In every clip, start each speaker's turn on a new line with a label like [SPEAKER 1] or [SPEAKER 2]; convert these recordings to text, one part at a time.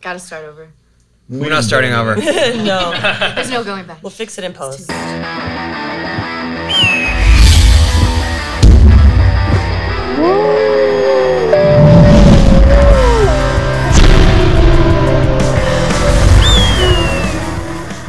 [SPEAKER 1] Gotta start over.
[SPEAKER 2] We're not
[SPEAKER 3] Mm.
[SPEAKER 2] starting over.
[SPEAKER 4] no,
[SPEAKER 1] There's no going back.
[SPEAKER 4] we'll fix it in post.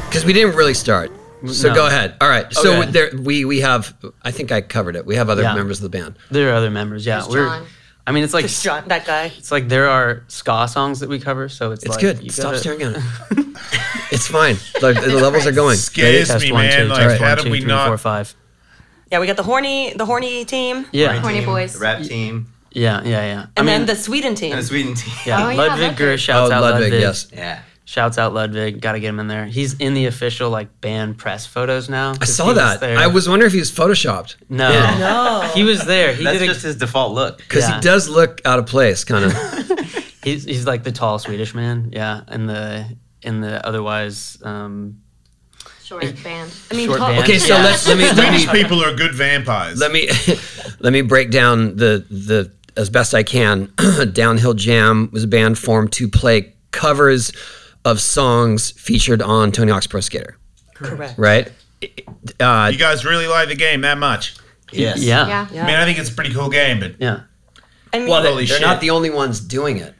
[SPEAKER 2] because we didn't really start. So
[SPEAKER 3] No.
[SPEAKER 2] go ahead. All right. So
[SPEAKER 3] Okay.
[SPEAKER 2] there, we we have. I think I covered it. We have other
[SPEAKER 3] Yeah.
[SPEAKER 2] members of the band.
[SPEAKER 3] There are other members. Yeah,
[SPEAKER 1] There's John.
[SPEAKER 3] I mean, it's like
[SPEAKER 4] Just John, that guy.
[SPEAKER 3] it's like there are ska songs that we cover, so it's
[SPEAKER 2] It's
[SPEAKER 3] like,
[SPEAKER 2] good.
[SPEAKER 3] you
[SPEAKER 2] Stop
[SPEAKER 3] gotta-
[SPEAKER 2] staring at it. it's fine. The, the levels are going.
[SPEAKER 5] Scares
[SPEAKER 3] Test
[SPEAKER 5] me,
[SPEAKER 3] one, two, test
[SPEAKER 5] man. Like,
[SPEAKER 3] one,
[SPEAKER 5] how
[SPEAKER 3] two,
[SPEAKER 5] did we
[SPEAKER 3] three, four,
[SPEAKER 5] not?
[SPEAKER 3] five.
[SPEAKER 4] Yeah, we got the horny, the horny team,
[SPEAKER 3] Yeah,
[SPEAKER 1] Horny
[SPEAKER 5] team,
[SPEAKER 1] boys.
[SPEAKER 6] The rap team
[SPEAKER 3] yeah, yeah, yeah.
[SPEAKER 4] and then the Sweden team.
[SPEAKER 6] and the Sweden team.
[SPEAKER 3] yeah,
[SPEAKER 1] Oh, yeah,
[SPEAKER 3] Ludwig
[SPEAKER 1] Ludwig.
[SPEAKER 3] Gurr shouts
[SPEAKER 2] oh,
[SPEAKER 3] out
[SPEAKER 2] Ludwig,
[SPEAKER 3] Ludwig.
[SPEAKER 2] Yes.
[SPEAKER 6] Yeah.
[SPEAKER 3] Shouts out Ludwig. Got to get him in there. He's in the official like band press photos now.
[SPEAKER 2] I saw that. I was wondering if he was photoshopped
[SPEAKER 3] no,
[SPEAKER 4] No.
[SPEAKER 3] He was there. He
[SPEAKER 6] That's
[SPEAKER 3] did. A,
[SPEAKER 6] just his default look.
[SPEAKER 2] because
[SPEAKER 3] Yeah.
[SPEAKER 2] he does look out of place, kind of.
[SPEAKER 3] he's he's like the tall Swedish man. Yeah, and the in the otherwise. Um,
[SPEAKER 1] Short band.
[SPEAKER 4] I mean,
[SPEAKER 3] Short
[SPEAKER 4] Paul-
[SPEAKER 3] band.
[SPEAKER 2] okay. So
[SPEAKER 3] Yeah.
[SPEAKER 2] let's let me let me
[SPEAKER 5] Swedish people are good vampires.
[SPEAKER 2] let me let me break down the the as best I can. Downhill Jam was a band formed to play covers of songs featured on Tony Hawk's Pro Skater.
[SPEAKER 4] correct.
[SPEAKER 2] Right. Uh,
[SPEAKER 5] you guys really like the game that much?
[SPEAKER 6] Yes.
[SPEAKER 3] Yeah.
[SPEAKER 1] Yeah.
[SPEAKER 4] Yeah.
[SPEAKER 5] I mean, I think it's a pretty cool game, but
[SPEAKER 3] Yeah.
[SPEAKER 4] I mean,
[SPEAKER 2] well, they,
[SPEAKER 5] Holy
[SPEAKER 2] they're
[SPEAKER 5] shit.
[SPEAKER 2] not the only ones doing it,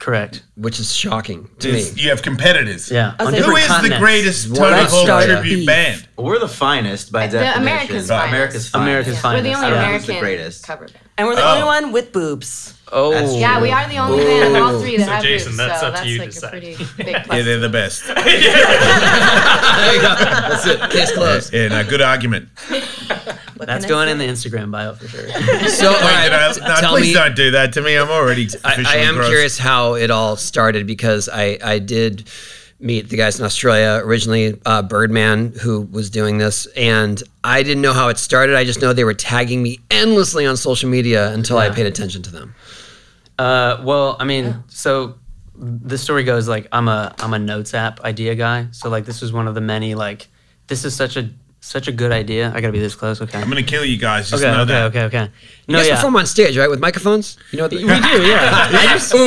[SPEAKER 3] Correct.
[SPEAKER 2] which is shocking to
[SPEAKER 5] it's-
[SPEAKER 2] me.
[SPEAKER 5] you have competitors.
[SPEAKER 3] Yeah.
[SPEAKER 4] I was
[SPEAKER 3] on
[SPEAKER 4] like-
[SPEAKER 5] Who
[SPEAKER 3] different
[SPEAKER 5] is
[SPEAKER 3] continents.
[SPEAKER 5] the greatest
[SPEAKER 2] Well,
[SPEAKER 5] Tony
[SPEAKER 2] let's
[SPEAKER 5] Hall
[SPEAKER 2] start
[SPEAKER 5] tribute
[SPEAKER 3] beef.
[SPEAKER 5] band?
[SPEAKER 6] We're the finest by
[SPEAKER 1] The
[SPEAKER 6] definition.
[SPEAKER 1] America's
[SPEAKER 5] Right.
[SPEAKER 1] finest.
[SPEAKER 6] America's finest.
[SPEAKER 3] America's
[SPEAKER 6] Yeah.
[SPEAKER 1] We're
[SPEAKER 3] finest.
[SPEAKER 1] the only
[SPEAKER 3] I don't know
[SPEAKER 6] who's the
[SPEAKER 1] American
[SPEAKER 6] greatest.
[SPEAKER 1] cover band.
[SPEAKER 4] and we're the
[SPEAKER 5] Oh.
[SPEAKER 4] only one with boobs.
[SPEAKER 3] Oh.
[SPEAKER 6] That's true.
[SPEAKER 1] Yeah, we are the only band of all three that
[SPEAKER 7] So,
[SPEAKER 1] have
[SPEAKER 7] Jason,
[SPEAKER 1] boobs,
[SPEAKER 7] that's
[SPEAKER 1] so
[SPEAKER 7] up to
[SPEAKER 1] that's
[SPEAKER 7] you to
[SPEAKER 1] like a
[SPEAKER 7] decide.
[SPEAKER 1] pretty big
[SPEAKER 5] Yeah,
[SPEAKER 1] plus.
[SPEAKER 5] they're the best.
[SPEAKER 2] There you go. That's it. Case closed.
[SPEAKER 5] Yeah, no, good argument.
[SPEAKER 3] That's
[SPEAKER 4] I
[SPEAKER 3] going in the Instagram bio for sure.
[SPEAKER 2] So, all
[SPEAKER 5] Wait,
[SPEAKER 2] right,
[SPEAKER 5] did I,
[SPEAKER 2] t-
[SPEAKER 5] no,
[SPEAKER 2] tell
[SPEAKER 5] please
[SPEAKER 2] me.
[SPEAKER 5] don't do that to me. I'm already.
[SPEAKER 2] I, I
[SPEAKER 5] officially
[SPEAKER 2] am
[SPEAKER 5] gross.
[SPEAKER 2] curious how it all started because I, I did meet the guys in Australia originally, uh, Birdman, who was doing this, and I didn't know how it started. I just know they were tagging me endlessly on social media until I
[SPEAKER 3] Yeah.
[SPEAKER 2] paid attention to them.
[SPEAKER 3] Uh, well, I mean, so the story goes like I'm a I'm a notes app idea guy. So like this was one of the many like this is such a such a good idea. I gotta be this close. Okay.
[SPEAKER 5] I'm gonna kill you guys. Just
[SPEAKER 3] okay.
[SPEAKER 5] know
[SPEAKER 3] Okay.
[SPEAKER 5] that.
[SPEAKER 3] Okay. Okay.
[SPEAKER 2] You
[SPEAKER 3] No.
[SPEAKER 2] guys
[SPEAKER 3] Yeah.
[SPEAKER 2] perform on stage, right, with microphones? You know what? The,
[SPEAKER 3] we do. Yeah. I just,
[SPEAKER 2] Ooh,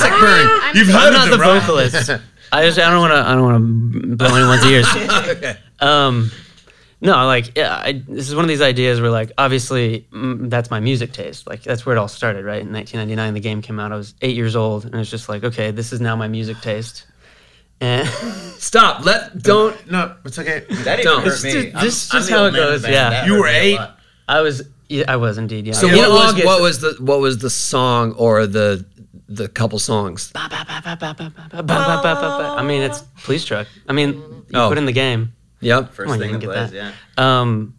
[SPEAKER 2] sick burn.
[SPEAKER 1] I'm
[SPEAKER 5] You've heard
[SPEAKER 3] I'm not
[SPEAKER 5] of
[SPEAKER 3] the
[SPEAKER 5] them, right?
[SPEAKER 3] vocalist. I just I don't want to I don't want to blow anyone's ears. Um, no, like yeah, I, this is one of these ideas where like obviously mm, that's my music taste. Like that's where it all started, right? In 1999, the game came out. I was eight years old, and it's just like okay, this is now my music taste. And
[SPEAKER 2] Stop. Let don't.
[SPEAKER 5] No, it's okay.
[SPEAKER 6] That even
[SPEAKER 2] Don't.
[SPEAKER 6] hurt
[SPEAKER 2] This
[SPEAKER 6] me.
[SPEAKER 3] is-
[SPEAKER 6] I'm-
[SPEAKER 3] this is
[SPEAKER 6] I'm
[SPEAKER 3] just
[SPEAKER 6] the
[SPEAKER 3] how
[SPEAKER 6] old
[SPEAKER 3] it
[SPEAKER 6] man in the
[SPEAKER 3] goes,
[SPEAKER 6] band.
[SPEAKER 3] yeah.
[SPEAKER 6] That
[SPEAKER 5] You
[SPEAKER 6] hurt
[SPEAKER 5] were
[SPEAKER 6] me a
[SPEAKER 5] eight?
[SPEAKER 6] lot.
[SPEAKER 3] I was yeah, I was indeed yeah.
[SPEAKER 2] So
[SPEAKER 3] In
[SPEAKER 2] what was
[SPEAKER 3] August-
[SPEAKER 2] what was the what was the song or the the couple songs?
[SPEAKER 3] Ba, ba, ba, ba, ba, ba, ba, ba, ba, ba, ba. I mean, it's police truck. I mean, you
[SPEAKER 2] Oh.
[SPEAKER 3] put in the game.
[SPEAKER 2] Yep.
[SPEAKER 3] Come on,
[SPEAKER 6] First
[SPEAKER 3] you
[SPEAKER 6] thing that
[SPEAKER 3] can
[SPEAKER 6] plays,
[SPEAKER 3] get
[SPEAKER 6] yeah.
[SPEAKER 3] Um,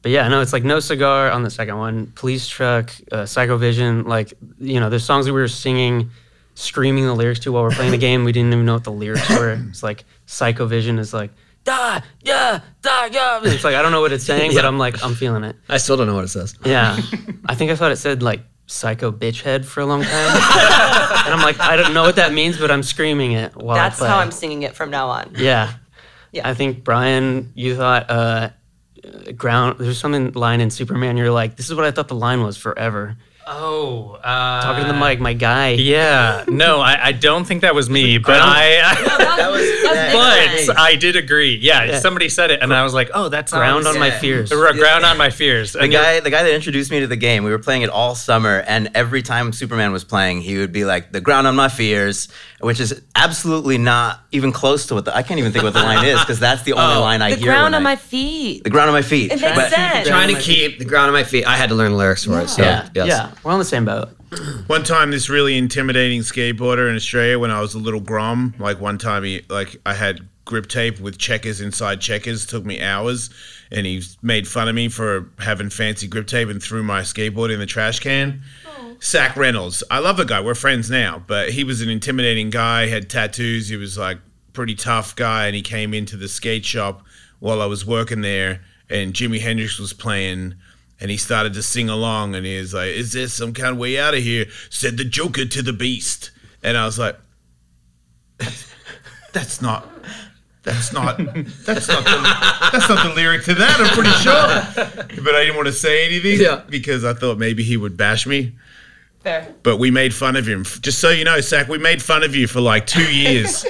[SPEAKER 3] but yeah, no, it's like no cigar on the second one. Police truck, uh, Psychovision, like you know, there's songs that we were singing, screaming the lyrics to while we're playing the game. We didn't even know what the lyrics were. It's like Psychovision is like da yeah da yeah. It's like I don't know what it's saying, but
[SPEAKER 2] Yeah.
[SPEAKER 3] I'm like I'm feeling it.
[SPEAKER 2] I still don't know what it says.
[SPEAKER 3] Yeah, I think I thought it said like psycho bitch head for a long time, and I'm like I don't know what that means, but I'm screaming it while Oh, I
[SPEAKER 4] That's
[SPEAKER 3] play.
[SPEAKER 4] how I'm singing it from now on.
[SPEAKER 3] Yeah.
[SPEAKER 4] Yeah.
[SPEAKER 3] I think Brian, you thought uh, ground. There's something line in Superman. You're like, this is what I thought the line was forever.
[SPEAKER 7] Oh, uh,
[SPEAKER 3] Talking to the mic, my guy.
[SPEAKER 7] Yeah, no, I, I don't think that was me, but I.
[SPEAKER 4] That was,
[SPEAKER 6] that
[SPEAKER 7] But I did agree. Yeah, somebody said it, and I was like, "Oh, that's how
[SPEAKER 3] Ground
[SPEAKER 7] it's-
[SPEAKER 3] on my
[SPEAKER 6] Yeah.
[SPEAKER 3] fears.
[SPEAKER 7] Ro- ground on my fears."
[SPEAKER 6] The guy, the guy that introduced me to the game, we were playing it all summer, and every time Superman was playing, he would be like, "The ground on my fears," which is absolutely not even close to what the, I can't even think what the line is because that's the only line I
[SPEAKER 4] the
[SPEAKER 6] hear.
[SPEAKER 4] ground
[SPEAKER 6] when
[SPEAKER 4] on
[SPEAKER 6] I-
[SPEAKER 4] my feet.
[SPEAKER 6] the ground on my feet.
[SPEAKER 4] It makes
[SPEAKER 6] But-
[SPEAKER 4] sense.
[SPEAKER 2] Trying to keep the ground on my feet. I had to learn the lyrics for it. So
[SPEAKER 3] Yeah.
[SPEAKER 2] yes.
[SPEAKER 3] Yeah. We're on the same boat.
[SPEAKER 5] One time, this really intimidating skateboarder in Australia, when I was a little grom, like one time he, like I had grip tape with checkers inside checkers, took me hours, and he made fun of me for having fancy grip tape and threw my skateboard in the trash can. Zach Reynolds, I love the guy. We're friends now, but he was an intimidating guy. Had tattoos. He was like pretty tough guy, and he came into the skate shop while I was working there, and Jimi Hendrix was playing and he started to sing along and he was like is there some kind of way out of here said the joker to the beast and i was like that's not that's not that's not the, that's not the lyric to that i'm pretty sure but i didn't want to say anything
[SPEAKER 2] Yeah.
[SPEAKER 5] because i thought maybe he would bash me
[SPEAKER 4] Fair.
[SPEAKER 5] but we made fun of him. Just so you know, Sack, we made fun of you for like two years.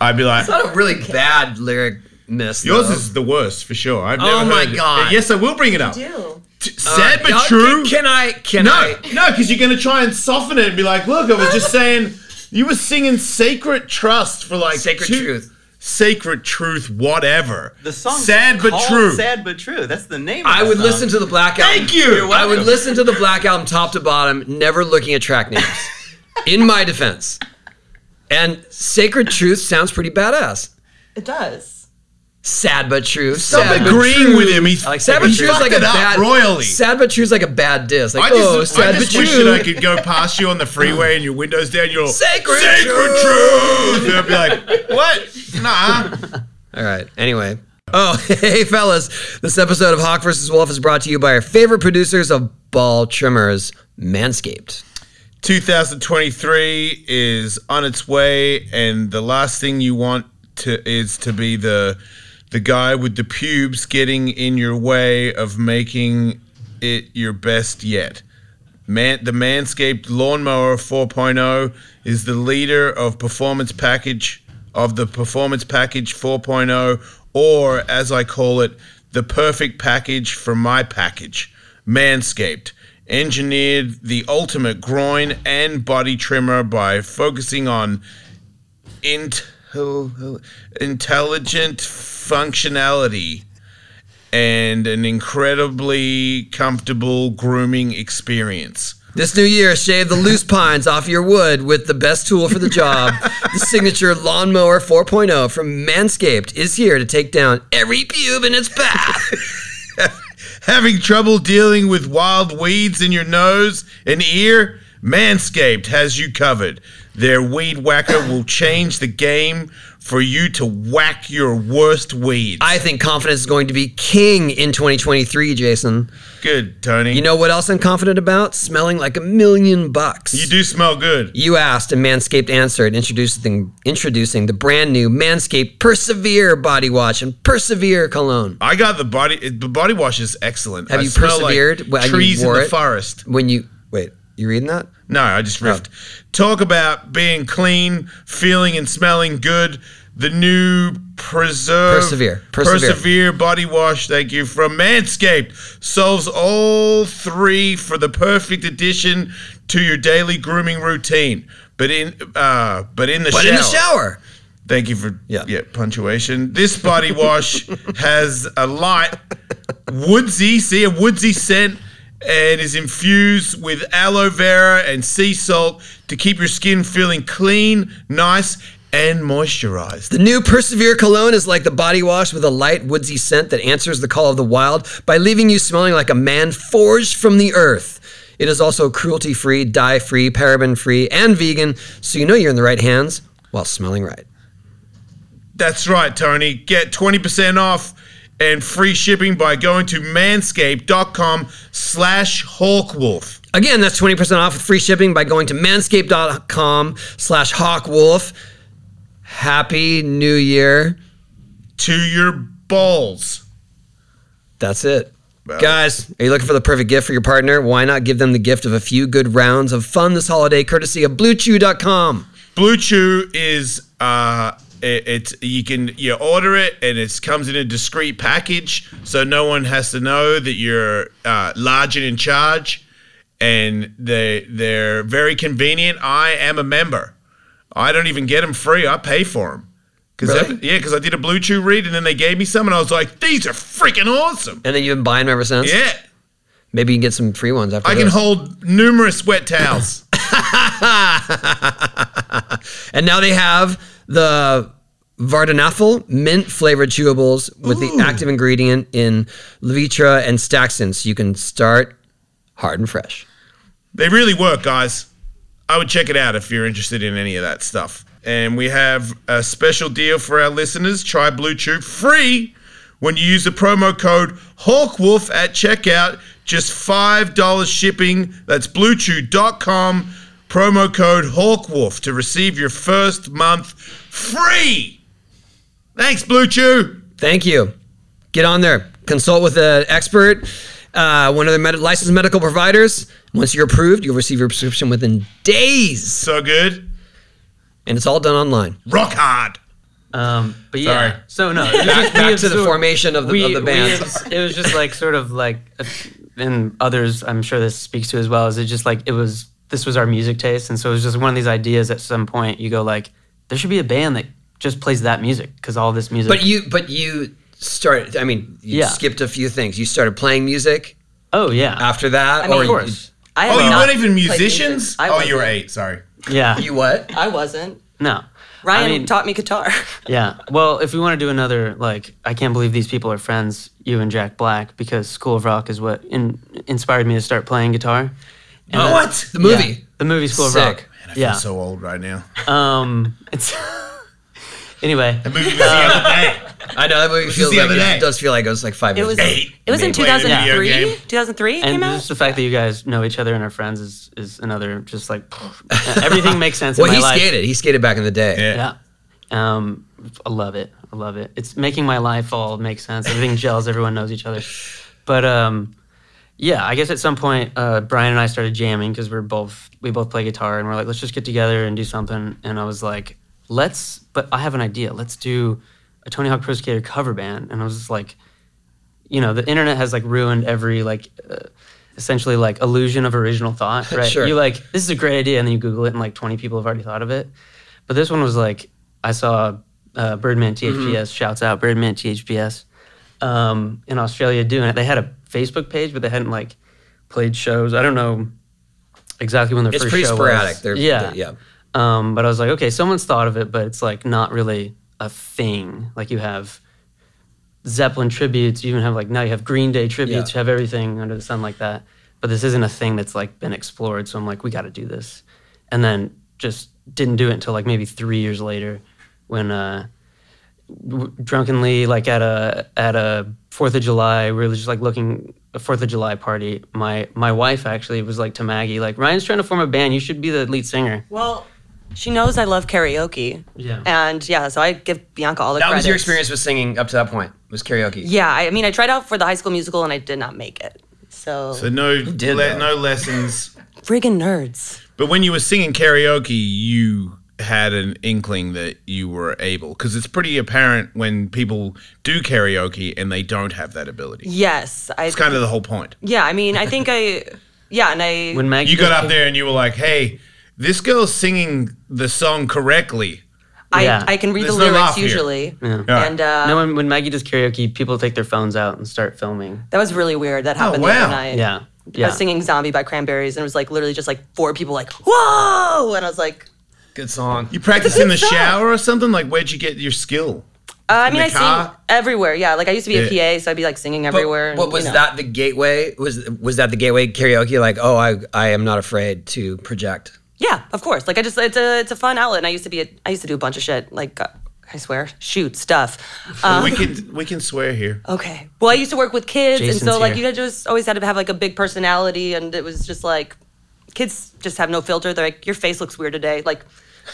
[SPEAKER 5] I'd be like,
[SPEAKER 2] Not a really bad lyric miss.
[SPEAKER 5] yours
[SPEAKER 2] though.
[SPEAKER 5] is the worst for sure. I've
[SPEAKER 2] Oh
[SPEAKER 5] never
[SPEAKER 2] my
[SPEAKER 5] heard it.
[SPEAKER 2] God.
[SPEAKER 5] Yes, I will bring it up.
[SPEAKER 4] Do.
[SPEAKER 5] T- Sad but
[SPEAKER 2] Uh,
[SPEAKER 5] true.
[SPEAKER 2] Can, can I? Can
[SPEAKER 5] no,
[SPEAKER 2] I?
[SPEAKER 5] no, because you're gonna try and soften it and be like, look, I was just saying. You were singing "Sacred Trust" for like
[SPEAKER 2] Sacred
[SPEAKER 5] two-
[SPEAKER 2] truth.
[SPEAKER 5] sacred truth, whatever.
[SPEAKER 6] The song
[SPEAKER 5] sad but true.
[SPEAKER 6] Sad but true. That's the name. Of
[SPEAKER 2] I
[SPEAKER 6] the
[SPEAKER 2] would
[SPEAKER 6] song.
[SPEAKER 2] listen to the Black Album.
[SPEAKER 5] Thank you.
[SPEAKER 2] I would listen to the Black Album top to bottom, never looking at track names. in my defense, and Sacred Truth sounds pretty badass.
[SPEAKER 4] It does.
[SPEAKER 2] Sad but true.
[SPEAKER 5] Stop
[SPEAKER 2] sad but
[SPEAKER 5] agreeing
[SPEAKER 2] true.
[SPEAKER 5] with him. He's-
[SPEAKER 2] I like sad but
[SPEAKER 5] he
[SPEAKER 2] true is
[SPEAKER 5] fucked
[SPEAKER 2] like a
[SPEAKER 5] it up
[SPEAKER 2] bad
[SPEAKER 5] royally.
[SPEAKER 2] Sad but true is like a bad diss. Like
[SPEAKER 5] I
[SPEAKER 2] oh,
[SPEAKER 5] just,
[SPEAKER 2] sad
[SPEAKER 5] I just
[SPEAKER 2] but
[SPEAKER 5] wish
[SPEAKER 2] true.
[SPEAKER 5] that I could go past you on the freeway and your windows down. You're all
[SPEAKER 2] Sacred
[SPEAKER 5] sacred
[SPEAKER 2] truth."
[SPEAKER 5] truth. And I'd be like, what? Nah.
[SPEAKER 2] All right. Anyway. Oh, hey, fellas. This episode of Hawk vs. Wolf is brought to you by our favorite producers of ball trimmers, Manscaped.
[SPEAKER 5] 2023 is on its way, and the last thing you want to is to be the the guy with the pubes getting in your way of making it your best yet. Man, the Manscaped Lawnmower 4.0 is the leader of performance package of the performance package 4.0, or as I call it, the perfect package for my package. Manscaped engineered the ultimate groin and body trimmer by focusing on intel- intelligent functionality and an incredibly comfortable grooming experience.
[SPEAKER 2] This new year, shave the loose pines off your wood with the best tool for the job. the signature lawnmower 4.0 from Manscaped is here to take down every pube in its path.
[SPEAKER 5] Having trouble dealing with wild weeds in your nose and ear? Manscaped has you covered. Their weed whacker will change the game for you to whack your worst weeds.
[SPEAKER 2] I think confidence is going to be king in 2023, Jason.
[SPEAKER 5] Good, Tony.
[SPEAKER 2] You know what else I'm confident about? Smelling like a million bucks.
[SPEAKER 5] you do smell good.
[SPEAKER 2] You asked and Manscaped answered, introducing, introducing the brand new Manscaped Persevere body wash and Persevere cologne.
[SPEAKER 5] I got the body. it- The body wash is excellent.
[SPEAKER 2] Have
[SPEAKER 5] I
[SPEAKER 2] you
[SPEAKER 5] smell like
[SPEAKER 2] persevered when you
[SPEAKER 5] trees
[SPEAKER 2] wore
[SPEAKER 5] in the
[SPEAKER 2] it?
[SPEAKER 5] forest.
[SPEAKER 2] When you wait, you reading that?
[SPEAKER 5] No, I just riffed. Talk about being clean, feeling and smelling good. The new preserve
[SPEAKER 2] Persevere. Persevere.
[SPEAKER 5] Persevere body wash. Thank you from Manscaped solves all three for the perfect addition to your daily grooming routine. But in uh, but in the
[SPEAKER 2] But
[SPEAKER 5] shower.
[SPEAKER 2] in the shower.
[SPEAKER 5] Thank you for
[SPEAKER 2] Yeah.
[SPEAKER 5] yeah. punctuation. This body wash has a light woodsy, see a woodsy scent and is infused with aloe vera and sea salt to keep your skin feeling clean, nice, and moisturized.
[SPEAKER 2] The new Persevere cologne is like the body wash with a light woodsy scent that answers the call of the wild by leaving you smelling like a man forged from the earth. It is also cruelty free, dye free, paraben free, and vegan, so you know you're in the right hands while smelling right.
[SPEAKER 5] That's right, Tony. Get 20% off and free shipping by going to manscaped.com slash hawkwolf.
[SPEAKER 2] Again, that's 20% off with free shipping by going to manscaped.com slash hawkwolf. Happy New Year.
[SPEAKER 5] To your balls.
[SPEAKER 2] That's it.
[SPEAKER 5] Well-
[SPEAKER 2] Guys, are you looking for the perfect gift for your partner? Why not give them the gift of a few good rounds of fun this holiday courtesy of bluechew.com.
[SPEAKER 5] Blue Chew is uh, it, it's you can you order it and it comes in a discreet package, so no one has to know that you're uh, large and in charge. And they they're very convenient. I am a member. I don't even get them free. I pay for them. Cause
[SPEAKER 2] Really?
[SPEAKER 5] that- yeah, because I did a Blue Chew read and then they gave me some and I was like, these are freaking awesome.
[SPEAKER 2] And then you've been buying them ever since?
[SPEAKER 5] Yeah,
[SPEAKER 2] Maybe you can get some free ones after
[SPEAKER 5] I can
[SPEAKER 2] this.
[SPEAKER 5] hold numerous wet towels.
[SPEAKER 2] and now they have the Vardenafil mint flavored chewables with the active ingredient in Levitra and Staxin, so you can start hard and fresh.
[SPEAKER 5] They really work, guys. I would check it out if you're interested in any of that stuff. And we have a special deal for our listeners. Try Blue Chew free when you use the promo code HawkWolf at checkout. Just $5 shipping. That's bluechew.com. Promo code HawkWolf to receive your first month free. Thanks, Blue Chew.
[SPEAKER 2] Thank you. Get on there. Consult with an expert. Uh, uh, one of their med- licensed medical providers. Once you're approved, you'll receive your prescription within days,
[SPEAKER 5] So good.
[SPEAKER 2] and it's all done online.
[SPEAKER 5] Rock hard.
[SPEAKER 3] Um, but yeah,
[SPEAKER 5] Sorry.
[SPEAKER 3] so no, it was
[SPEAKER 2] back
[SPEAKER 3] just we
[SPEAKER 2] to the
[SPEAKER 3] absorbed-
[SPEAKER 2] formation of the-
[SPEAKER 3] we-
[SPEAKER 2] of the
[SPEAKER 3] we
[SPEAKER 2] band.
[SPEAKER 3] abs- it was just like sort of like, and others I'm sure this speaks to as well. Is it just like it was? This was our music taste, and so it was just one of these ideas. At some point, you go like, there should be a band that just plays that music because all this music.
[SPEAKER 2] But you, but you started. I mean, you
[SPEAKER 3] Yeah.
[SPEAKER 2] skipped a few things. You started playing music
[SPEAKER 3] oh yeah,
[SPEAKER 2] after that,
[SPEAKER 4] I mean,
[SPEAKER 2] Uh, or
[SPEAKER 4] of
[SPEAKER 2] you-
[SPEAKER 3] course.
[SPEAKER 4] I
[SPEAKER 5] Oh,
[SPEAKER 4] have
[SPEAKER 5] you
[SPEAKER 4] not
[SPEAKER 5] weren't even
[SPEAKER 4] played music.
[SPEAKER 5] musicians?
[SPEAKER 4] I
[SPEAKER 5] Oh, you were
[SPEAKER 4] wasn't.
[SPEAKER 5] eight. Sorry.
[SPEAKER 3] yeah,
[SPEAKER 2] You, what?
[SPEAKER 4] I wasn't.
[SPEAKER 3] no.
[SPEAKER 4] Ryan
[SPEAKER 3] I mean-
[SPEAKER 4] taught me guitar.
[SPEAKER 3] Yeah. Well, if we want to do another, like, I can't believe these people are friends, you and Jack Black, because School of Rock is what in, inspired me to start playing guitar. And
[SPEAKER 5] Oh,
[SPEAKER 3] that-
[SPEAKER 5] what?
[SPEAKER 2] The movie.
[SPEAKER 3] Yeah, the movie School
[SPEAKER 2] Sick.
[SPEAKER 3] of Rock.
[SPEAKER 5] I feel
[SPEAKER 3] yeah.
[SPEAKER 5] so old right now.
[SPEAKER 3] um, it's anyway.
[SPEAKER 5] The movie was the other day.
[SPEAKER 2] I know that movie feels
[SPEAKER 5] the
[SPEAKER 2] like
[SPEAKER 5] other day.
[SPEAKER 2] it does feel like it was like five
[SPEAKER 4] It
[SPEAKER 2] years
[SPEAKER 4] was.
[SPEAKER 2] ago.
[SPEAKER 5] Eight.
[SPEAKER 4] It was in
[SPEAKER 5] They played a video
[SPEAKER 4] 2003.
[SPEAKER 5] game.
[SPEAKER 4] 2003 it
[SPEAKER 3] And
[SPEAKER 4] came out.
[SPEAKER 3] just the fact that you guys know each other and are friends is is another just like everything makes sense.
[SPEAKER 2] Well,
[SPEAKER 3] in my
[SPEAKER 2] he
[SPEAKER 3] life.
[SPEAKER 2] skated. He skated back in the day.
[SPEAKER 5] Yeah.
[SPEAKER 3] Yeah. Um, I love it. I love it. It's making my life all make sense. Everything gels. Everyone knows each other. But um, yeah, I guess at some point, uh, Brian and I started jamming because we're both we both play guitar, and we're like, let's just get together and do something. And I was like, let's. But I have an idea. Let's do a Tony Hawk Pro Skater cover band. And I was just like, you know, the internet has like ruined every like. Uh, Essentially, like illusion of original thought, right?
[SPEAKER 2] Sure.
[SPEAKER 3] You like this is a great idea, and then you Google it, and like twenty people have already thought of it. But this one was like I saw uh, Birdman THPS shouts out Birdman THPS um, in Australia doing it. They had a Facebook page, but they hadn't like played shows. I don't know exactly when their
[SPEAKER 2] It's
[SPEAKER 3] first
[SPEAKER 2] pretty
[SPEAKER 3] show
[SPEAKER 2] sporadic.
[SPEAKER 3] was.
[SPEAKER 2] They're,
[SPEAKER 3] yeah,
[SPEAKER 2] they're- yeah.
[SPEAKER 3] Um, but I was like, okay, someone's thought of it, but it's like not really a thing. Like you have Zeppelin tributes, you even have like now you have Green Day tributes,
[SPEAKER 2] Yeah.
[SPEAKER 3] you have everything under the sun like that. But this isn't a thing that's like been explored. So I'm like, we got to do this, and then just didn't do it until like maybe three years later, when uh, w- drunkenly like at a at a Fourth of July, we were just like looking a Fourth of July party. My my wife actually was like to Maggie, like Ryan's trying to form a band. You should be the lead singer.
[SPEAKER 4] well, she knows I love karaoke.
[SPEAKER 3] Yeah.
[SPEAKER 4] And yeah, so I give Bianca all the
[SPEAKER 2] That
[SPEAKER 4] credit.
[SPEAKER 2] was your experience with singing up to that point. Was karaoke.
[SPEAKER 4] Yeah, I I mean, I tried out for the High School Musical and I did not make it. So,
[SPEAKER 5] So no,
[SPEAKER 2] did
[SPEAKER 5] le-
[SPEAKER 2] that?
[SPEAKER 5] no lessons.
[SPEAKER 4] friggin' nerds.
[SPEAKER 5] But when you were singing karaoke, you had an inkling that you were able because it's pretty apparent when people do karaoke and they don't have that ability.
[SPEAKER 4] Yes, I.
[SPEAKER 5] It's kind of the whole point.
[SPEAKER 4] yeah, I mean, I think I. Yeah, and I.
[SPEAKER 3] When Maggie
[SPEAKER 5] You
[SPEAKER 3] just
[SPEAKER 5] got up
[SPEAKER 3] came-
[SPEAKER 5] there and you were like, "Hey, this girl's singing the song correctly."
[SPEAKER 4] I,
[SPEAKER 3] Yeah.
[SPEAKER 4] I can read
[SPEAKER 5] There's
[SPEAKER 4] the
[SPEAKER 5] no
[SPEAKER 4] lyrics
[SPEAKER 5] laugh here.
[SPEAKER 4] usually,
[SPEAKER 5] Yeah.
[SPEAKER 4] and uh,
[SPEAKER 3] No, when, when Maggie does karaoke, people take their phones out and start filming.
[SPEAKER 4] that was really weird. That happened the
[SPEAKER 5] Oh, wow.
[SPEAKER 4] other night.
[SPEAKER 3] Yeah.
[SPEAKER 4] I
[SPEAKER 3] Yeah.
[SPEAKER 4] was singing "Zombie" by Cranberries, and it was like literally just like four people like whoa, and I was like,
[SPEAKER 2] Good song.
[SPEAKER 5] You practice in the
[SPEAKER 4] good song.
[SPEAKER 5] shower or something? Like, where'd you get your skill?
[SPEAKER 4] uh, I mean,
[SPEAKER 5] the
[SPEAKER 4] I sing
[SPEAKER 5] car?
[SPEAKER 4] everywhere. Yeah, like I used to be
[SPEAKER 5] Yeah.
[SPEAKER 4] a PA, so I'd be like singing
[SPEAKER 2] But
[SPEAKER 4] everywhere. and,
[SPEAKER 2] what
[SPEAKER 4] you
[SPEAKER 2] was
[SPEAKER 4] know.
[SPEAKER 2] that the gateway? Was was that the gateway karaoke? Like, oh, I I am not afraid to project.
[SPEAKER 4] Yeah, of course. Like I just, it's a, it's a fun outlet. And I used to be, a, I used to do a bunch of shit. Like uh, I swear, shoot stuff. Um,
[SPEAKER 5] we can we can swear here.
[SPEAKER 4] okay. Well, I used to work with kids, and
[SPEAKER 3] Jason's
[SPEAKER 4] so like
[SPEAKER 3] here.
[SPEAKER 4] you just always had to have like a big personality, and it was just like kids just have no filter. They're like, your face looks weird today. Like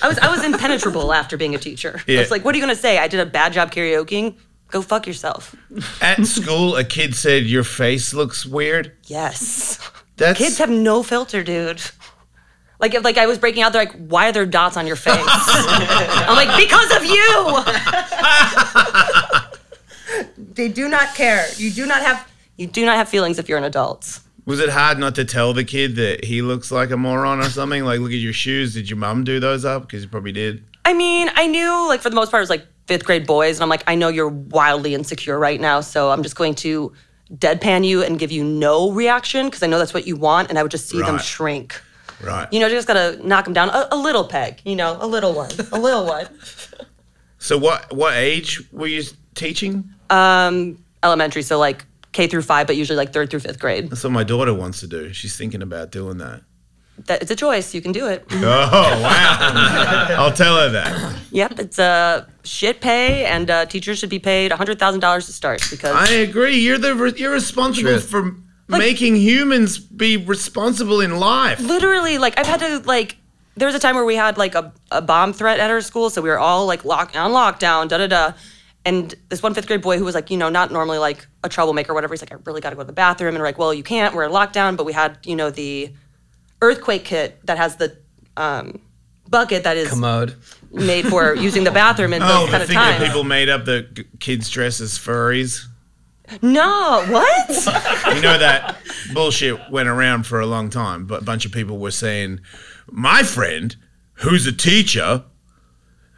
[SPEAKER 4] I was, I was impenetrable after being a teacher.
[SPEAKER 5] Yeah.
[SPEAKER 4] It's like, what are you gonna say? I did a bad job karaokeing. Go fuck yourself.
[SPEAKER 5] At school, a kid said your face looks weird.
[SPEAKER 4] Yes.
[SPEAKER 5] That's
[SPEAKER 4] Kids have no filter, dude. Like if like I was breaking out, they're like, why are there dots on your face? I'm like, because of you. they do not care. You do not have you do not have feelings if you're an adult.
[SPEAKER 5] Was it hard not to tell the kid that he looks like a moron or something? Like, look at your shoes. Did your mum do those up? Because you probably did.
[SPEAKER 4] I mean, I knew like for the most part it was like fifth grade boys, and I'm like, I know you're wildly insecure right now, so I'm just going to deadpan you and give you no reaction because I know that's what you want, and I would just see them
[SPEAKER 5] Right.
[SPEAKER 4] shrink.
[SPEAKER 5] Right.
[SPEAKER 4] You know, just gotta knock them down a, a little peg. You know, a little one, a little one.
[SPEAKER 5] so what what age were you teaching?
[SPEAKER 4] elementary, so like K through five, but usually like third through fifth grade.
[SPEAKER 5] That's what my daughter wants to do. She's thinking about doing that.
[SPEAKER 4] That, it's a choice. You can do it.
[SPEAKER 5] Oh wow! I'll tell her that.
[SPEAKER 4] yep, it's uh, shit pay, and uh, teachers should be paid hundred thousand dollars to start because
[SPEAKER 5] I agree. You're the re- you're responsible
[SPEAKER 2] Truth.
[SPEAKER 5] for making humans be responsible in life.
[SPEAKER 4] literally, like I've had to like. There was a time where we had like a, a bomb threat at our school, so we were all like lock on lockdown, da da da, And this one fifth grade boy who was like, you know, not normally like a troublemaker or whatever, he's like, I really got to go to the bathroom. And we're like, well, you can't. We're in lockdown. But we had, you know, the earthquake kit that has the um, bucket that is
[SPEAKER 2] Commode.
[SPEAKER 4] made for using the bathroom in
[SPEAKER 5] Oh,
[SPEAKER 4] those kind
[SPEAKER 5] the
[SPEAKER 4] of
[SPEAKER 5] thing that
[SPEAKER 4] times.
[SPEAKER 5] people made up the g- kids dress as furries.
[SPEAKER 4] no, what? Oh,
[SPEAKER 5] You know that bullshit went around for a long time, but a bunch of people were saying, "My friend, who's a teacher,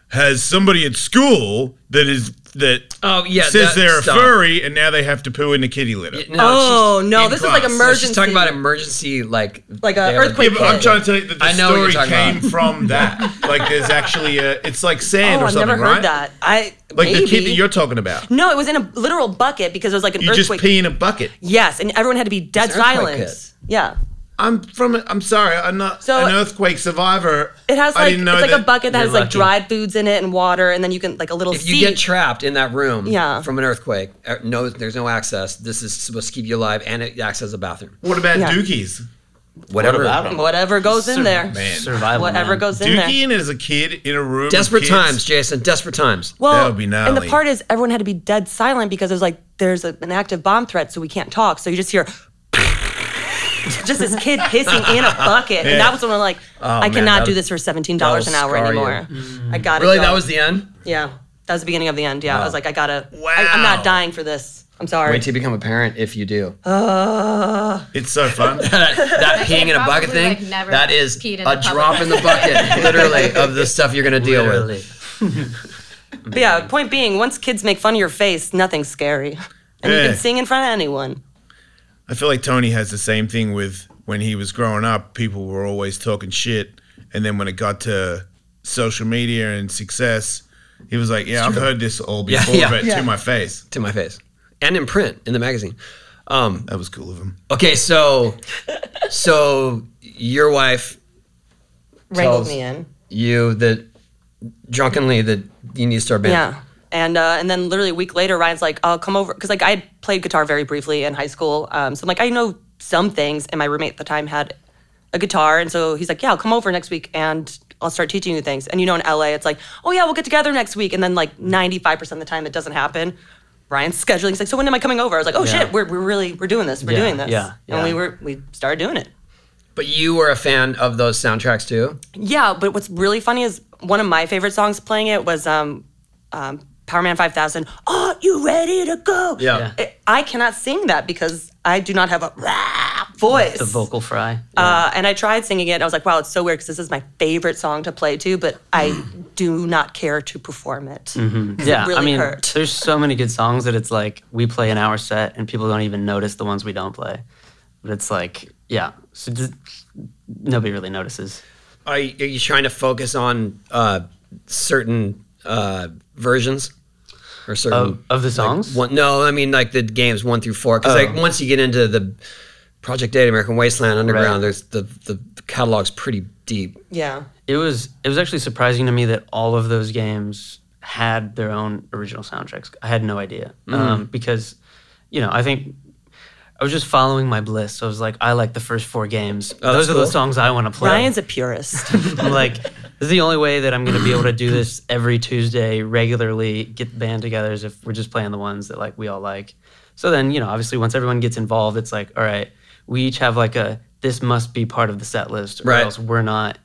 [SPEAKER 5] has somebody at school that is that
[SPEAKER 2] Oh, yeah, that-
[SPEAKER 5] says they're
[SPEAKER 2] stop.
[SPEAKER 5] a furry, and now they have to poo in the kitty litter."
[SPEAKER 2] No,
[SPEAKER 4] oh no,
[SPEAKER 5] in
[SPEAKER 4] this is like
[SPEAKER 5] class.
[SPEAKER 2] she's, no,
[SPEAKER 4] emergency.
[SPEAKER 2] she's talking about emergency, like
[SPEAKER 4] Like a
[SPEAKER 2] they have
[SPEAKER 5] Yeah,
[SPEAKER 4] earthquake
[SPEAKER 5] but I'm
[SPEAKER 4] kid.
[SPEAKER 5] trying to tell you that the
[SPEAKER 2] I know what you're
[SPEAKER 5] story
[SPEAKER 2] talking
[SPEAKER 5] came
[SPEAKER 2] about.
[SPEAKER 5] from that. Like, there's actually a, it's like sand
[SPEAKER 4] Oh,
[SPEAKER 5] or
[SPEAKER 4] I've
[SPEAKER 5] something,
[SPEAKER 4] never
[SPEAKER 5] right?
[SPEAKER 4] heard that. I
[SPEAKER 5] Like
[SPEAKER 4] maybe.
[SPEAKER 5] the kid that you're talking about.
[SPEAKER 4] No, it was in a literal bucket because it was like an
[SPEAKER 5] You just
[SPEAKER 4] earthquake.
[SPEAKER 5] pee in a bucket.
[SPEAKER 4] yes, and everyone had to be dead
[SPEAKER 2] It's an earthquake
[SPEAKER 4] silent.
[SPEAKER 2] kit.
[SPEAKER 4] Yeah.
[SPEAKER 5] I'm from. I'm sorry. I'm not
[SPEAKER 4] So-
[SPEAKER 5] an earthquake survivor.
[SPEAKER 4] It has
[SPEAKER 5] I
[SPEAKER 4] like it's
[SPEAKER 5] didn't know
[SPEAKER 4] like a
[SPEAKER 5] that-
[SPEAKER 4] bucket that has
[SPEAKER 3] You're
[SPEAKER 4] like
[SPEAKER 3] lucky.
[SPEAKER 4] dried foods in it and water, and then you can like a little
[SPEAKER 2] If
[SPEAKER 4] seat.
[SPEAKER 2] you get trapped in that room
[SPEAKER 4] Yeah.
[SPEAKER 2] from an earthquake, uh, no, there's no access. This is supposed to keep you alive, and it acts as a bathroom.
[SPEAKER 5] What about
[SPEAKER 4] Yeah.
[SPEAKER 5] dookies?
[SPEAKER 2] Whatever.
[SPEAKER 6] about 'em?
[SPEAKER 4] whatever goes in there.
[SPEAKER 5] Man.
[SPEAKER 3] Survival.
[SPEAKER 4] Whatever
[SPEAKER 3] man.
[SPEAKER 4] goes in there.
[SPEAKER 5] Dookie and as a kid in a room. of
[SPEAKER 2] Desperate
[SPEAKER 5] kids?
[SPEAKER 2] times, Jason. Desperate times.
[SPEAKER 4] Well,
[SPEAKER 5] That would be
[SPEAKER 4] and the
[SPEAKER 5] gnarly.
[SPEAKER 4] part is everyone had to be dead silent because it was like there's a, an active bomb threat, so we can't talk. So you just hear just this kid pissing in a bucket, and that was when I'm like, I
[SPEAKER 2] man,
[SPEAKER 4] cannot
[SPEAKER 2] that-
[SPEAKER 4] do this for seventeen dollars an
[SPEAKER 2] that'll
[SPEAKER 4] hour
[SPEAKER 2] scar you.
[SPEAKER 4] anymore. I got to
[SPEAKER 2] Really,
[SPEAKER 4] Go.
[SPEAKER 2] that was the end.
[SPEAKER 4] yeah, that was the beginning of the end. Yeah, I was like, I gotta.
[SPEAKER 5] Wow.
[SPEAKER 4] I, am not dying for this. I'm sorry.
[SPEAKER 2] Wait till you become a parent if you do.
[SPEAKER 5] It's so fun.
[SPEAKER 2] that peeing in a
[SPEAKER 1] probably,
[SPEAKER 2] bucket thing.
[SPEAKER 1] like, never
[SPEAKER 2] that is
[SPEAKER 1] peed in
[SPEAKER 2] a
[SPEAKER 1] the
[SPEAKER 2] drop
[SPEAKER 1] public.
[SPEAKER 2] in the bucket, literally, of the stuff you're gonna deal
[SPEAKER 3] Literally.
[SPEAKER 2] with.
[SPEAKER 4] But yeah, point being, once kids make fun of your face, nothing's scary, and you
[SPEAKER 5] Yeah.
[SPEAKER 4] can sing in front of anyone.
[SPEAKER 5] I feel like Tony has the same thing with when he was growing up, people were always talking shit. And then when it got to social media and success, he was like, Yeah, I've heard this all
[SPEAKER 2] Yeah,
[SPEAKER 5] before,
[SPEAKER 2] yeah.
[SPEAKER 5] but
[SPEAKER 2] Yeah.
[SPEAKER 5] to my face.
[SPEAKER 2] To my face, and in print in the magazine. Um,
[SPEAKER 5] That was cool of him.
[SPEAKER 2] okay, so, so your wife
[SPEAKER 4] Wrangled
[SPEAKER 2] Tells-
[SPEAKER 4] me in.
[SPEAKER 2] you that drunkenly that you need to start band.
[SPEAKER 4] Yeah. And uh, and then literally a week later, Ryan's like, "I'll come over," because like I had played guitar very briefly in high school, um, so I'm like, I know some things. And my roommate at the time had a guitar, and so he's like, "Yeah, I'll come over next week and I'll start teaching you things." And you know, in LA, it's like, "Oh yeah, we'll get together next week," and then like 95 percent of the time, it doesn't happen. Ryan's scheduling. He's like, "So when am I coming over?" I was like, "Oh
[SPEAKER 3] Yeah.
[SPEAKER 4] shit, we're, we're really we're doing this. We're
[SPEAKER 3] Yeah,
[SPEAKER 4] doing this."
[SPEAKER 3] yeah,
[SPEAKER 4] And
[SPEAKER 3] yeah.
[SPEAKER 4] we were we started doing it.
[SPEAKER 2] But you were a fan of those soundtracks too.
[SPEAKER 4] Yeah, but what's really funny is one of my favorite songs playing it was um, um, Power Man 5000. Are you ready to go?
[SPEAKER 2] Yeah.
[SPEAKER 4] I- I cannot sing that because I do not have a rah voice.
[SPEAKER 3] The vocal fry.
[SPEAKER 4] Uh, and I tried singing it. And I was like, wow, it's so weird because this is my favorite song to play to, but I do not care to perform it.
[SPEAKER 3] yeah,
[SPEAKER 4] really
[SPEAKER 3] I mean,
[SPEAKER 4] hurt.
[SPEAKER 3] there's so many good songs that it's like we play an hour set and people don't even notice the ones we don't play. But it's like, yeah, so just, nobody really notices.
[SPEAKER 2] Are you, are you trying to focus on uh, certain uh, versions or certain
[SPEAKER 3] Of, of the songs,
[SPEAKER 2] One, no, I mean like the games one through four. Because like once you get into the Project Data, American Wasteland, Underground,
[SPEAKER 3] Right.
[SPEAKER 2] there's the the catalog's pretty deep.
[SPEAKER 4] Yeah.
[SPEAKER 3] it was it was actually surprising to me that all of those games had their own original soundtracks. I had no idea
[SPEAKER 2] Mm-hmm.
[SPEAKER 3] um, because, you know, I think I was just following my bliss. So I was like, I like the first four games. those
[SPEAKER 2] Oh, that's
[SPEAKER 3] are the
[SPEAKER 2] cool.
[SPEAKER 3] songs I want to play.
[SPEAKER 4] Ryan's a purist.
[SPEAKER 3] I'm like, this is the only way that I'm going to be able to do this every Tuesday regularly, get the band together is if we're just playing the ones that like we all like. So then, you know, obviously once everyone gets involved, it's like, all right, we each have like a this must be part of the set list or
[SPEAKER 2] Right.
[SPEAKER 3] else we're not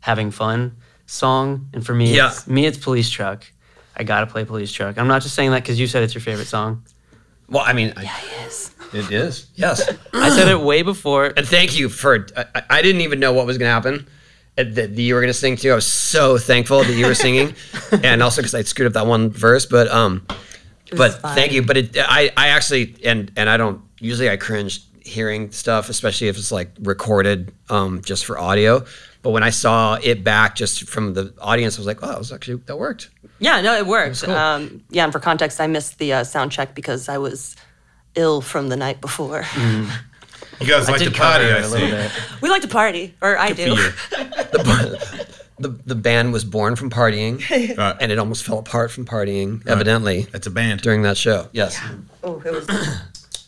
[SPEAKER 3] having fun song. And for me,
[SPEAKER 2] Yeah.
[SPEAKER 3] it's, me, it's Police Truck. I got to play Police Truck. I'm not just saying that because you said it's your favorite song.
[SPEAKER 2] Well, I mean, I,
[SPEAKER 5] It is.
[SPEAKER 2] yes.
[SPEAKER 3] I said it way before.
[SPEAKER 2] And thank you for. I- I, I didn't even know what was going to happen. and That that you were going to sing too. I was so thankful that you were singing, and also because I screwed up that one verse. But um, but
[SPEAKER 4] fine.
[SPEAKER 2] thank you. But it, I I actually and and I don't usually I cringe hearing stuff, especially if it's like recorded um just for audio. But when I saw it back just from the audience, I was like, oh, that was actually that worked.
[SPEAKER 4] yeah, no, it worked. Um, yeah, and for context, I missed the uh, sound check because I was ill from the night before.
[SPEAKER 5] You guys like to
[SPEAKER 3] did
[SPEAKER 5] party,
[SPEAKER 3] cover it
[SPEAKER 5] I
[SPEAKER 3] a little
[SPEAKER 5] see.
[SPEAKER 3] bit.
[SPEAKER 4] we like to party, or I do.
[SPEAKER 2] The the band was born from partying,
[SPEAKER 5] Right.
[SPEAKER 2] and it almost fell apart from partying, evidently
[SPEAKER 5] That's a band.
[SPEAKER 2] during that show. Yes.
[SPEAKER 4] Oh, it was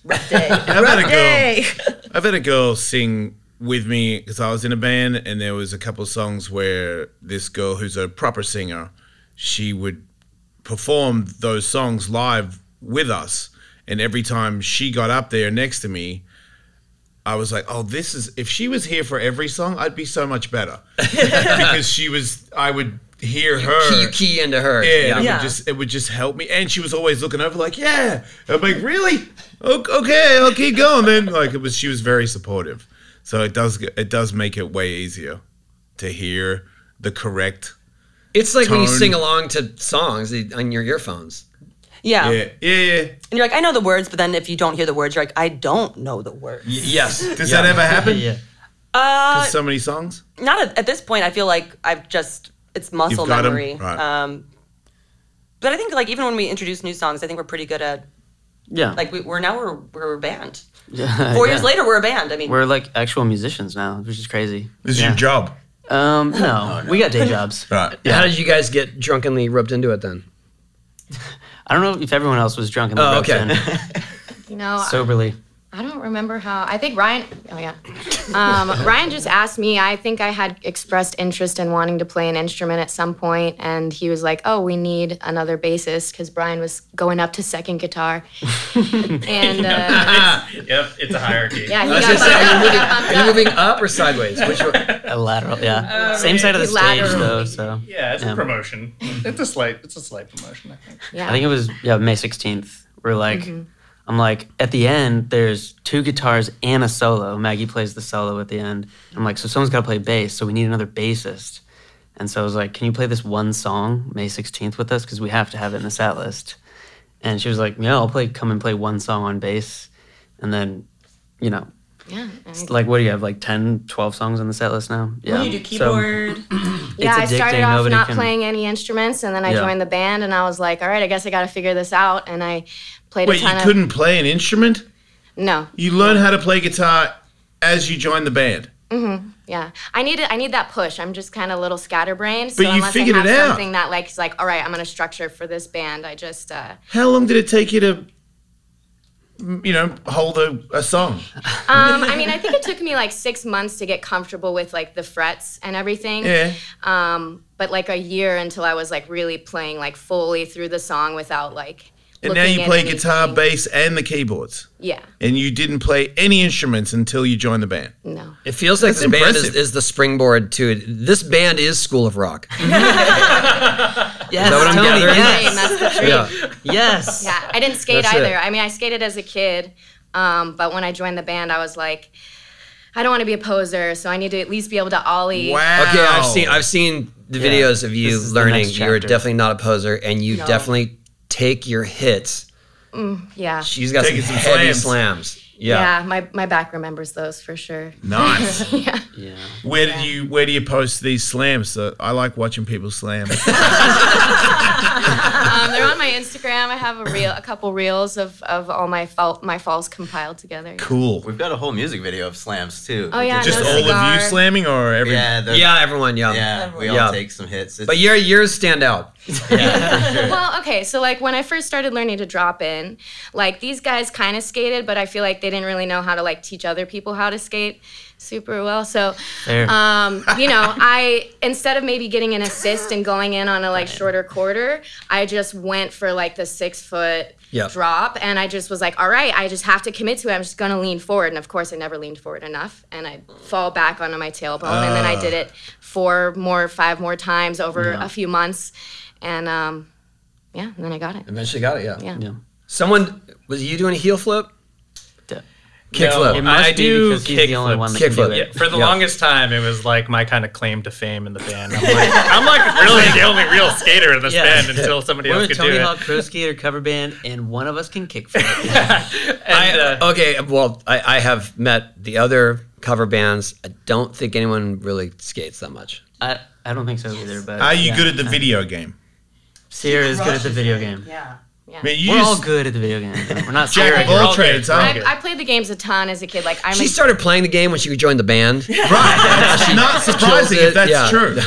[SPEAKER 4] rough day.
[SPEAKER 5] I've had a
[SPEAKER 4] day.
[SPEAKER 5] girl. I've had a girl sing with me because I was in a band, and there was a couple songs where this girl, who's a proper singer, she would performed those songs live with us. And every time she got up there next to me, I was like, oh, this is, if she was here for every song, I'd be so much better. because she was, I would hear her.
[SPEAKER 2] Key, you key into her.
[SPEAKER 5] Yeah, and It
[SPEAKER 4] Yeah.
[SPEAKER 5] would just it would just help me. And she was always looking over, like, yeah. I'm like, really? O- Okay, I'll keep going then. Like it was, she was very supportive. So it does it does make it way easier to hear the correct.
[SPEAKER 2] It's like when you
[SPEAKER 5] Tone.
[SPEAKER 2] sing along to songs on your earphones.
[SPEAKER 4] Yeah.
[SPEAKER 5] Yeah, yeah, yeah.
[SPEAKER 4] And you're like, I know the words, but then if you don't hear the words, you're like, I don't know the words. Uh,
[SPEAKER 2] yes.
[SPEAKER 5] Does that ever happen?
[SPEAKER 3] yeah.
[SPEAKER 5] There's So many songs.
[SPEAKER 4] Not at, at this point. I feel like I've just it's muscle
[SPEAKER 5] You've got 'em?
[SPEAKER 4] memory.
[SPEAKER 5] Right.
[SPEAKER 4] Um, but I think like even when we introduce new songs, I think we're pretty good at
[SPEAKER 3] Yeah.
[SPEAKER 4] like we, we're now we're we're a band.
[SPEAKER 3] Yeah,
[SPEAKER 4] Four
[SPEAKER 3] yeah.
[SPEAKER 4] years later, we're a band. I mean,
[SPEAKER 3] We're like actual musicians now, which is crazy.
[SPEAKER 5] This is
[SPEAKER 3] Yeah.
[SPEAKER 5] your job,
[SPEAKER 3] Um, no, we got day jobs.
[SPEAKER 5] right?
[SPEAKER 2] How did you guys get drunkenly rubbed into it then?
[SPEAKER 3] I don't know if everyone else was drunk in the
[SPEAKER 2] Oh,
[SPEAKER 3] ropes
[SPEAKER 2] okay.
[SPEAKER 3] in.
[SPEAKER 1] You know, I-
[SPEAKER 3] soberly.
[SPEAKER 1] I don't remember how. I think Ryan. Oh yeah, um, Ryan just asked me. I think I had expressed interest in wanting to play an instrument at some point, and he was like, "Oh, we need another bassist," because Brian was going up to second guitar, and uh,
[SPEAKER 7] Yep, it's a hierarchy.
[SPEAKER 1] yeah, he
[SPEAKER 2] I was
[SPEAKER 1] got
[SPEAKER 2] gonna say, are
[SPEAKER 1] bumped
[SPEAKER 2] you moving,
[SPEAKER 1] up.
[SPEAKER 2] are you moving up or sideways? Which one?
[SPEAKER 3] A Uh, lateral, yeah. Same side of the stage
[SPEAKER 1] Lateral.
[SPEAKER 3] though, so
[SPEAKER 7] Yeah, it's
[SPEAKER 3] Yeah.
[SPEAKER 7] a promotion. It's a slight, it's a slight promotion. I think.
[SPEAKER 1] Yeah.
[SPEAKER 3] I think it was yeah, May 16th. We're like I'm like at the end there's two guitars and a solo. Maggie plays the solo at the end. I'm like so someone's got to play bass, so we need another bassist. And so I was like, "Can you play this one song May 16th with us cuz we have to have it in the set list." And she was like, "Yeah, I'll play come and play one song on bass." And then, you know,
[SPEAKER 1] yeah, I-
[SPEAKER 3] like what do you have like 10, 12 songs on the set list now? Yeah.
[SPEAKER 8] you do
[SPEAKER 3] So-
[SPEAKER 8] keyboard.
[SPEAKER 1] yeah, I
[SPEAKER 3] it's
[SPEAKER 1] started
[SPEAKER 3] addicting.
[SPEAKER 1] off
[SPEAKER 3] Nobody
[SPEAKER 1] not
[SPEAKER 3] can-
[SPEAKER 1] playing any instruments, and then I
[SPEAKER 3] Yeah.
[SPEAKER 1] joined the band, and I was like, "All right, I guess I got to figure this out." And I played
[SPEAKER 5] Wait,
[SPEAKER 1] a
[SPEAKER 5] you
[SPEAKER 1] ton
[SPEAKER 5] couldn't play an instrument?
[SPEAKER 1] of no,
[SPEAKER 5] You learn how to play guitar as you join the band.
[SPEAKER 1] Yeah, I need it. I need that push. I'm just kind of a little scatterbrained. So
[SPEAKER 5] But you
[SPEAKER 1] unless
[SPEAKER 5] figured
[SPEAKER 1] I have
[SPEAKER 5] it out.
[SPEAKER 1] something that like is like, all right, I'm gonna structure for this band. I just uh,
[SPEAKER 5] How long did it take you to, you know, hold a, a song?
[SPEAKER 1] um, I mean, I think it took me like six months to get comfortable with like the frets and everything.
[SPEAKER 5] Yeah.
[SPEAKER 1] Um, but like a year until I was like really playing like fully through the song without like.
[SPEAKER 5] And now
[SPEAKER 1] looking
[SPEAKER 5] you
[SPEAKER 1] at
[SPEAKER 5] play
[SPEAKER 1] anything.
[SPEAKER 5] guitar, bass, and the keyboards.
[SPEAKER 1] Yeah.
[SPEAKER 5] and you didn't play any instruments until you joined the band.
[SPEAKER 1] No.
[SPEAKER 2] It feels like
[SPEAKER 5] That's
[SPEAKER 2] this band is,
[SPEAKER 5] impressive.
[SPEAKER 2] is the springboard to this band is School of Rock.
[SPEAKER 3] Yes,
[SPEAKER 2] that what I'm
[SPEAKER 3] Tony,
[SPEAKER 2] gathering?
[SPEAKER 1] Same,
[SPEAKER 3] yes.
[SPEAKER 1] that's the dream.
[SPEAKER 2] Yeah.
[SPEAKER 3] yes.
[SPEAKER 1] Yeah, I didn't skate
[SPEAKER 2] That's it.
[SPEAKER 1] either. I mean, I skated as a kid, um, but when I joined the band, I was like, I don't want to be a poser, so I need to at least be able to ollie.
[SPEAKER 2] Okay, I've seen I've seen the
[SPEAKER 3] Yeah.
[SPEAKER 2] videos of you
[SPEAKER 3] This is the
[SPEAKER 2] learning.
[SPEAKER 3] next
[SPEAKER 2] You're
[SPEAKER 3] chapter.
[SPEAKER 2] definitely not a poser, and you
[SPEAKER 1] No.
[SPEAKER 2] definitely take your hits.
[SPEAKER 1] Yeah.
[SPEAKER 2] She's got some,
[SPEAKER 5] Taking some
[SPEAKER 2] heavy
[SPEAKER 5] slams.
[SPEAKER 2] slams.
[SPEAKER 1] Yeah.
[SPEAKER 2] Yeah.
[SPEAKER 1] my my back remembers those for sure.
[SPEAKER 5] Nice.
[SPEAKER 1] yeah.
[SPEAKER 3] yeah.
[SPEAKER 5] Where did you Where do you post these slams? Uh, I like watching people slam.
[SPEAKER 1] Um, they're on my Instagram. I have a reel, a couple reels of, of all my fall, my falls compiled together.
[SPEAKER 5] cool.
[SPEAKER 6] We've got a whole music video of slams too.
[SPEAKER 1] Oh, yeah,
[SPEAKER 5] Just
[SPEAKER 1] No
[SPEAKER 5] all of
[SPEAKER 1] cigar.
[SPEAKER 5] you slamming, or every?
[SPEAKER 6] yeah,
[SPEAKER 2] Yeah,
[SPEAKER 6] the-
[SPEAKER 2] everyone. Yeah.
[SPEAKER 6] yeah. We all
[SPEAKER 2] Yeah.
[SPEAKER 6] take some hits. It's,
[SPEAKER 2] But your yours stand out.
[SPEAKER 1] Well, okay, so like when I first started learning to drop in, like these guys kind of skated, but I feel like they didn't really know how to like teach other people how to skate super well. So
[SPEAKER 3] Fair.
[SPEAKER 1] um, you know, I instead of maybe getting an assist and going in on a like shorter quarter, I just went for like the six foot
[SPEAKER 2] Yeah.
[SPEAKER 1] drop, and I just was like, all right, I just have to commit to it. I'm just gonna lean forward, and of course, I never leaned forward enough, and I fall back onto my tailbone, and then I
[SPEAKER 2] Ah.
[SPEAKER 1] did it four more, five more times over a few months, and um, yeah, and then I got it.
[SPEAKER 2] Eventually got it. Yeah.
[SPEAKER 1] Yeah.
[SPEAKER 3] yeah.
[SPEAKER 2] Someone was you doing a heel flip?
[SPEAKER 3] Yeah.
[SPEAKER 2] Kickflip.
[SPEAKER 3] It must
[SPEAKER 7] I
[SPEAKER 3] be
[SPEAKER 7] do
[SPEAKER 3] because he's the only
[SPEAKER 7] kickflips.
[SPEAKER 3] one that can do
[SPEAKER 2] Kickflip.
[SPEAKER 3] it.
[SPEAKER 7] Yeah, for the
[SPEAKER 2] Yeah.
[SPEAKER 7] longest time, it was like my kind of claim to fame in the band. I'm like, I'm like really the only real skater in this
[SPEAKER 3] Yeah.
[SPEAKER 7] band until somebody
[SPEAKER 3] We're
[SPEAKER 7] else
[SPEAKER 3] a
[SPEAKER 7] could
[SPEAKER 3] Tony
[SPEAKER 7] do
[SPEAKER 3] Hawk
[SPEAKER 7] it.
[SPEAKER 3] Pro Skater cover band, and one of us can kickflip.
[SPEAKER 7] And, uh,
[SPEAKER 2] Okay, well, I, I have met the other cover bands. I don't think anyone really skates that much.
[SPEAKER 3] I, I don't think so either. But
[SPEAKER 5] Are you
[SPEAKER 3] yeah.
[SPEAKER 5] good at the video game?
[SPEAKER 3] Sierra is good at the video game.
[SPEAKER 8] Yeah.
[SPEAKER 5] I mean, you
[SPEAKER 3] We're all
[SPEAKER 5] just
[SPEAKER 3] good at the video game. We're not
[SPEAKER 5] jack
[SPEAKER 3] Sierra.
[SPEAKER 5] of all
[SPEAKER 7] good.
[SPEAKER 5] trades,
[SPEAKER 7] We're
[SPEAKER 5] huh?
[SPEAKER 7] all good.
[SPEAKER 1] I, I played the games a ton as a kid. Like I'm
[SPEAKER 2] She
[SPEAKER 1] a,
[SPEAKER 2] started playing the game when she joined the band.
[SPEAKER 5] Right. That's not surprising
[SPEAKER 2] Kills it,
[SPEAKER 5] if that's
[SPEAKER 2] yeah.
[SPEAKER 5] true.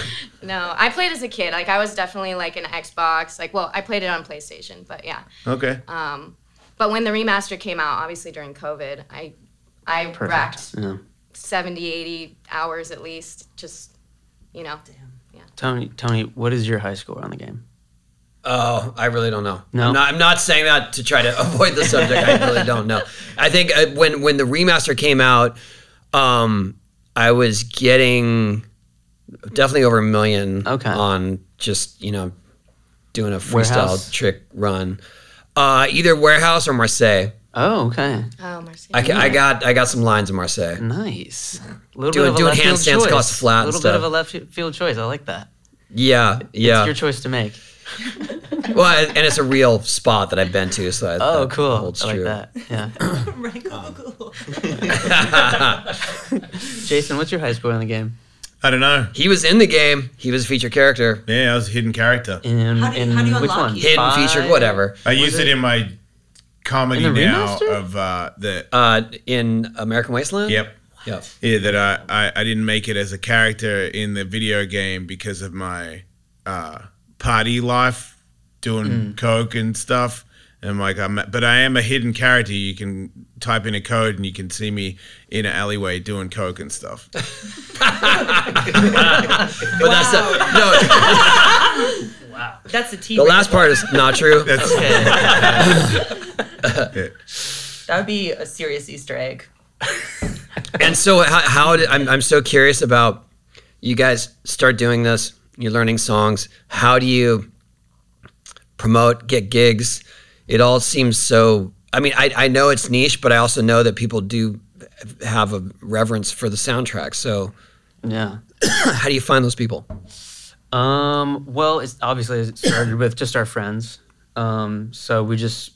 [SPEAKER 1] no, I played as a kid. Like I was definitely like an Xbox. Like well, I played it on PlayStation, but yeah.
[SPEAKER 5] Okay.
[SPEAKER 1] But when the remaster came out, obviously during COVID, I I racked
[SPEAKER 3] Yeah.
[SPEAKER 1] 70, 80 hours at least. Just you know,
[SPEAKER 3] Tony, Tony, what is your high score on the game?
[SPEAKER 2] Oh, I really don't know.
[SPEAKER 3] No?
[SPEAKER 2] I'm not, I'm not saying that to try to avoid the subject. I really don't know. I think uh, when when the remaster came out, um, I was getting definitely over a million
[SPEAKER 3] Okay.
[SPEAKER 2] on just you know doing a freestyle
[SPEAKER 3] Warehouse?
[SPEAKER 2] trick run, uh, either warehouse or Marseille.
[SPEAKER 3] Oh, okay.
[SPEAKER 1] Oh, Marcy.
[SPEAKER 2] I, ca- I
[SPEAKER 3] Mm.
[SPEAKER 2] got I got some lines in Marseille.
[SPEAKER 3] Nice. Little
[SPEAKER 2] Doing- doing handstands
[SPEAKER 3] choice.
[SPEAKER 2] across the flat and
[SPEAKER 3] A little
[SPEAKER 2] stuff.
[SPEAKER 3] bit of a left field choice. I like that.
[SPEAKER 2] Yeah, yeah.
[SPEAKER 3] It's your choice to make.
[SPEAKER 2] well, and it's a real spot that I've been to, so I,
[SPEAKER 3] Oh,
[SPEAKER 2] that
[SPEAKER 3] cool. I like
[SPEAKER 2] Holds true.
[SPEAKER 3] that. Yeah. Jason, what's your high score in the game?
[SPEAKER 5] I don't know.
[SPEAKER 2] He was in the game. He was a feature character.
[SPEAKER 5] Yeah, I was a hidden character.
[SPEAKER 3] In,
[SPEAKER 8] How do you-
[SPEAKER 3] in
[SPEAKER 8] how do you
[SPEAKER 3] which
[SPEAKER 8] unlock
[SPEAKER 3] one?
[SPEAKER 8] it?
[SPEAKER 2] hidden
[SPEAKER 3] Five?
[SPEAKER 2] featured whatever
[SPEAKER 5] I used it, in my comedy
[SPEAKER 3] In the
[SPEAKER 5] now
[SPEAKER 3] remaster?
[SPEAKER 5] of uh, the
[SPEAKER 2] uh, in American Wasteland.
[SPEAKER 5] yep.
[SPEAKER 2] Yep.
[SPEAKER 5] Yeah, that I, I, I didn't make it as a character in the video game because of my uh, party life, doing coke and stuff. And like I'm, but I am a hidden character. You can type in a code and you can see me in an alleyway doing coke and stuff.
[SPEAKER 2] But that's the,
[SPEAKER 8] That's a T.
[SPEAKER 2] no. The last part is not true.
[SPEAKER 5] That's it.
[SPEAKER 8] That would be a serious Easter egg.
[SPEAKER 2] and so how, how did I'm, I'm so curious about you guys start doing this you're learning songs how do you promote get gigs it all seems so i mean i, I know it's niche but i also know that people do have a reverence for the soundtrack so
[SPEAKER 3] Yeah.
[SPEAKER 2] how do you find those people
[SPEAKER 3] Um, well, it's obviously it started with just our friends. Um, so we just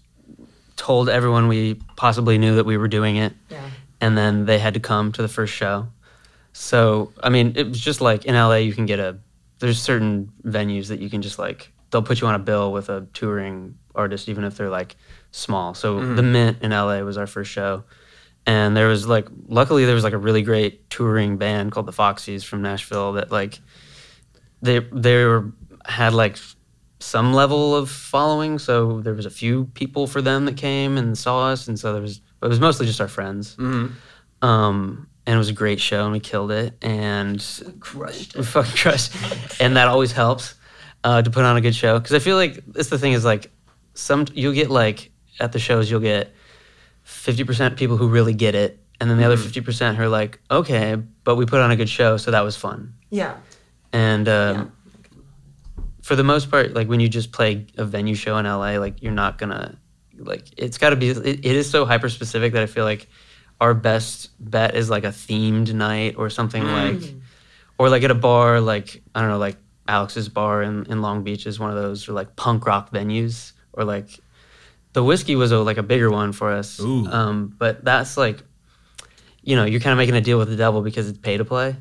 [SPEAKER 3] told everyone we possibly knew that we were doing it.
[SPEAKER 8] Yeah.
[SPEAKER 3] And then they had to come to the first show. So, I mean, it was just like in LA, you can get a, there's certain venues that you can just like, they'll put you on a bill with a touring artist, even if they're like small. So the Mint in LA was our first show. And there was like, luckily, there was like a really great touring band called the Foxies from Nashville that like, they they were, had like some level of following, so there was a few people for them that came and saw us, and so there was but it was mostly just our friends. Um, and it was a great show, and we killed it, and we crushed it. fucking crushed, and that always helps uh, to put on a good show because I feel like it's the thing is like some you'll get like at the shows you'll get fifty percent people who really get it, and then the other fifty percent who are like okay, but we put on a good show, so that was fun
[SPEAKER 8] Yeah.
[SPEAKER 3] and um, for the most part like when you just play a venue show in la like you're not gonna like it's gotta be it, it is so hyper specific that i feel like our best bet is like a themed night or something like or like at a bar like i don't know like alex's bar in, in long beach is one of those or like punk rock venues or like the whiskey was a, like a bigger one for us
[SPEAKER 5] Ooh.
[SPEAKER 3] Um, but that's like you know you're kind of making a deal with the devil because it's pay to play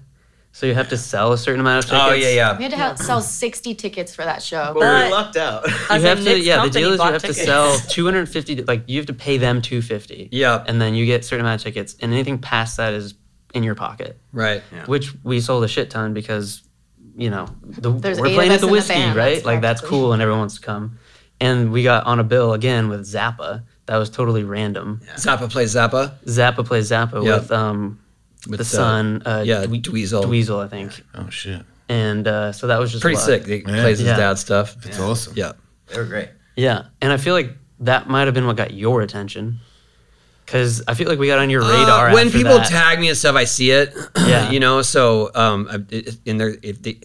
[SPEAKER 3] so you have to sell a certain
[SPEAKER 2] Oh,
[SPEAKER 3] amount of tickets.
[SPEAKER 1] We had to have, sell 60 tickets for that show.
[SPEAKER 8] But-
[SPEAKER 6] lucked out.
[SPEAKER 3] You have to,
[SPEAKER 8] Nick's
[SPEAKER 3] yeah. The
[SPEAKER 8] company
[SPEAKER 3] deal is you
[SPEAKER 8] bought
[SPEAKER 3] have to
[SPEAKER 8] tickets.
[SPEAKER 3] sell 250. Like you have to pay them 250.
[SPEAKER 2] Yeah.
[SPEAKER 3] And then you get a certain amount of tickets, and anything past that is in your pocket.
[SPEAKER 2] right
[SPEAKER 3] Which we sold a shit ton because, you know, the,
[SPEAKER 1] There's
[SPEAKER 3] we're
[SPEAKER 1] eight
[SPEAKER 3] playing
[SPEAKER 1] of
[SPEAKER 3] at
[SPEAKER 1] us
[SPEAKER 3] the
[SPEAKER 1] in the
[SPEAKER 3] whiskey,
[SPEAKER 1] band,
[SPEAKER 3] right?
[SPEAKER 1] that's
[SPEAKER 3] like that's
[SPEAKER 1] practically-
[SPEAKER 3] cool, and everyone wants to come. And we got on a bill again with Zappa. That was totally random.
[SPEAKER 2] zappa plays zappa
[SPEAKER 3] Zappa plays Zappa
[SPEAKER 2] Yeah.
[SPEAKER 3] with um,
[SPEAKER 2] with
[SPEAKER 3] the Sun. Uh,
[SPEAKER 2] yeah,
[SPEAKER 3] Dwe-
[SPEAKER 2] Dweezil.
[SPEAKER 3] Dweezil, I think.
[SPEAKER 5] Oh shit,
[SPEAKER 3] And uh, so that was just
[SPEAKER 2] pretty
[SPEAKER 3] luck.
[SPEAKER 2] sick he plays his
[SPEAKER 3] Yeah.
[SPEAKER 2] dad stuff
[SPEAKER 5] that's awesome.
[SPEAKER 2] yeah
[SPEAKER 6] They were great.
[SPEAKER 3] Yeah, and I feel like that might have been what got your attention, because I feel like we got on your radar.
[SPEAKER 2] Uh, when
[SPEAKER 3] after
[SPEAKER 2] people
[SPEAKER 3] that.
[SPEAKER 2] tag me and stuff, I see it.
[SPEAKER 3] Yeah.
[SPEAKER 2] you know. So um, I- it- in there, if the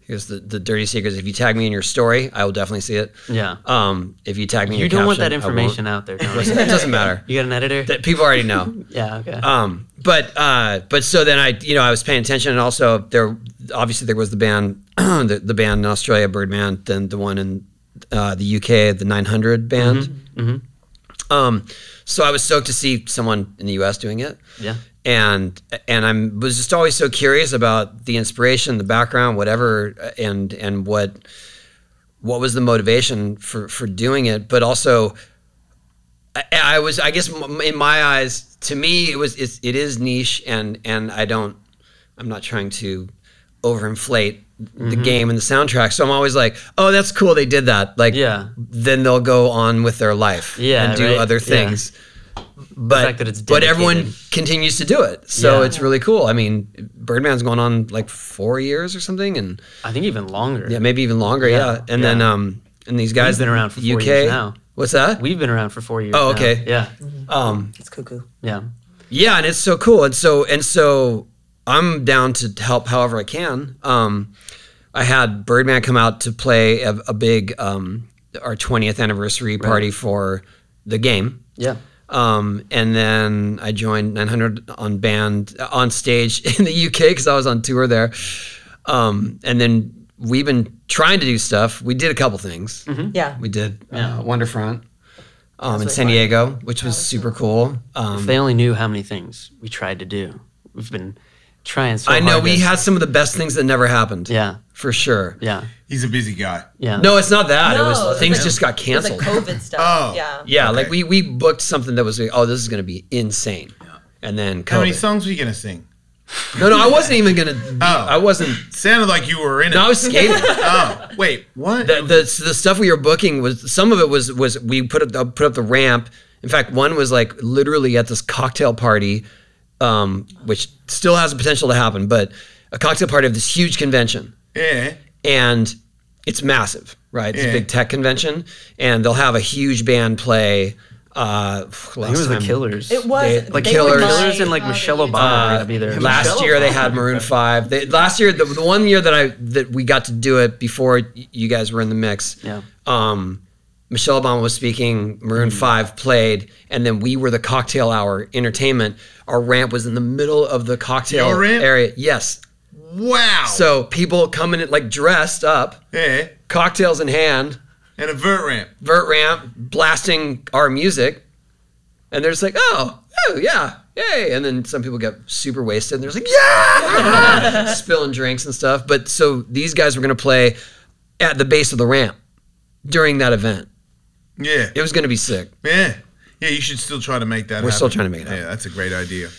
[SPEAKER 2] here's the the dirty secret: is if you tag me in your story, I will definitely see it.
[SPEAKER 3] yeah,
[SPEAKER 2] Um, if you tag me, in
[SPEAKER 3] you
[SPEAKER 2] your
[SPEAKER 3] don't want that
[SPEAKER 2] caption, I won't.
[SPEAKER 3] information out there. Don't you?
[SPEAKER 2] Listen, it doesn't matter.
[SPEAKER 3] you got an editor?
[SPEAKER 2] That people already know.
[SPEAKER 3] yeah. Okay.
[SPEAKER 2] Um, but uh, but so then I you know I was paying attention, and also there obviously there was the band the, the band in Australia, Birdman, then the one in uh, the UK, the 900 band. Um, so I was stoked to see someone in the US doing it.
[SPEAKER 3] yeah.
[SPEAKER 2] and and I'm was just always so curious about the inspiration, the background, whatever, and and what what was the motivation for for doing it, but also. I, I was, I guess, m- in my eyes, to me, it was, it's, it is niche, and and I don't, I'm not trying to overinflate
[SPEAKER 3] Mm-hmm.
[SPEAKER 2] the game and the soundtrack. So I'm always like, oh, that's cool, they did that. Like,
[SPEAKER 3] Yeah.
[SPEAKER 2] Then they'll go on with their life,
[SPEAKER 3] Yeah,
[SPEAKER 2] and do
[SPEAKER 3] right?
[SPEAKER 2] other
[SPEAKER 3] Yeah.
[SPEAKER 2] things but
[SPEAKER 3] fact that it's
[SPEAKER 2] but everyone
[SPEAKER 3] dedicated.
[SPEAKER 2] continues to do it, so
[SPEAKER 3] Yeah.
[SPEAKER 2] it's really cool. I mean, Birdman's going on like four years or something, and
[SPEAKER 3] I think even longer.
[SPEAKER 2] yeah, maybe even longer. Yeah,
[SPEAKER 3] Yeah,
[SPEAKER 2] and then
[SPEAKER 3] yeah.
[SPEAKER 2] um, And these guys
[SPEAKER 3] We've been around for four
[SPEAKER 2] UK.
[SPEAKER 3] years now.
[SPEAKER 2] What's that?
[SPEAKER 3] We've been around for four years.
[SPEAKER 2] Oh,
[SPEAKER 3] now.
[SPEAKER 2] okay.
[SPEAKER 3] Yeah.
[SPEAKER 2] um,
[SPEAKER 4] It's cuckoo.
[SPEAKER 3] Yeah.
[SPEAKER 2] yeah, and it's so cool. And so and so I'm down to help however I can. Um, I had Birdman come out to play a, a big um, our 20th anniversary party for the game.
[SPEAKER 3] Yeah.
[SPEAKER 2] Um, and then I joined 900 on band on stage in the UK because I was on tour there. Um, and then we've been trying to do stuff. We did a couple things.
[SPEAKER 4] Mm-hmm.
[SPEAKER 8] Yeah.
[SPEAKER 2] We did uh, Wonderfront um, in San Diego, which was super cool. Um,
[SPEAKER 3] If they only knew how many things we tried to do. We've been trying so
[SPEAKER 2] I know
[SPEAKER 3] hard
[SPEAKER 2] we
[SPEAKER 3] to-
[SPEAKER 2] had some of the best things that never happened.
[SPEAKER 3] Yeah.
[SPEAKER 2] for sure.
[SPEAKER 3] Yeah.
[SPEAKER 5] He's a busy guy.
[SPEAKER 3] Yeah.
[SPEAKER 2] No, it's not that. it
[SPEAKER 8] No,
[SPEAKER 2] was things
[SPEAKER 8] it's-
[SPEAKER 2] just got
[SPEAKER 8] It was
[SPEAKER 2] canceled.
[SPEAKER 8] like COVID stuff.
[SPEAKER 5] Oh.
[SPEAKER 8] Yeah.
[SPEAKER 2] yeah, like
[SPEAKER 5] Okay.
[SPEAKER 2] we we booked something that was like, oh, this is going to be insane. And then
[SPEAKER 5] How many
[SPEAKER 2] COVID.
[SPEAKER 5] songs were you gonna sing?
[SPEAKER 2] no, no, I wasn't even gonna. Be,
[SPEAKER 5] Oh.
[SPEAKER 2] I wasn't.
[SPEAKER 5] Sounded like you were in it.
[SPEAKER 2] No, I was skating.
[SPEAKER 5] oh, wait, what?
[SPEAKER 2] the, the the stuff we were booking was some of it was was we put up the, put up the ramp. In fact, one was like literally at this cocktail party, um, which still has the potential to happen, but a cocktail party of this huge convention,
[SPEAKER 5] yeah.
[SPEAKER 2] and it's massive, right? It's
[SPEAKER 5] Yeah.
[SPEAKER 2] a big tech convention, and they'll have a huge band play. Uh,
[SPEAKER 3] I think it was the Killers.
[SPEAKER 8] It was
[SPEAKER 2] They- like
[SPEAKER 8] they would
[SPEAKER 2] Killers.
[SPEAKER 8] buy-
[SPEAKER 3] Killers and like
[SPEAKER 8] Oh,
[SPEAKER 3] Michelle
[SPEAKER 8] they-
[SPEAKER 3] Obama were gonna be there.
[SPEAKER 2] Uh, Last year they had Maroon Five. They, last year, the, the one year that I that we got to do it before y- you guys were in the mix.
[SPEAKER 3] Yeah. Mm-hmm.
[SPEAKER 2] Um, Michelle Obama was speaking. Maroon Five played, and then we were the cocktail hour entertainment. Our ramp was in the middle of the cocktail
[SPEAKER 5] Your ramp?
[SPEAKER 2] area. Yes.
[SPEAKER 5] Wow.
[SPEAKER 2] So people coming in like dressed up,
[SPEAKER 5] yeah,
[SPEAKER 2] cocktails in hand,
[SPEAKER 5] and a vert ramp.
[SPEAKER 2] vert ramp, blasting our music, and they're just like, oh, oh yeah, yay! And then some people get super wasted, and they're just like, yeah, spilling drinks and stuff. But so these guys were gonna play at the base of the ramp during that event.
[SPEAKER 5] Yeah,
[SPEAKER 2] It was gonna be sick.
[SPEAKER 5] yeah, yeah. You should still try to make that.
[SPEAKER 2] We're still
[SPEAKER 5] happen.
[SPEAKER 2] trying to make it
[SPEAKER 5] Yeah, that's a great idea.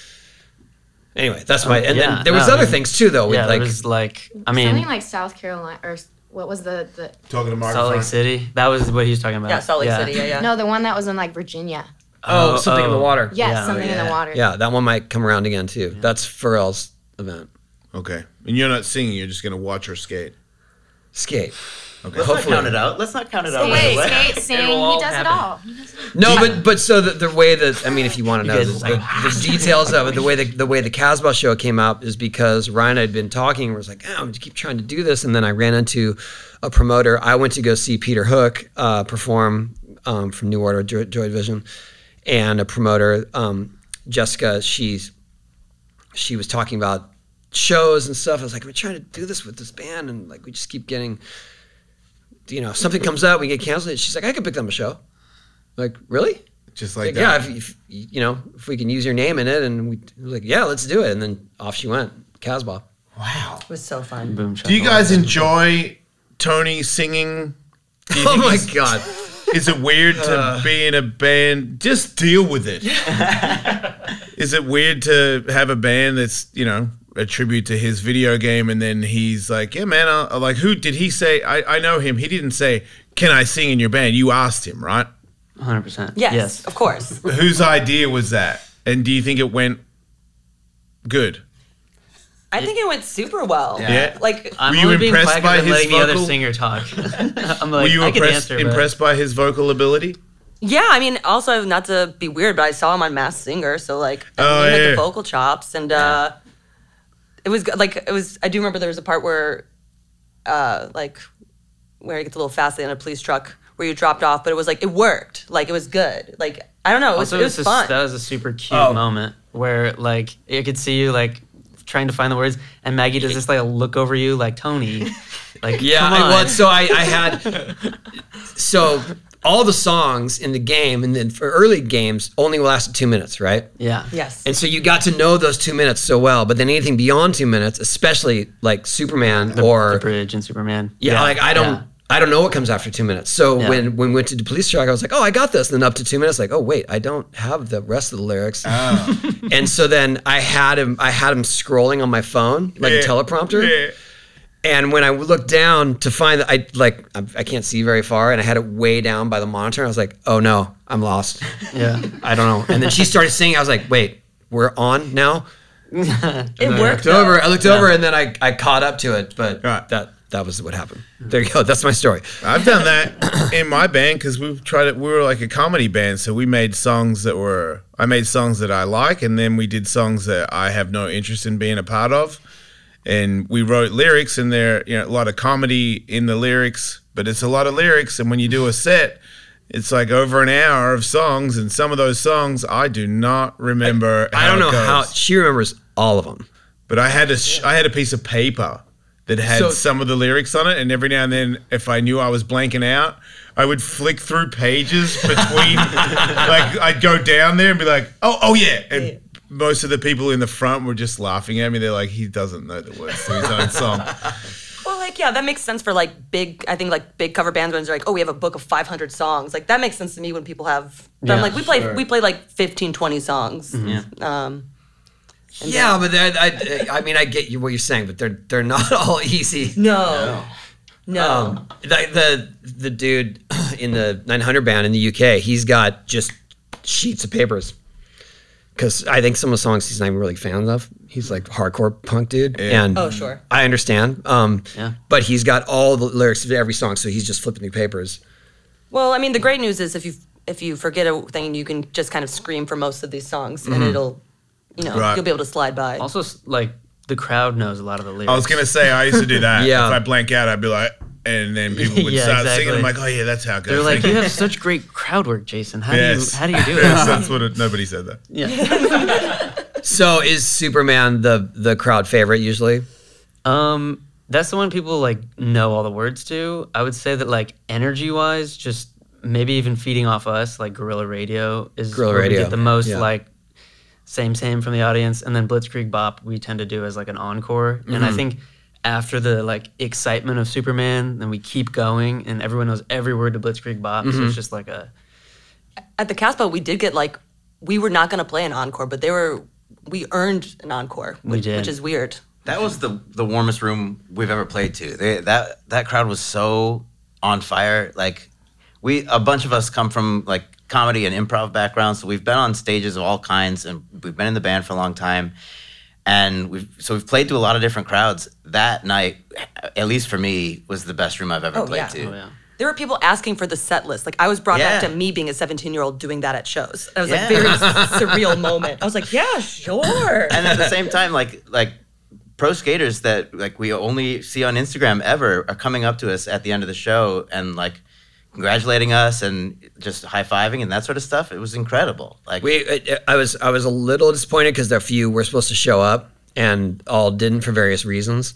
[SPEAKER 2] Anyway, that's my. And
[SPEAKER 3] yeah,
[SPEAKER 2] then there was
[SPEAKER 3] no, I
[SPEAKER 2] other
[SPEAKER 3] mean-
[SPEAKER 2] things too, though. with
[SPEAKER 3] Yeah,
[SPEAKER 2] like
[SPEAKER 3] it was like I mean
[SPEAKER 1] Something like South Carolina or s- what was the, the
[SPEAKER 5] Talking to Mark.
[SPEAKER 3] Salt Lake City. That was what he was talking about.
[SPEAKER 8] Yeah, Salt Lake City. Yeah, yeah.
[SPEAKER 1] no the one that was in like Virginia?
[SPEAKER 2] oh,
[SPEAKER 3] Oh,
[SPEAKER 2] something in the
[SPEAKER 3] oh.
[SPEAKER 2] water.
[SPEAKER 1] Yes,
[SPEAKER 3] Yeah,
[SPEAKER 1] something in
[SPEAKER 3] yeah.
[SPEAKER 1] the water.
[SPEAKER 2] yeah, that one might come around again too. That's Pharrell's event.
[SPEAKER 5] Okay, and you're not singing. You're just gonna watch her skate.
[SPEAKER 2] Skate.
[SPEAKER 5] Okay.
[SPEAKER 6] Let's
[SPEAKER 2] Hopefully.
[SPEAKER 6] not count it out. Let's not count it out. right
[SPEAKER 1] Skate,
[SPEAKER 6] away.
[SPEAKER 1] skate, sing. He does it all.
[SPEAKER 2] No, but but so the, the way that I mean, if you want to know
[SPEAKER 3] guys
[SPEAKER 2] the,
[SPEAKER 3] was
[SPEAKER 2] the, the details of it, the way the, the way the Casbah show came out is because Ryan had been talking and was like, oh, I'm just keep trying to do this, and then I ran into a promoter. I went to go see Peter Hook uh, perform um, from New Order Joy, Joy Division, and a promoter, um, Jessica. She's she was talking about shows and stuff. I was like, I'm trying to do this with this band, and like we just keep getting, you know, if something comes up, we get canceled. She's like, I could pick them a show. Like, really?
[SPEAKER 5] Just like uh,
[SPEAKER 2] Like, yeah,
[SPEAKER 5] that.
[SPEAKER 2] if, if you know, if we can use your name in it, and we we were like, yeah, let's do it, and then off she went, Casbah.
[SPEAKER 5] wow.
[SPEAKER 8] It was so fun.
[SPEAKER 3] Boom.
[SPEAKER 5] Do you guys enjoy Tony singing?
[SPEAKER 2] Oh my god, Uh.
[SPEAKER 5] Is it weird to be in a band? Just deal with it. Is it weird to have a band that's you know a tribute to his video game, and then he's like, "Yeah, man, I, I like who did he say? I, I know him. He didn't say, can I sing in your band? You asked him, right?
[SPEAKER 3] 100. percent
[SPEAKER 8] Yes,
[SPEAKER 3] Yes.
[SPEAKER 8] of course.
[SPEAKER 5] Whose idea was that? And do you think it went good?
[SPEAKER 8] I think it went super well.
[SPEAKER 5] Yeah.
[SPEAKER 8] Like
[SPEAKER 3] I'm
[SPEAKER 5] Were you
[SPEAKER 3] only being
[SPEAKER 5] impressed
[SPEAKER 3] quiet 'cause
[SPEAKER 5] by
[SPEAKER 3] I'm
[SPEAKER 5] his
[SPEAKER 3] letting the
[SPEAKER 5] vocal-
[SPEAKER 3] other singer talk. I'm like,
[SPEAKER 5] Were you
[SPEAKER 3] I can
[SPEAKER 5] impressed,
[SPEAKER 3] answer, but-
[SPEAKER 5] impressed by his vocal ability?
[SPEAKER 4] Yeah, I mean, also not to be weird, but I saw him on Masked Singer, so like I
[SPEAKER 5] Oh,
[SPEAKER 4] mean, he
[SPEAKER 5] yeah.
[SPEAKER 4] had the vocal chops, and uh, it was go- like it was. I do remember there was a part where, uh, like, where he gets a little fast in a police truck where you dropped off, but it was like it worked, like it was good, like I don't know, it was,
[SPEAKER 3] Also,
[SPEAKER 4] it was
[SPEAKER 3] this is-
[SPEAKER 4] fun.
[SPEAKER 3] that was a super cute
[SPEAKER 5] Oh.
[SPEAKER 3] moment where like I could see you like trying to find the words, and Maggie does this like look over you like Tony, like
[SPEAKER 2] yeah.
[SPEAKER 3] come
[SPEAKER 2] I-
[SPEAKER 3] on.
[SPEAKER 2] well, so I, I had so all the songs in the game, and then for early games, only lasted two minutes, right?
[SPEAKER 3] yeah,
[SPEAKER 8] yes.
[SPEAKER 2] And so you got to know those two minutes so well, but then anything beyond two minutes, especially like Superman or
[SPEAKER 3] the bridge and Superman.
[SPEAKER 2] Yeah, like I don't I don't know what comes after two minutes. So
[SPEAKER 3] Yeah.
[SPEAKER 2] when when we went to the police track, I was like, oh, I got this. And then up to two minutes, like, oh wait, I don't have the rest of the lyrics.
[SPEAKER 5] Oh.
[SPEAKER 2] and so then I had him I had him scrolling on my phone like a
[SPEAKER 5] Yeah.
[SPEAKER 2] teleprompter.
[SPEAKER 5] Yeah.
[SPEAKER 2] And when I looked down to find that I like I, I can't see very far, and I had it way down by the monitor. I was like, oh no, I'm lost.
[SPEAKER 3] Yeah,
[SPEAKER 2] I don't know. And then she started singing. I was like, wait, we're on now.
[SPEAKER 8] it
[SPEAKER 2] I
[SPEAKER 8] worked.
[SPEAKER 2] looked over. I looked over, and then I, I caught up to it. But
[SPEAKER 5] Right.
[SPEAKER 2] that that was what happened. There you go. That's my story.
[SPEAKER 5] I've done that. in my band because we tried it. We were like a comedy band, so we made songs that were. I made songs that I like, and then we did songs that I have no interest in being a part of. And we wrote lyrics, and there you know a lot of comedy in the lyrics, but it's a lot of lyrics. And when you do a set, it's like over an hour of songs, and some of those songs I do not remember.
[SPEAKER 2] I don't
[SPEAKER 5] it
[SPEAKER 2] know how
[SPEAKER 5] goes.
[SPEAKER 2] she remembers all of them.
[SPEAKER 5] But I had a sh- I had a piece of paper that had
[SPEAKER 2] So-
[SPEAKER 5] some of the lyrics on it, and every now and then, if I knew I was blanking out, I would flick through pages between. like I'd go down there and be like, "Oh, oh yeah," and most of the people in the front were just laughing at me. They're like, "He doesn't know the words to his own song."
[SPEAKER 4] Well, like yeah, that makes sense for like big. I think like big cover bands when they're like, oh, we have a book of 500 songs. Like that makes sense to me when people have. But I'm
[SPEAKER 3] Yeah, Mm-hmm.
[SPEAKER 4] like we play we play like 15, 20 songs. Um,
[SPEAKER 2] Yeah, but I, I, I mean, I get you what you're saying, but they're they're not all easy.
[SPEAKER 8] No. No.
[SPEAKER 2] Um, the, the the dude in the 900 band in the UK, he's got just sheets of papers. Because I think some of the songs he's not even really a fan of. He's like hardcore punk dude, and
[SPEAKER 8] Oh, sure.
[SPEAKER 2] I understand. Um, but he's got all the lyrics of every song, so he's just flipping through papers.
[SPEAKER 4] well, I mean the great news is if you if you forget a thing, you can just kind of scream for most of these songs,
[SPEAKER 3] Mm-hmm.
[SPEAKER 4] and it'll, you know,
[SPEAKER 5] Right.
[SPEAKER 4] you'll be able to slide by.
[SPEAKER 3] Also, s- like the crowd knows a lot of the lyrics.
[SPEAKER 5] I was gonna say I used to do that.
[SPEAKER 2] Yeah.
[SPEAKER 5] If I blank out, I'd be like, and then people would
[SPEAKER 3] Yeah,
[SPEAKER 5] start singing. I'm
[SPEAKER 3] exactly.
[SPEAKER 5] like, "Oh yeah, that's how it goes."
[SPEAKER 3] They're like,
[SPEAKER 5] Thank
[SPEAKER 3] you
[SPEAKER 5] you."
[SPEAKER 3] have such great crowd work, Jason. How
[SPEAKER 5] Yes.
[SPEAKER 3] do you how do you do
[SPEAKER 5] Yes,
[SPEAKER 3] it?
[SPEAKER 5] that's what it, nobody said that.
[SPEAKER 3] yeah.
[SPEAKER 2] So is Superman the the crowd favorite usually?
[SPEAKER 3] Um, that's the one people like know all the words to. I would say that like energy wise, just maybe even feeding off us, like Gorilla Radio is
[SPEAKER 2] Guerrilla
[SPEAKER 3] where we
[SPEAKER 2] Radio,
[SPEAKER 3] get the most
[SPEAKER 2] yeah.
[SPEAKER 3] like same same from the audience, and then Blitzkrieg Bop we tend to do as like an encore, and I think. After the like excitement of Superman, then we keep going, and everyone knows every word to Blitzkrieg Bop. So it's just like a
[SPEAKER 4] At the Casbah, we did get like we were not gonna play an encore, but they were we earned an encore, which,
[SPEAKER 3] did.
[SPEAKER 4] which is weird.
[SPEAKER 6] That was the the warmest room we've ever played to. They, that that crowd was so on fire. Like we a bunch of us come from like comedy and improv backgrounds, so we've been on stages of all kinds, and we've been in the band for a long time. And we've so we've played to a lot of different crowds. That night, at least for me, was the best room I've ever
[SPEAKER 4] Oh,
[SPEAKER 6] played
[SPEAKER 4] yeah.
[SPEAKER 6] to.
[SPEAKER 3] oh, yeah.
[SPEAKER 4] There were people asking for the set list. Like I was brought back
[SPEAKER 6] Yeah.
[SPEAKER 4] to me being a 17 year old doing that at shows. I was like
[SPEAKER 6] Yeah.
[SPEAKER 4] very surreal moment. I was like, yeah, sure.
[SPEAKER 6] and at the same time, like like pro skaters that like we only see on Instagram ever are coming up to us at the end of the show and like congratulating us and just high fiving and that sort of stuff. It was incredible. Like
[SPEAKER 2] We, uh, I- I was, I was a little disappointed because the few were supposed to show up and all didn't for various reasons.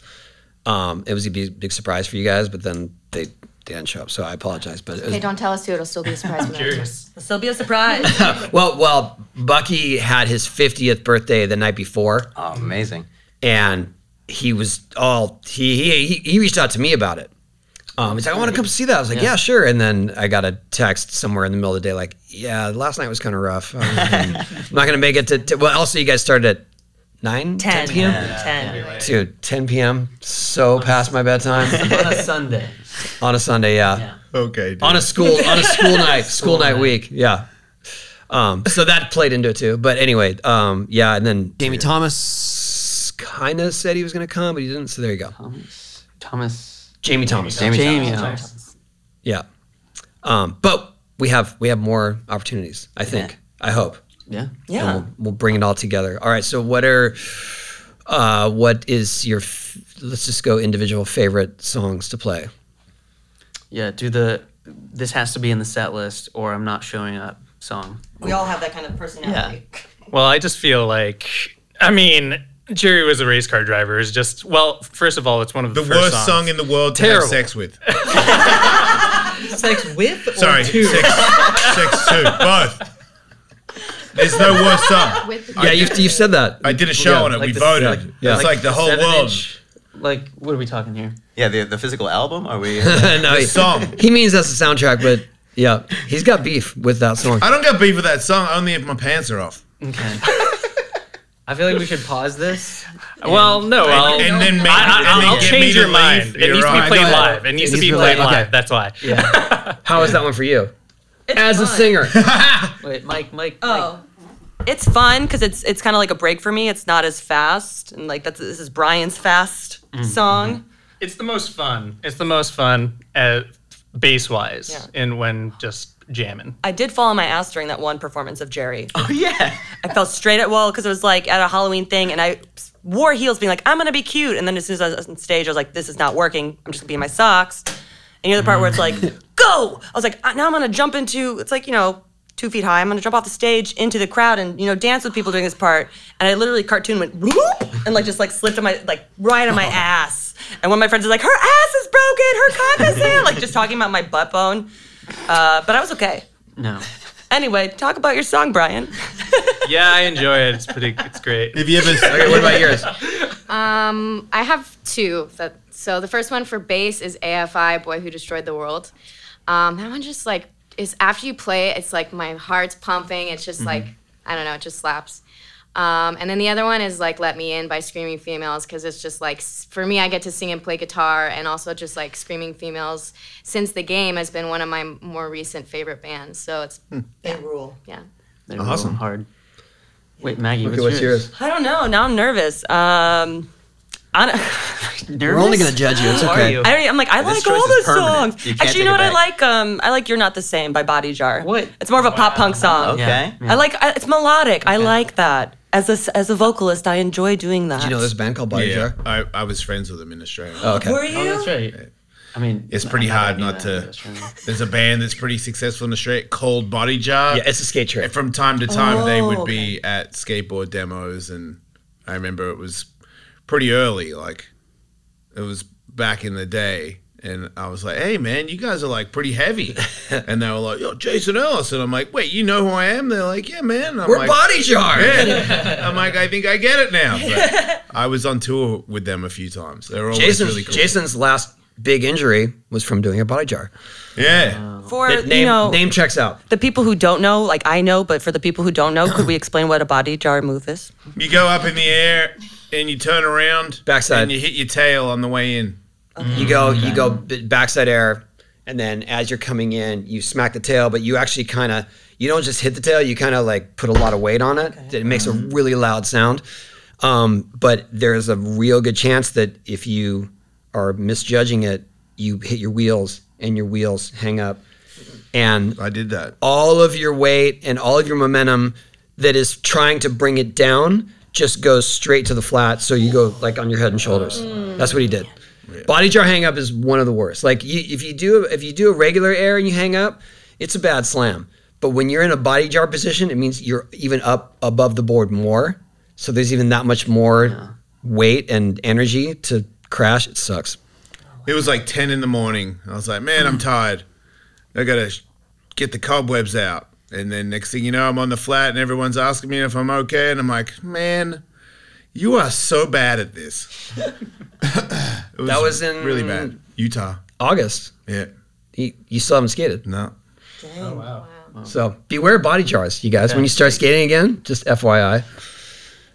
[SPEAKER 2] Um, it was a big, big surprise for you guys, but then they, they didn't show up, so I apologize. But it was,
[SPEAKER 1] Okay, don't tell us who. It'll still be a surprise. when I do.
[SPEAKER 4] Still be a surprise.
[SPEAKER 2] well, well, Bucky had his 50th birthday the night before,
[SPEAKER 6] oh, amazing.
[SPEAKER 2] and he was all he he he- he reached out to me about it. Um, he's like, I want to come see that. I was like, yeah. sure. And then I got a text somewhere in the middle of the day, like, yeah, last night was kind of rough. Um, I'm not gonna make it to, to. Well, also you guys started at nine,
[SPEAKER 8] 10.
[SPEAKER 2] 10 p.m.
[SPEAKER 8] 10.
[SPEAKER 2] Dude, 10 p.m. So past my bedtime
[SPEAKER 3] on a Sunday.
[SPEAKER 2] on a Sunday. Yeah,
[SPEAKER 3] Yeah.
[SPEAKER 5] Okay. dude.
[SPEAKER 2] on a school on a school night, school night week. Yeah. Um, so that played into it too. But anyway, um, yeah. And then Jamie Thomas kind of said he was going to come, but he didn't. So there you go.
[SPEAKER 3] Thomas, Thomas,
[SPEAKER 2] Jamie Thomas.
[SPEAKER 6] Jamie,
[SPEAKER 3] Jamie,
[SPEAKER 6] Thomas.
[SPEAKER 3] Thomas.
[SPEAKER 2] Yeah. Um, but we have we have more opportunities. I think. I hope.
[SPEAKER 3] yeah.
[SPEAKER 2] And
[SPEAKER 4] yeah.
[SPEAKER 2] we'll, we'll bring it all together. All right. So what are uh, what is your f- let's just go individual favorite songs to play.
[SPEAKER 3] Yeah, do the this has to be in the set list or I'm not showing up song.
[SPEAKER 4] We all have that kind of personality.
[SPEAKER 7] Well, I just feel like, I mean, Jerry was a race car driver. Is just well, first of all, it's one of the,
[SPEAKER 5] the
[SPEAKER 7] first
[SPEAKER 5] worst
[SPEAKER 7] songs.
[SPEAKER 5] song in the world to
[SPEAKER 7] Terrible.
[SPEAKER 5] have sex with.
[SPEAKER 8] Sex with or
[SPEAKER 5] Sorry,
[SPEAKER 8] to?
[SPEAKER 5] six, six, two, both. There's no worse song.
[SPEAKER 1] With
[SPEAKER 2] Yeah, you've, you've said that.
[SPEAKER 5] I did a show on it.
[SPEAKER 3] like
[SPEAKER 5] we
[SPEAKER 3] the-
[SPEAKER 5] voted.
[SPEAKER 3] like-
[SPEAKER 2] yeah.
[SPEAKER 5] It's like, the whole
[SPEAKER 3] Seven
[SPEAKER 5] world.
[SPEAKER 3] inch, like what are we talking here?
[SPEAKER 6] Yeah, the, the physical album? Are we
[SPEAKER 2] no, he,
[SPEAKER 5] song.
[SPEAKER 2] He means that's the soundtrack, but yeah, he's got beef with that song.
[SPEAKER 5] I don't got beef with that song. Only if my pants are off.
[SPEAKER 3] Okay. I feel like we should pause this.
[SPEAKER 7] Well, no, I'll,
[SPEAKER 5] and then maybe
[SPEAKER 7] I,
[SPEAKER 5] and then
[SPEAKER 7] will
[SPEAKER 5] get me
[SPEAKER 7] change
[SPEAKER 5] to
[SPEAKER 7] your
[SPEAKER 5] leave.
[SPEAKER 7] mind. It
[SPEAKER 5] You're
[SPEAKER 7] needs to
[SPEAKER 5] right.
[SPEAKER 7] be played
[SPEAKER 2] Go ahead.
[SPEAKER 7] live. It needs
[SPEAKER 2] It needs
[SPEAKER 7] to be
[SPEAKER 2] to be
[SPEAKER 7] played
[SPEAKER 2] live. Okay.
[SPEAKER 7] live. That's why.
[SPEAKER 2] How is that one for you? As a
[SPEAKER 4] fun.
[SPEAKER 2] singer,
[SPEAKER 3] Wait, Mike, Mike, Mike.
[SPEAKER 4] Oh. It's fun because it's it's kind of like a break for me. It's not as fast, and like that's this is
[SPEAKER 6] Mm-hmm.
[SPEAKER 4] Brian's fast song.
[SPEAKER 7] It's the most fun. It's the most fun uh, bass wise
[SPEAKER 4] Yeah.
[SPEAKER 7] and when just jamming.
[SPEAKER 4] I did fall on my ass during that one performance of Jerry.
[SPEAKER 6] Oh yeah.
[SPEAKER 4] I fell straight at wall because it was like at a Halloween thing, and I wore heels, being like, "I'm gonna be cute," and then as soon as I was on stage, I was like, "This is not working. I'm just gonna be in my socks." And the other part where it's like, "Go!" I was like, "Uh, "Now I'm gonna jump into." It's like you know, two feet high. I'm gonna jump off the stage into the crowd and you know dance with people doing this part. And I literally cartoon went whoop and like just like slipped on my like right on my ass. And one of my friends is like, "Her ass is broken. Her cock is in," like just talking about my butt bone. Uh, but I was okay.
[SPEAKER 3] No.
[SPEAKER 4] Anyway, talk about your song, Brian.
[SPEAKER 7] Yeah, I enjoy it. It's pretty. It's great.
[SPEAKER 5] Have you ever?
[SPEAKER 2] Okay, what about yours?
[SPEAKER 1] Um, I have two. That, so the first one for bass is AFI, Boy Who Destroyed the World. Um, that one just like is after you play it, it's like my heart's pumping. It's just like I don't know, it just slaps. Um, and then the other one is like Let Me In by Screaming Females because it's just like s- for me, I get to sing and play guitar, and also just like Screaming Females since the game has been one of my more recent favorite bands. So it's
[SPEAKER 8] They rule.
[SPEAKER 1] yeah.
[SPEAKER 3] They're awesome. Hard. Wait, Maggie,
[SPEAKER 2] Okay, what's yours?
[SPEAKER 4] I don't know. Now I'm nervous. Um, I don't,
[SPEAKER 3] Nervous?
[SPEAKER 2] We're only gonna judge you. It's
[SPEAKER 3] How are
[SPEAKER 2] okay.
[SPEAKER 3] you?
[SPEAKER 4] I don't, e, I'm like, I
[SPEAKER 6] This
[SPEAKER 4] like
[SPEAKER 6] choice
[SPEAKER 4] all
[SPEAKER 6] is
[SPEAKER 4] the
[SPEAKER 6] permanent.
[SPEAKER 4] songs.
[SPEAKER 6] You can't
[SPEAKER 4] Actually, you
[SPEAKER 6] take
[SPEAKER 4] know
[SPEAKER 6] it
[SPEAKER 4] what I like?
[SPEAKER 6] back.
[SPEAKER 4] Um, I like "You're Not the Same" by Body Jar.
[SPEAKER 3] What?
[SPEAKER 4] It's more of a pop punk song.
[SPEAKER 6] Okay.
[SPEAKER 3] Yeah.
[SPEAKER 4] I like. I, it's melodic. I like that. As a s- as a vocalist, I enjoy doing that.
[SPEAKER 2] Do you know there's a band called Body
[SPEAKER 5] Yeah,
[SPEAKER 2] Jar?
[SPEAKER 5] I, I was friends with them in Australia.
[SPEAKER 2] Oh, okay.
[SPEAKER 4] Were you?
[SPEAKER 3] Oh, that's right. I mean,
[SPEAKER 5] It's pretty
[SPEAKER 3] I'm
[SPEAKER 5] hard
[SPEAKER 3] gonna
[SPEAKER 5] not
[SPEAKER 3] do that.
[SPEAKER 5] to-
[SPEAKER 3] That's true.
[SPEAKER 5] There's a band that's pretty successful in Australia called Body Jar.
[SPEAKER 2] Yeah, it's a skate trip.
[SPEAKER 5] And from time to time, they
[SPEAKER 4] Oh,
[SPEAKER 5] would be at skateboard demos, and I remember it was pretty early, like it was back in the day. And I was like, "Hey, man, you guys are like pretty heavy," and they were like, "Yo, Jason Ellis," and I'm like, "Wait, you know who I am?" They're like, "Yeah, man." And I'm
[SPEAKER 2] We're
[SPEAKER 5] like,
[SPEAKER 2] Body Jar.
[SPEAKER 5] "Yeah." I'm like, "I think I get it now." But I was on tour with them a few times. They were always
[SPEAKER 2] Jason's
[SPEAKER 5] Oh, really cool.
[SPEAKER 2] Jason's last big injury was from doing a Body Jar.
[SPEAKER 5] yeah.
[SPEAKER 4] For
[SPEAKER 2] That name
[SPEAKER 4] Uh, you know
[SPEAKER 2] name checks out.
[SPEAKER 4] the people who don't know, like I know, but for the people who don't know, could we explain what a Body Jar move is?
[SPEAKER 5] You go up in the air and you turn around,
[SPEAKER 2] Backside.
[SPEAKER 5] and you hit your tail on the way in.
[SPEAKER 2] You go, you go b- backside air, and then as you're coming in, you smack the tail, but you actually kind of, you don't just hit the tail, you kind of like put a lot of weight on it. It makes a really loud sound. Um, but there's a real good chance that if you are misjudging it, you hit your wheels and your wheels hang up. And
[SPEAKER 5] I did that.
[SPEAKER 2] all of your weight and all of your momentum that is trying to bring it down just goes straight to the flat. So you go like on your head and shoulders. That's what he did. Body jar hang up is one of the worst. Like you, if you do if you do a regular air and you hang up, it's a bad slam. But when you're in a body jar position, it means you're even up above the board more. So there's even that much more weight and energy to crash. It sucks.
[SPEAKER 5] It was like 10 in the morning. I was like, man, I'm
[SPEAKER 2] Mm.
[SPEAKER 5] tired. I got to get the cobwebs out. And then next thing you know, I'm on the flat and everyone's asking me if I'm okay. And I'm like, man, you are so bad at this. It
[SPEAKER 2] That was in-
[SPEAKER 5] really bad. Utah.
[SPEAKER 2] August.
[SPEAKER 5] Yeah.
[SPEAKER 2] You, you still haven't skated.
[SPEAKER 5] No.
[SPEAKER 2] So beware body jars, you guys. When you start skating again, just FYI.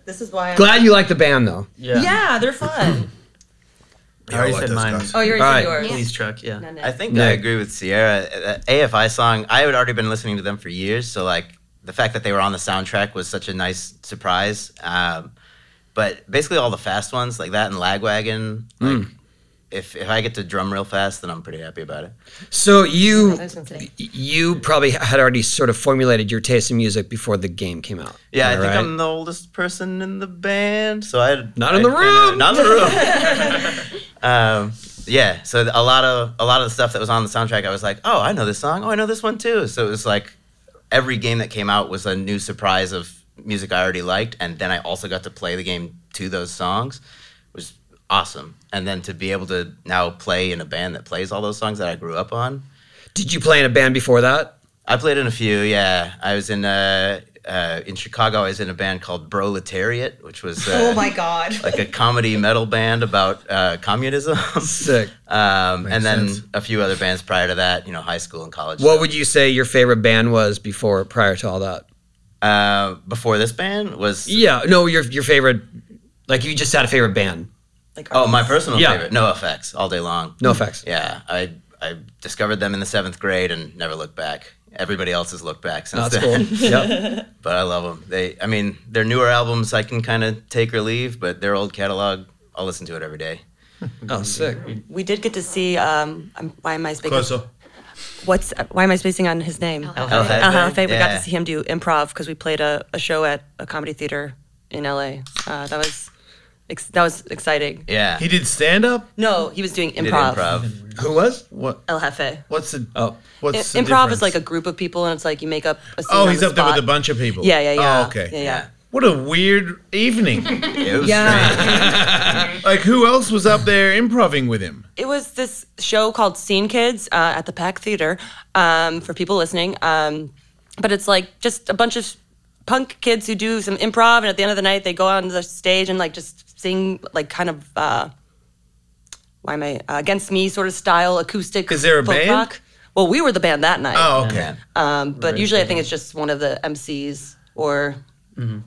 [SPEAKER 8] This is why I'm
[SPEAKER 2] Glad you like the band though.
[SPEAKER 3] Yeah.
[SPEAKER 8] Yeah, they're fun.
[SPEAKER 5] I
[SPEAKER 3] already
[SPEAKER 5] like
[SPEAKER 3] said
[SPEAKER 5] those
[SPEAKER 3] mine.
[SPEAKER 5] guys.
[SPEAKER 4] Oh, you're
[SPEAKER 2] All right.
[SPEAKER 4] into yours.
[SPEAKER 3] Police truck. Yeah.
[SPEAKER 6] I think
[SPEAKER 2] Yeah.
[SPEAKER 6] I agree with Sierra. That AFI song, I had already been listening to them for years, so like the fact that they were on the soundtrack was such a nice surprise. Um, but basically, all the fast ones like that and Lagwagon, like if if I get to drum real fast, then I'm pretty happy about it.
[SPEAKER 2] So you
[SPEAKER 8] was gonna say.
[SPEAKER 2] you probably had already sort of formulated your taste in music before the game came out.
[SPEAKER 6] Yeah, I
[SPEAKER 2] Am
[SPEAKER 6] think
[SPEAKER 2] right?
[SPEAKER 6] I'm the oldest person in the band, so I
[SPEAKER 2] Not in the
[SPEAKER 6] I- I-
[SPEAKER 2] room!
[SPEAKER 6] not in the room. um, yeah, so a lot of a lot of the stuff that was on the soundtrack, I was like, oh, I know this song. Oh, I know this one too. So it was like every game that came out was a new surprise of music I already liked, and then I also got to play the game to those songs, was awesome. And then to be able to now play in a band that plays all those songs that I grew up on,
[SPEAKER 2] Did you play in a band before that?
[SPEAKER 6] I played in a few. Yeah, I was in uh, uh, in Chicago. I was in a band called Proletariat, which was uh,
[SPEAKER 8] Oh my god.
[SPEAKER 6] like a comedy metal band about uh, communism.
[SPEAKER 2] Sick.
[SPEAKER 6] um, and then
[SPEAKER 5] sense.
[SPEAKER 6] a few other bands prior to that. You know, high school and college.
[SPEAKER 2] What would you say your favorite band was before prior to all that?
[SPEAKER 6] uh, before this band was
[SPEAKER 2] Yeah, no, your your favorite like you just had a favorite band.
[SPEAKER 4] Like,
[SPEAKER 6] oh my personal
[SPEAKER 2] Yeah.
[SPEAKER 6] favorite. No effects all day long.
[SPEAKER 2] No effects.
[SPEAKER 6] Yeah, I I discovered them in the seventh grade and never looked back. Everybody else has looked back since
[SPEAKER 2] That's
[SPEAKER 6] then.
[SPEAKER 2] cool. yep.
[SPEAKER 6] but I love them. They, I mean, their newer albums I can kind of take or leave, but their old catalog, I'll listen to it every day.
[SPEAKER 2] Oh, sick.
[SPEAKER 4] we did get to see. Um, I'm, why am I speaking?
[SPEAKER 5] Closer.
[SPEAKER 4] what's why am I spacing on his name?
[SPEAKER 1] Al
[SPEAKER 3] Al
[SPEAKER 4] Uh huh. We got
[SPEAKER 6] Yeah.
[SPEAKER 4] to see him do improv because we played a, a show at a comedy theater in LA. Uh, that was ex- that was exciting.
[SPEAKER 6] Yeah.
[SPEAKER 5] He did stand up.
[SPEAKER 4] No, he was doing
[SPEAKER 6] He did
[SPEAKER 4] improv.
[SPEAKER 6] improv.
[SPEAKER 5] Who was? What?
[SPEAKER 4] El Jefe.
[SPEAKER 5] What's the?
[SPEAKER 2] Oh.
[SPEAKER 5] what's
[SPEAKER 4] improv
[SPEAKER 5] the
[SPEAKER 4] is like a
[SPEAKER 5] difference?
[SPEAKER 4] group of people, and it's like you make up. a scene
[SPEAKER 5] Oh,
[SPEAKER 4] on
[SPEAKER 5] he's
[SPEAKER 4] the
[SPEAKER 5] up there with a
[SPEAKER 4] spot.
[SPEAKER 5] bunch of people.
[SPEAKER 4] Yeah, yeah, yeah.
[SPEAKER 5] Oh, okay.
[SPEAKER 4] Yeah, yeah.
[SPEAKER 5] What a weird evening.
[SPEAKER 6] It was strange.
[SPEAKER 4] Yeah.
[SPEAKER 5] like, who else was up there improving with him?
[SPEAKER 4] it was this show called Scene Kids uh, at the Pack Theater um, for people listening. Um, but it's like just a bunch of punk kids who do some improv, and at the end of the night, they go on the stage and like just sing like kind of uh, why am I uh, against me sort of style acoustic.
[SPEAKER 5] Is there a
[SPEAKER 4] folk
[SPEAKER 5] band?
[SPEAKER 4] Rock. Well, we were the band that night.
[SPEAKER 5] Oh, okay.
[SPEAKER 6] Yeah.
[SPEAKER 4] Um, but usually, I think it's just one of the MCs or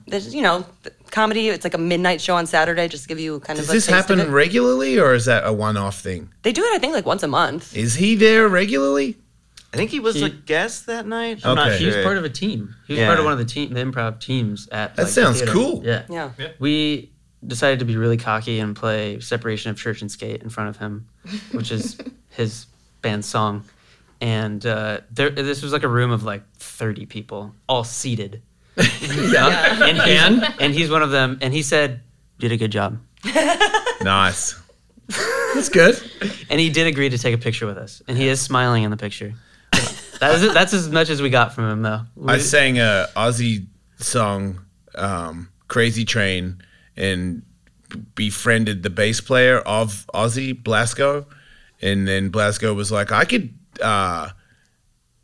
[SPEAKER 4] there's you know th- comedy. It's like a midnight show on Saturday, just to give you kind
[SPEAKER 5] Does
[SPEAKER 4] of. a
[SPEAKER 5] this
[SPEAKER 4] taste of
[SPEAKER 5] happen
[SPEAKER 4] it.
[SPEAKER 5] regularly, or is that a one-off thing?
[SPEAKER 4] they do it, I think, like once a month.
[SPEAKER 5] Is he there regularly?
[SPEAKER 6] I think he was
[SPEAKER 3] He-
[SPEAKER 6] a guest that night.
[SPEAKER 5] Okay.
[SPEAKER 6] I'm not
[SPEAKER 3] He was
[SPEAKER 6] sure.
[SPEAKER 3] part of a team. He was
[SPEAKER 6] Yeah.
[SPEAKER 3] part of one of the team, the improv teams at.
[SPEAKER 5] That
[SPEAKER 3] like, the
[SPEAKER 5] sounds
[SPEAKER 3] theater.
[SPEAKER 5] cool.
[SPEAKER 3] Yeah.
[SPEAKER 4] Yeah.
[SPEAKER 3] We decided to be really cocky and play "Separation of Church and State" in front of him, which is his band's song. And uh, there, this was like a room of like thirty people, all seated. yeah. And, and and he's one of them. And he said, "Did a good job."
[SPEAKER 5] Nice.
[SPEAKER 2] That's good.
[SPEAKER 3] And he did agree to take a picture with us. And he is smiling in the picture. that's, that's as much as we got from him, though.
[SPEAKER 5] I
[SPEAKER 3] We-
[SPEAKER 5] sang a Aussie song, um, "Crazy Train," and befriended the bass player of Aussie Blasco, and then Blasco was like, "I could uh,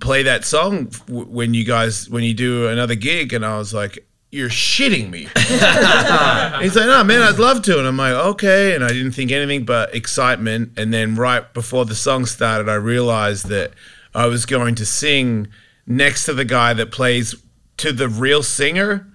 [SPEAKER 5] play that song w- when you guys when you do another gig," and I was like. You're shitting me. He's like, no, man, I'd love to. And I'm like, okay. And I didn't think anything but excitement. And then right before the song started, I realized that I was going to sing next to the guy that plays to the real singer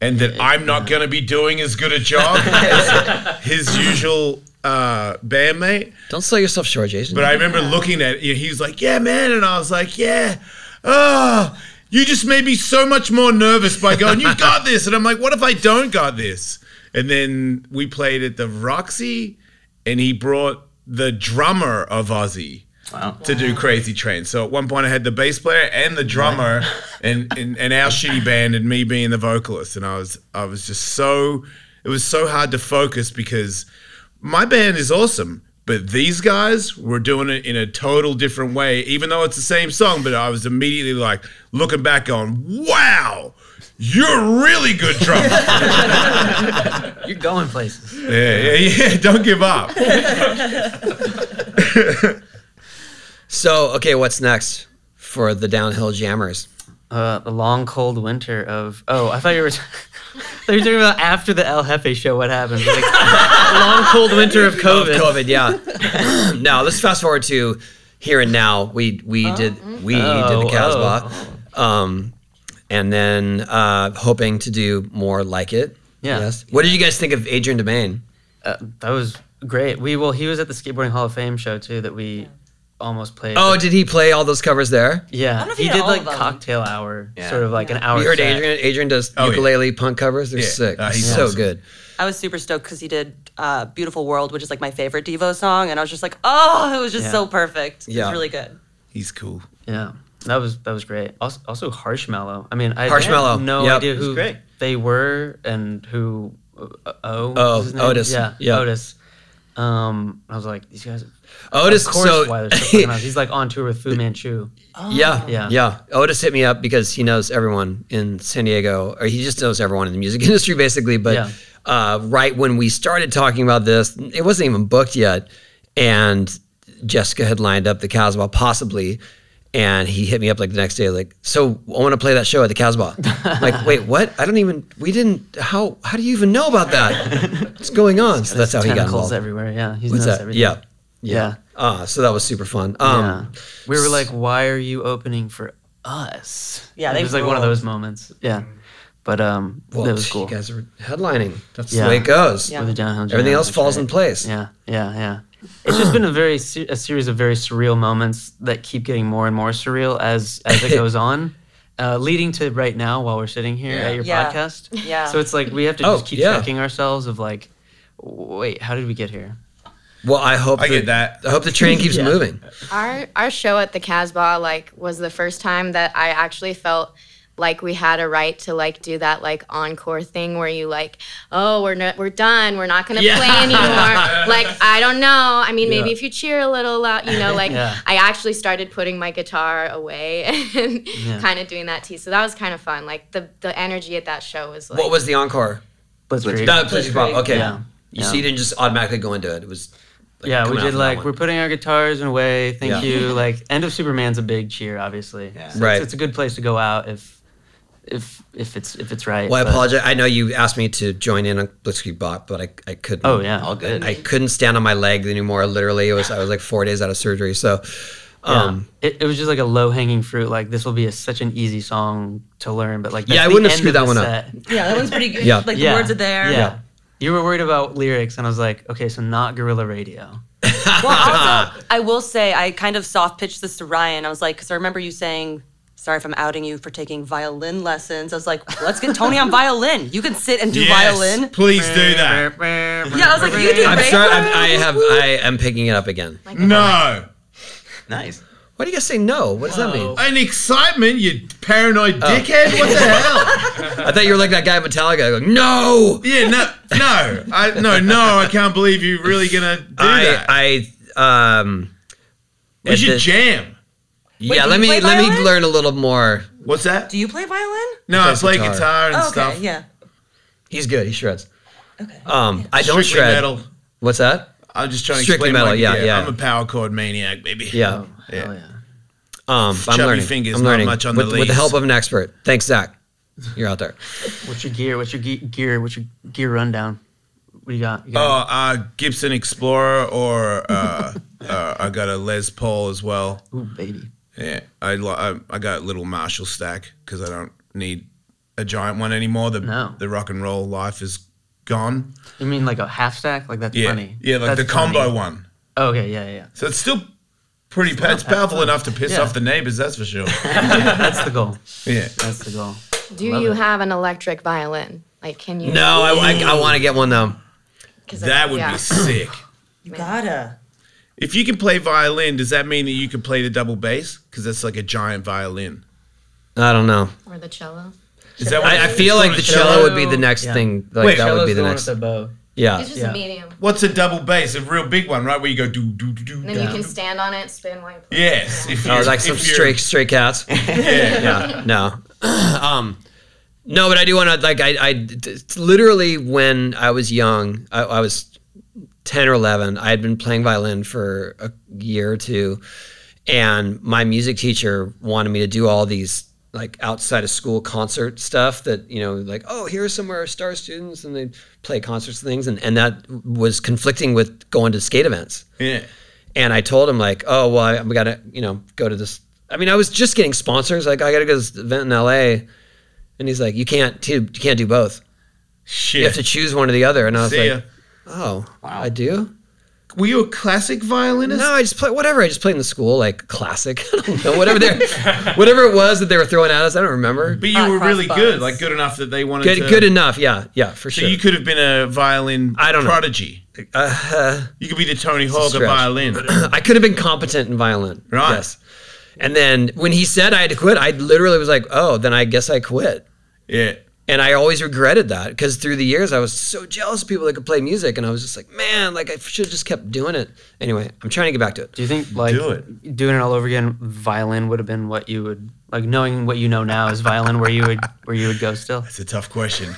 [SPEAKER 5] and that I'm not going to be doing as good a job as his usual uh, bandmate.
[SPEAKER 2] Don't sell yourself short, Jason.
[SPEAKER 5] But I remember looking at it, he was like, Yeah, man. And I was like, Yeah, oh, you just made me so much more nervous by going, You got this. And I'm like, What if I don't got this? And then we played at the Roxy, and he brought the drummer of Ozzy
[SPEAKER 6] Wow.
[SPEAKER 5] to do Crazy Train. So at one point, I had the bass player and the drummer, and, and and our shitty band, and me being the vocalist. And I was I was just so it was so hard to focus because my band is awesome, but these guys were doing it in a total different way. Even though it's the same song, but I was immediately like looking back, going, "Wow, you're a really good drummer."
[SPEAKER 3] You're going places.
[SPEAKER 5] yeah, yeah, yeah. Don't give up.
[SPEAKER 2] so, okay, what's next for the downhill jammers?
[SPEAKER 3] Uh, the long cold winter of oh, I thought you were. I thought you were talking about after the El Jefe show. What happened? Like, long cold winter of COVID.
[SPEAKER 2] COVID, yeah. now let's fast forward to here and now. We we did we
[SPEAKER 3] Oh,
[SPEAKER 2] did the Casbah, um, and then uh, hoping to do more like it.
[SPEAKER 3] Yeah.
[SPEAKER 2] What did you guys think of Adrian Demain?
[SPEAKER 3] Uh, that was great. We well, he was at the skateboarding Hall of Fame show too that we almost played.
[SPEAKER 2] Oh, did he play all those covers there?
[SPEAKER 3] yeah.
[SPEAKER 4] don't know if
[SPEAKER 3] he
[SPEAKER 4] he did
[SPEAKER 3] did
[SPEAKER 4] all
[SPEAKER 3] like
[SPEAKER 4] of them.
[SPEAKER 3] cocktail hour,
[SPEAKER 6] Yeah.
[SPEAKER 3] sort of like an hour.
[SPEAKER 2] You heard
[SPEAKER 3] set.
[SPEAKER 2] Adrian. Adrian does
[SPEAKER 5] Oh, yeah.
[SPEAKER 2] ukulele punk covers. They're
[SPEAKER 5] Yeah.
[SPEAKER 2] sick.
[SPEAKER 5] Uh, he's
[SPEAKER 2] so
[SPEAKER 5] awesome.
[SPEAKER 2] good.
[SPEAKER 4] I was super stoked because he did uh, "Beautiful World," which is like my favorite Devo song, and I was just like, "Oh, it was just
[SPEAKER 3] Yeah.
[SPEAKER 4] so perfect. It
[SPEAKER 2] Yeah.
[SPEAKER 4] was really good."
[SPEAKER 5] He's cool.
[SPEAKER 3] Yeah, that was that was great. Also, also Harshmallow. I mean, I
[SPEAKER 2] Harsh Mellow,
[SPEAKER 3] had no
[SPEAKER 2] yep.
[SPEAKER 3] idea
[SPEAKER 2] It
[SPEAKER 6] was
[SPEAKER 3] who
[SPEAKER 6] great.
[SPEAKER 3] they were and who. Uh, oh,
[SPEAKER 2] Oh,
[SPEAKER 3] was his name?
[SPEAKER 2] Otis,
[SPEAKER 3] Yeah,
[SPEAKER 2] yeah.
[SPEAKER 3] Otis. Um, I was like, these guys.
[SPEAKER 2] Otis.
[SPEAKER 3] of course,
[SPEAKER 2] so
[SPEAKER 3] why they're so organized. He's like on tour with Fu Manchu.
[SPEAKER 2] Yeah,
[SPEAKER 3] Yeah.
[SPEAKER 2] yeah. Otis hit me up because he knows everyone in San Diego, or he just knows everyone in the music industry, basically. But
[SPEAKER 3] Yeah.
[SPEAKER 2] uh, right when we started talking about this, it wasn't even booked yet, and Jessica had lined up the Casbah possibly, and he hit me up like the next day, like, "So I want to play that show at the Casbah." I'm like, wait, what? I don't even. We didn't. How? How do you even know about that? What's going on? So that's how he got
[SPEAKER 3] Tentacles
[SPEAKER 2] involved.
[SPEAKER 3] everywhere. Yeah, he
[SPEAKER 2] What's
[SPEAKER 3] knows
[SPEAKER 2] that?
[SPEAKER 3] everything.
[SPEAKER 2] Yeah.
[SPEAKER 3] Yeah.
[SPEAKER 2] Uh, so that was super fun. Um,
[SPEAKER 3] yeah. We were like, why are you opening for us?
[SPEAKER 4] Yeah,
[SPEAKER 3] And
[SPEAKER 4] they
[SPEAKER 3] it was like one of
[SPEAKER 4] ruled.
[SPEAKER 3] those moments. Yeah, but um,
[SPEAKER 2] Well,
[SPEAKER 3] that was cool.
[SPEAKER 2] You guys are headlining. That's
[SPEAKER 3] Yeah.
[SPEAKER 2] the way it goes.
[SPEAKER 4] Yeah.
[SPEAKER 3] With the downhill jam,
[SPEAKER 2] Everything else
[SPEAKER 3] that's
[SPEAKER 2] falls
[SPEAKER 3] right.
[SPEAKER 2] in place.
[SPEAKER 3] Yeah, yeah, yeah. It's just been a very se- a series of very surreal moments that keep getting more and more surreal as as it goes on, uh, leading to right now while we're sitting here at your
[SPEAKER 4] Yeah.
[SPEAKER 3] podcast.
[SPEAKER 4] Yeah.
[SPEAKER 3] So it's like we have to
[SPEAKER 2] Oh,
[SPEAKER 3] just keep
[SPEAKER 2] yeah.
[SPEAKER 3] checking ourselves of like, wait, how did we get here?
[SPEAKER 2] Well, I hope
[SPEAKER 5] I
[SPEAKER 2] the,
[SPEAKER 5] get that.
[SPEAKER 2] I hope the train keeps moving.
[SPEAKER 1] Our our show at the Casbah like was the first time that I actually felt like we had a right to like do that like encore thing where you like oh we're not we're done we're not gonna
[SPEAKER 2] Yeah.
[SPEAKER 1] play anymore like I don't know I mean maybe
[SPEAKER 2] Yeah.
[SPEAKER 1] if you cheer a little loud you know like
[SPEAKER 3] Yeah.
[SPEAKER 1] I actually started putting my guitar away and kind of doing that too so that was kind of fun like the the energy at that show was like
[SPEAKER 2] What was the encore?
[SPEAKER 3] Blitz
[SPEAKER 6] Blitz-
[SPEAKER 3] Creek.
[SPEAKER 2] No, please, Bob. Okay,
[SPEAKER 3] Yeah.
[SPEAKER 2] You,
[SPEAKER 3] Yeah.
[SPEAKER 2] so you didn't just automatically go into it. It was like,
[SPEAKER 3] yeah, we
[SPEAKER 2] coming out
[SPEAKER 3] did
[SPEAKER 2] from
[SPEAKER 3] like
[SPEAKER 2] that
[SPEAKER 3] we're
[SPEAKER 2] one.
[SPEAKER 3] putting our guitars in a way. Thank
[SPEAKER 2] Yeah.
[SPEAKER 3] you. Like end of Superman's a big cheer, obviously.
[SPEAKER 6] Yeah.
[SPEAKER 3] So it's-
[SPEAKER 2] Right.
[SPEAKER 3] It's, a good place to go out if if if it's if it's right.
[SPEAKER 2] Well, I
[SPEAKER 3] but-
[SPEAKER 2] apologize. I know you asked me to join in on Blitzkrieg Bop, but I, I couldn't.
[SPEAKER 3] Oh yeah,
[SPEAKER 6] All good.
[SPEAKER 2] I couldn't stand on my leg anymore. Literally, it was I was like four days out of surgery. So, um,
[SPEAKER 3] yeah. It, it was just like a low hanging fruit. Like this will be a, such an easy song to learn, but like
[SPEAKER 2] Yeah,
[SPEAKER 3] that's
[SPEAKER 2] I
[SPEAKER 3] the
[SPEAKER 2] wouldn't have
[SPEAKER 3] end
[SPEAKER 2] screwed
[SPEAKER 3] of
[SPEAKER 2] that
[SPEAKER 3] the
[SPEAKER 2] one up.
[SPEAKER 3] set.
[SPEAKER 4] Yeah, that one's pretty good.
[SPEAKER 2] Yeah.
[SPEAKER 4] Like
[SPEAKER 3] Yeah.
[SPEAKER 4] the words are there.
[SPEAKER 3] Yeah. You were worried about lyrics, and I was like, okay, so not Gorilla Radio.
[SPEAKER 4] Well, also, I will say I kind of soft pitched this to Ryan. I was like, because I remember you saying, "Sorry if I'm outing you for taking violin lessons." I was like, "Let's get Tony on violin. You can sit and do
[SPEAKER 5] Yes,
[SPEAKER 4] violin."
[SPEAKER 5] Please do that.
[SPEAKER 4] Yeah, I was like, "You do."
[SPEAKER 2] I'm
[SPEAKER 4] great."
[SPEAKER 2] sorry. I'm, I have. I am picking it up again.
[SPEAKER 5] No.
[SPEAKER 6] Nice.
[SPEAKER 2] Why do you guys say no? What does that mean?
[SPEAKER 5] An excitement, you paranoid
[SPEAKER 2] Oh.
[SPEAKER 5] dickhead. What the hell?
[SPEAKER 2] I thought you were like that guy at Metallica going, no.
[SPEAKER 5] Yeah, no, no, I, no, no. I can't believe you're really gonna do that.
[SPEAKER 2] I, I, um,
[SPEAKER 5] we
[SPEAKER 2] at
[SPEAKER 5] should
[SPEAKER 2] the-
[SPEAKER 5] jam.
[SPEAKER 2] yeah.
[SPEAKER 4] do
[SPEAKER 2] Let
[SPEAKER 4] you
[SPEAKER 2] me
[SPEAKER 4] play
[SPEAKER 2] let me
[SPEAKER 4] violin?
[SPEAKER 2] learn a little more.
[SPEAKER 5] What's that?
[SPEAKER 4] Do you play violin?
[SPEAKER 5] No, I
[SPEAKER 2] plays
[SPEAKER 5] play
[SPEAKER 2] guitar.
[SPEAKER 5] guitar, and
[SPEAKER 4] Oh, okay,
[SPEAKER 5] stuff.
[SPEAKER 4] yeah.
[SPEAKER 2] He's good. He shreds.
[SPEAKER 4] Okay.
[SPEAKER 2] Um, I don't
[SPEAKER 5] Strictly
[SPEAKER 2] shred.
[SPEAKER 5] metal.
[SPEAKER 2] What's that?
[SPEAKER 5] I'm just trying to
[SPEAKER 2] Strictly
[SPEAKER 5] explain.
[SPEAKER 2] metal,
[SPEAKER 5] like,
[SPEAKER 2] yeah, yeah.
[SPEAKER 5] I'm a power chord maniac, baby.
[SPEAKER 2] Oh, Yeah.
[SPEAKER 5] Yeah.
[SPEAKER 3] Hell yeah.
[SPEAKER 2] Um, I'm
[SPEAKER 5] Oh. Chubby
[SPEAKER 2] learning.
[SPEAKER 5] fingers,
[SPEAKER 2] I'm
[SPEAKER 5] not
[SPEAKER 2] learning
[SPEAKER 5] much on
[SPEAKER 2] with,
[SPEAKER 5] the
[SPEAKER 2] with the
[SPEAKER 5] leaves.
[SPEAKER 2] help of an expert. Thanks, Zach. You're out there.
[SPEAKER 3] What's your gear? What's your ge- gear? What's your gear rundown? What do you got? You
[SPEAKER 5] Oh,
[SPEAKER 3] got
[SPEAKER 5] uh, Gibson Explorer, or uh, uh, I got a Les Paul as well.
[SPEAKER 2] Uh,
[SPEAKER 3] Ooh, baby.
[SPEAKER 5] Yeah, I li- I, I got a little Marshall stack because I don't need a giant one anymore. The
[SPEAKER 3] No.
[SPEAKER 5] the rock and roll life is gone.
[SPEAKER 3] You mean like a half stack? Like that's
[SPEAKER 5] Yeah,
[SPEAKER 3] funny.
[SPEAKER 5] yeah, like
[SPEAKER 3] That's
[SPEAKER 5] the combo
[SPEAKER 3] funny.
[SPEAKER 5] one.
[SPEAKER 3] Oh, okay, yeah, yeah, yeah.
[SPEAKER 5] So it's still pretty. pa- It's powerful enough to piss
[SPEAKER 3] Yeah.
[SPEAKER 5] off the neighbors, that's for sure.
[SPEAKER 3] That's the goal.
[SPEAKER 5] yeah.
[SPEAKER 3] That's the goal.
[SPEAKER 1] do
[SPEAKER 3] Love
[SPEAKER 1] you
[SPEAKER 3] it.
[SPEAKER 1] have an electric violin like can you
[SPEAKER 2] No, I, I, want to get one though.
[SPEAKER 1] 'Cause I-
[SPEAKER 5] That would
[SPEAKER 1] yeah.
[SPEAKER 5] be sick.
[SPEAKER 8] You gotta.
[SPEAKER 5] If you can play violin, does that mean that you can play the double bass? Because that's like a giant violin.
[SPEAKER 2] I don't know.
[SPEAKER 1] or the cello
[SPEAKER 5] Is that what
[SPEAKER 2] I, I
[SPEAKER 5] it's
[SPEAKER 2] feel like
[SPEAKER 5] called,
[SPEAKER 2] the
[SPEAKER 5] a
[SPEAKER 2] cello would be the next
[SPEAKER 3] Yeah.
[SPEAKER 2] thing. Like that would be the next.
[SPEAKER 3] bow.
[SPEAKER 2] Yeah.
[SPEAKER 1] it's just
[SPEAKER 3] Yeah.
[SPEAKER 1] a medium
[SPEAKER 5] What's a double bass? A real big one, right? Where you go do do do do.
[SPEAKER 1] And then
[SPEAKER 5] do.
[SPEAKER 1] you can stand on it, spin while you play.
[SPEAKER 5] Yes. If
[SPEAKER 2] Oh,
[SPEAKER 5] you're-
[SPEAKER 2] like some
[SPEAKER 5] if you're-
[SPEAKER 2] stray stray cats. yeah. No. um, no, but I do want to like I I t- t- literally when I was young, I, I was ten or eleven. I had been playing violin for a year or two, and my music teacher wanted me to do all these like outside of school concert stuff that you know like oh here's some of our star students and they play concerts and things and, and that was conflicting with going to skate events
[SPEAKER 5] Yeah.
[SPEAKER 2] and I told him like, oh well, I, we gotta you know go to this. I mean, I was just getting sponsors. Like, I gotta go to this event in L.A. And he's like, you can't, do- you can't do both. You have
[SPEAKER 5] Shit.
[SPEAKER 2] to choose one or the other. And I was
[SPEAKER 5] See
[SPEAKER 2] like,
[SPEAKER 5] ya.
[SPEAKER 2] oh, I do.
[SPEAKER 5] Were you a classic violinist?
[SPEAKER 2] No, I just play whatever. I just played in the school, like classic. I don't know whatever they, whatever it was that they were throwing at us. I don't remember.
[SPEAKER 5] But you
[SPEAKER 1] Uh,
[SPEAKER 4] Hot
[SPEAKER 5] were really
[SPEAKER 4] cross
[SPEAKER 5] good,
[SPEAKER 4] buns.
[SPEAKER 5] like good enough that they wanted
[SPEAKER 2] Good,
[SPEAKER 5] to.
[SPEAKER 2] good enough. Yeah, yeah, for
[SPEAKER 5] so
[SPEAKER 2] sure.
[SPEAKER 5] you could have been a violin
[SPEAKER 2] I don't know. Uh-huh.
[SPEAKER 5] prodigy. you could be the Tony Hawk of
[SPEAKER 2] stretch.
[SPEAKER 5] violin.
[SPEAKER 2] I could have been competent in violin.
[SPEAKER 5] Right.
[SPEAKER 2] Yes. And then when he said I had to quit, I literally was like, oh, then I guess I quit.
[SPEAKER 5] yeah.
[SPEAKER 2] And I always regretted that because through the years I was so jealous of people that could play music, and I was just like, man, like I should have just kept doing it. Anyway, I'm trying to get back to it.
[SPEAKER 3] Do you think like
[SPEAKER 5] Do it.
[SPEAKER 3] doing it all over again, violin would have been what you would like knowing what you know now is violin where you would where you would go still?
[SPEAKER 5] It's a tough question.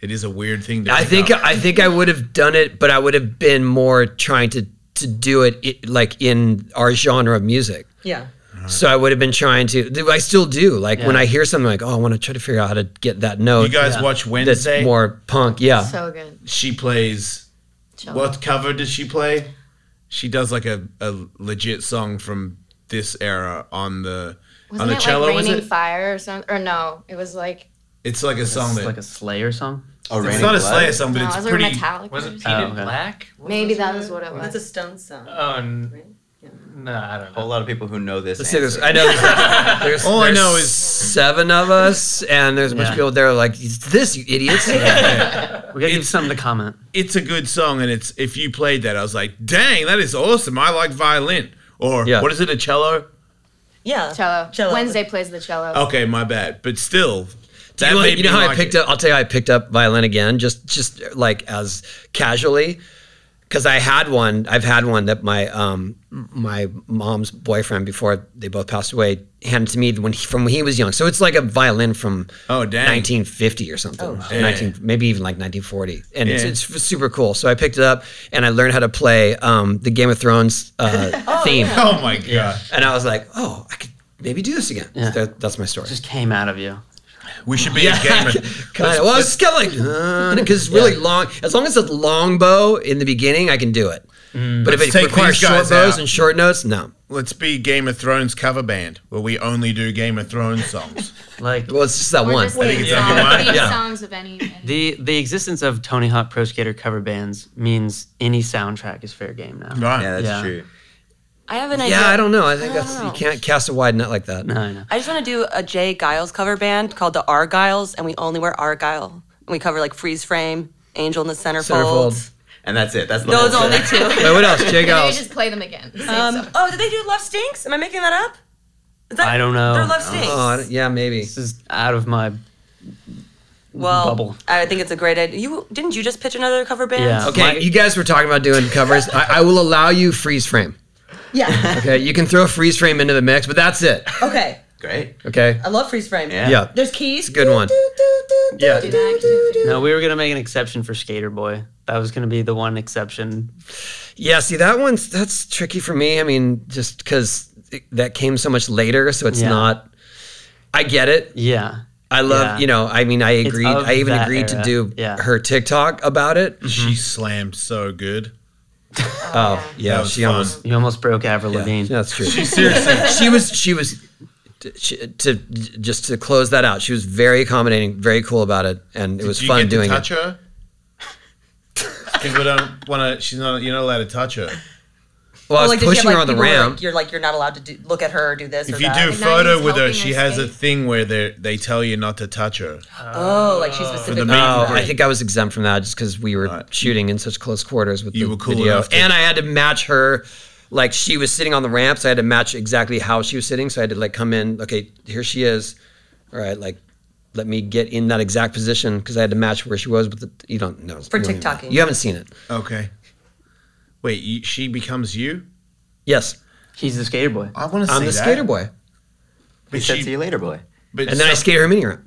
[SPEAKER 5] It is a weird thing to.
[SPEAKER 2] I
[SPEAKER 5] pick
[SPEAKER 2] think
[SPEAKER 5] up.
[SPEAKER 2] I think I would have done it, but I would have been more trying to to do it, it like in our genre of music.
[SPEAKER 8] Yeah.
[SPEAKER 2] So I would have been trying to. I still do. Like when
[SPEAKER 3] Yeah.
[SPEAKER 2] I hear something, like oh, I want to try to figure out how to get that note.
[SPEAKER 5] you guys watch
[SPEAKER 2] that's
[SPEAKER 5] Wednesday.
[SPEAKER 2] more punk. Yeah.
[SPEAKER 1] So good.
[SPEAKER 5] she plays.
[SPEAKER 1] Cello.
[SPEAKER 5] What cover does she play? She does like a, a legit song from this era on the
[SPEAKER 1] Wasn't it
[SPEAKER 5] on the
[SPEAKER 1] like
[SPEAKER 5] cello. was
[SPEAKER 1] raining
[SPEAKER 5] it?
[SPEAKER 1] fire or something? Or no, it was like
[SPEAKER 5] It's like a song
[SPEAKER 3] It's
[SPEAKER 5] that.
[SPEAKER 3] like a Slayer song.
[SPEAKER 6] Oh,
[SPEAKER 5] it's
[SPEAKER 6] Raining
[SPEAKER 5] not a
[SPEAKER 6] Blood?
[SPEAKER 5] Slayer song, but
[SPEAKER 1] no, it
[SPEAKER 5] it's
[SPEAKER 1] was
[SPEAKER 5] pretty.
[SPEAKER 1] like metallic. or
[SPEAKER 7] Was it
[SPEAKER 1] something.
[SPEAKER 7] Painted
[SPEAKER 3] okay.
[SPEAKER 7] Black? What
[SPEAKER 1] Maybe
[SPEAKER 7] was
[SPEAKER 1] that was what it was.
[SPEAKER 8] That's a stone song.
[SPEAKER 7] Oh, n-
[SPEAKER 8] Yeah.
[SPEAKER 7] no, I don't
[SPEAKER 6] A
[SPEAKER 7] know.
[SPEAKER 6] whole lot of people who know this.
[SPEAKER 2] Let's see, there's-
[SPEAKER 6] answer.
[SPEAKER 2] I know. There's, there's,
[SPEAKER 5] All I
[SPEAKER 2] there's
[SPEAKER 5] know is
[SPEAKER 2] seven of us, and there's a bunch of
[SPEAKER 3] Yeah.
[SPEAKER 2] people there like, "It's this, you idiots.
[SPEAKER 3] We gotta give something to comment.
[SPEAKER 5] it's a good song, and it's if you played that, I was like, dang, that is awesome. I like violin. Or
[SPEAKER 2] Yeah.
[SPEAKER 5] what is it, a cello?
[SPEAKER 8] Yeah.
[SPEAKER 1] Cello.
[SPEAKER 8] Cello.
[SPEAKER 1] Wednesday plays the cello.
[SPEAKER 5] Okay, my bad. But still, that
[SPEAKER 2] you know,
[SPEAKER 5] made
[SPEAKER 2] you know
[SPEAKER 5] me
[SPEAKER 2] how I
[SPEAKER 5] like
[SPEAKER 2] picked
[SPEAKER 5] it.
[SPEAKER 2] up? I'll tell you, how I picked up violin again, just just like as casually, because I had one. I've had one that my um my mom's boyfriend before they both passed away handed to me when he, from when he was young. So it's like a violin from
[SPEAKER 5] Oh, dang.
[SPEAKER 2] 1950 or something, or
[SPEAKER 5] shit.
[SPEAKER 2] 19 maybe even like 1940, and
[SPEAKER 5] Yeah.
[SPEAKER 2] it's, it's super cool. So I picked it up and I learned how to play um the Game of Thrones uh, theme,
[SPEAKER 5] Oh my god.
[SPEAKER 2] and I was like, oh, I could maybe do this again.
[SPEAKER 3] Yeah.
[SPEAKER 2] That- that's my story.
[SPEAKER 3] Just came out of you.
[SPEAKER 5] We should be a gamer.
[SPEAKER 2] Kind of. Well, it's kind of like because really long. As long as it's long bow in the beginning, I can do it. but if
[SPEAKER 5] Mm, Let's
[SPEAKER 2] it
[SPEAKER 5] take
[SPEAKER 2] requires
[SPEAKER 5] these
[SPEAKER 2] short
[SPEAKER 5] guys
[SPEAKER 2] bows
[SPEAKER 5] out.
[SPEAKER 2] and short notes, no.
[SPEAKER 5] Let's be Game of Thrones cover band where we only do Game of Thrones songs.
[SPEAKER 3] Like
[SPEAKER 2] Well, it's just that
[SPEAKER 1] Or
[SPEAKER 2] one.
[SPEAKER 1] just theme
[SPEAKER 5] it's number
[SPEAKER 1] songs-
[SPEAKER 5] one.
[SPEAKER 1] theme
[SPEAKER 2] Yeah.
[SPEAKER 1] songs of any. any-
[SPEAKER 3] the the existence of Tony Hawk Pro Skater cover bands means any soundtrack is fair game now.
[SPEAKER 5] Right.
[SPEAKER 6] Yeah, that's
[SPEAKER 3] Yeah.
[SPEAKER 6] true.
[SPEAKER 4] I have an idea.
[SPEAKER 2] yeah, I don't know. I think that's
[SPEAKER 1] Oh.
[SPEAKER 4] know.
[SPEAKER 2] you can't cast a wide net like that.
[SPEAKER 3] No, I know.
[SPEAKER 4] I just want to do a Jay Giles cover band called the Argyles, and we only wear Argyle. And we cover like Freeze Frame, Angel in the Centerfold.
[SPEAKER 2] Centerfold.
[SPEAKER 6] And that's it. That's the
[SPEAKER 4] Those
[SPEAKER 6] whole
[SPEAKER 4] only
[SPEAKER 6] set.
[SPEAKER 4] two.
[SPEAKER 2] Wait, what else? Jay
[SPEAKER 1] And then you
[SPEAKER 2] Giles.
[SPEAKER 1] just play them again. Same
[SPEAKER 4] Um,
[SPEAKER 1] song.
[SPEAKER 4] oh, did they do Love Stinks? Am I making that up? Is that,
[SPEAKER 3] I don't know.
[SPEAKER 4] They're Love Stinks.
[SPEAKER 2] Oh, I don't- yeah, maybe.
[SPEAKER 3] This is out of my
[SPEAKER 4] well,
[SPEAKER 3] bubble.
[SPEAKER 4] I think it's a great idea. You didn't you just pitch another cover band?
[SPEAKER 3] Yeah.
[SPEAKER 2] Okay,
[SPEAKER 3] My-
[SPEAKER 2] you guys were talking about doing covers. I, I will allow you freeze frame.
[SPEAKER 8] Yeah.
[SPEAKER 2] Okay, you can throw freeze frame into the mix, but that's it.
[SPEAKER 8] okay.
[SPEAKER 6] Great.
[SPEAKER 2] Okay.
[SPEAKER 8] I love freeze frame.
[SPEAKER 6] Yeah.
[SPEAKER 2] Yeah.
[SPEAKER 8] There's keys.
[SPEAKER 2] Good one. Yeah.
[SPEAKER 3] No, we were gonna make an exception for Skater Boy. That was gonna be the one exception.
[SPEAKER 2] Yeah, see that one's that's tricky for me. I mean, just because that came so much later, so it's
[SPEAKER 3] Yeah.
[SPEAKER 2] not. I get it.
[SPEAKER 3] Yeah.
[SPEAKER 2] I love
[SPEAKER 3] Yeah.
[SPEAKER 2] you know. I mean, I agreed.
[SPEAKER 3] of
[SPEAKER 2] I even
[SPEAKER 3] that
[SPEAKER 2] agreed to
[SPEAKER 3] era.
[SPEAKER 2] do
[SPEAKER 3] Yeah.
[SPEAKER 2] her TikTok about it.
[SPEAKER 5] She slammed so good.
[SPEAKER 2] Oh
[SPEAKER 5] That
[SPEAKER 2] yeah,
[SPEAKER 5] was
[SPEAKER 2] she
[SPEAKER 5] fun.
[SPEAKER 2] almost.
[SPEAKER 3] You almost broke Avril
[SPEAKER 2] Yeah,
[SPEAKER 3] Lavigne.
[SPEAKER 2] that's true. She seriously. she was. She was. She, to just to close that out, she was very accommodating, very cool about it, and it was
[SPEAKER 5] Did you
[SPEAKER 2] fun
[SPEAKER 5] get
[SPEAKER 2] doing
[SPEAKER 5] to touch
[SPEAKER 2] it.
[SPEAKER 5] her? Because we don't want to. She's not. You're not allowed to touch her.
[SPEAKER 2] Well, I
[SPEAKER 8] Oh,
[SPEAKER 2] was
[SPEAKER 8] like, did she
[SPEAKER 2] pushing
[SPEAKER 8] have,
[SPEAKER 2] her
[SPEAKER 8] like,
[SPEAKER 2] on the
[SPEAKER 8] people who are
[SPEAKER 2] ramp.
[SPEAKER 8] Like, you're like you're not allowed to do, look at her or do this.
[SPEAKER 5] If
[SPEAKER 8] or
[SPEAKER 5] you
[SPEAKER 8] that.
[SPEAKER 5] do
[SPEAKER 1] And now
[SPEAKER 5] photo
[SPEAKER 1] he's
[SPEAKER 5] with her,
[SPEAKER 1] helping
[SPEAKER 5] she
[SPEAKER 1] her
[SPEAKER 5] has a
[SPEAKER 1] skate.
[SPEAKER 5] thing where they they tell you not to touch her.
[SPEAKER 8] oh, like she's specifically.
[SPEAKER 5] main-
[SPEAKER 2] Oh,
[SPEAKER 5] Right.
[SPEAKER 2] I think I was exempt from that just because we were
[SPEAKER 5] Right.
[SPEAKER 2] shooting in such close quarters with
[SPEAKER 5] You
[SPEAKER 2] the
[SPEAKER 5] were cool
[SPEAKER 2] video,
[SPEAKER 5] enough to-
[SPEAKER 2] and I had to match her. Like she was sitting on the ramp, so I had to match exactly how she was sitting. So I had to like come in. Okay, here she is. All right, like let me get in that exact position because I had to match where she was. But the, you don't know
[SPEAKER 8] For
[SPEAKER 2] you don't even know.
[SPEAKER 8] TikToking.
[SPEAKER 2] You haven't seen it.
[SPEAKER 5] Okay. Wait, you, she becomes you.
[SPEAKER 2] Yes,
[SPEAKER 3] He's the Skater Boy.
[SPEAKER 5] I want to see
[SPEAKER 2] I'm the
[SPEAKER 5] that.
[SPEAKER 2] skater boy,
[SPEAKER 6] We
[SPEAKER 5] But
[SPEAKER 6] said
[SPEAKER 5] she-
[SPEAKER 6] see you later, boy.
[SPEAKER 5] But
[SPEAKER 2] and then I
[SPEAKER 5] so-
[SPEAKER 2] skate her mini ramp.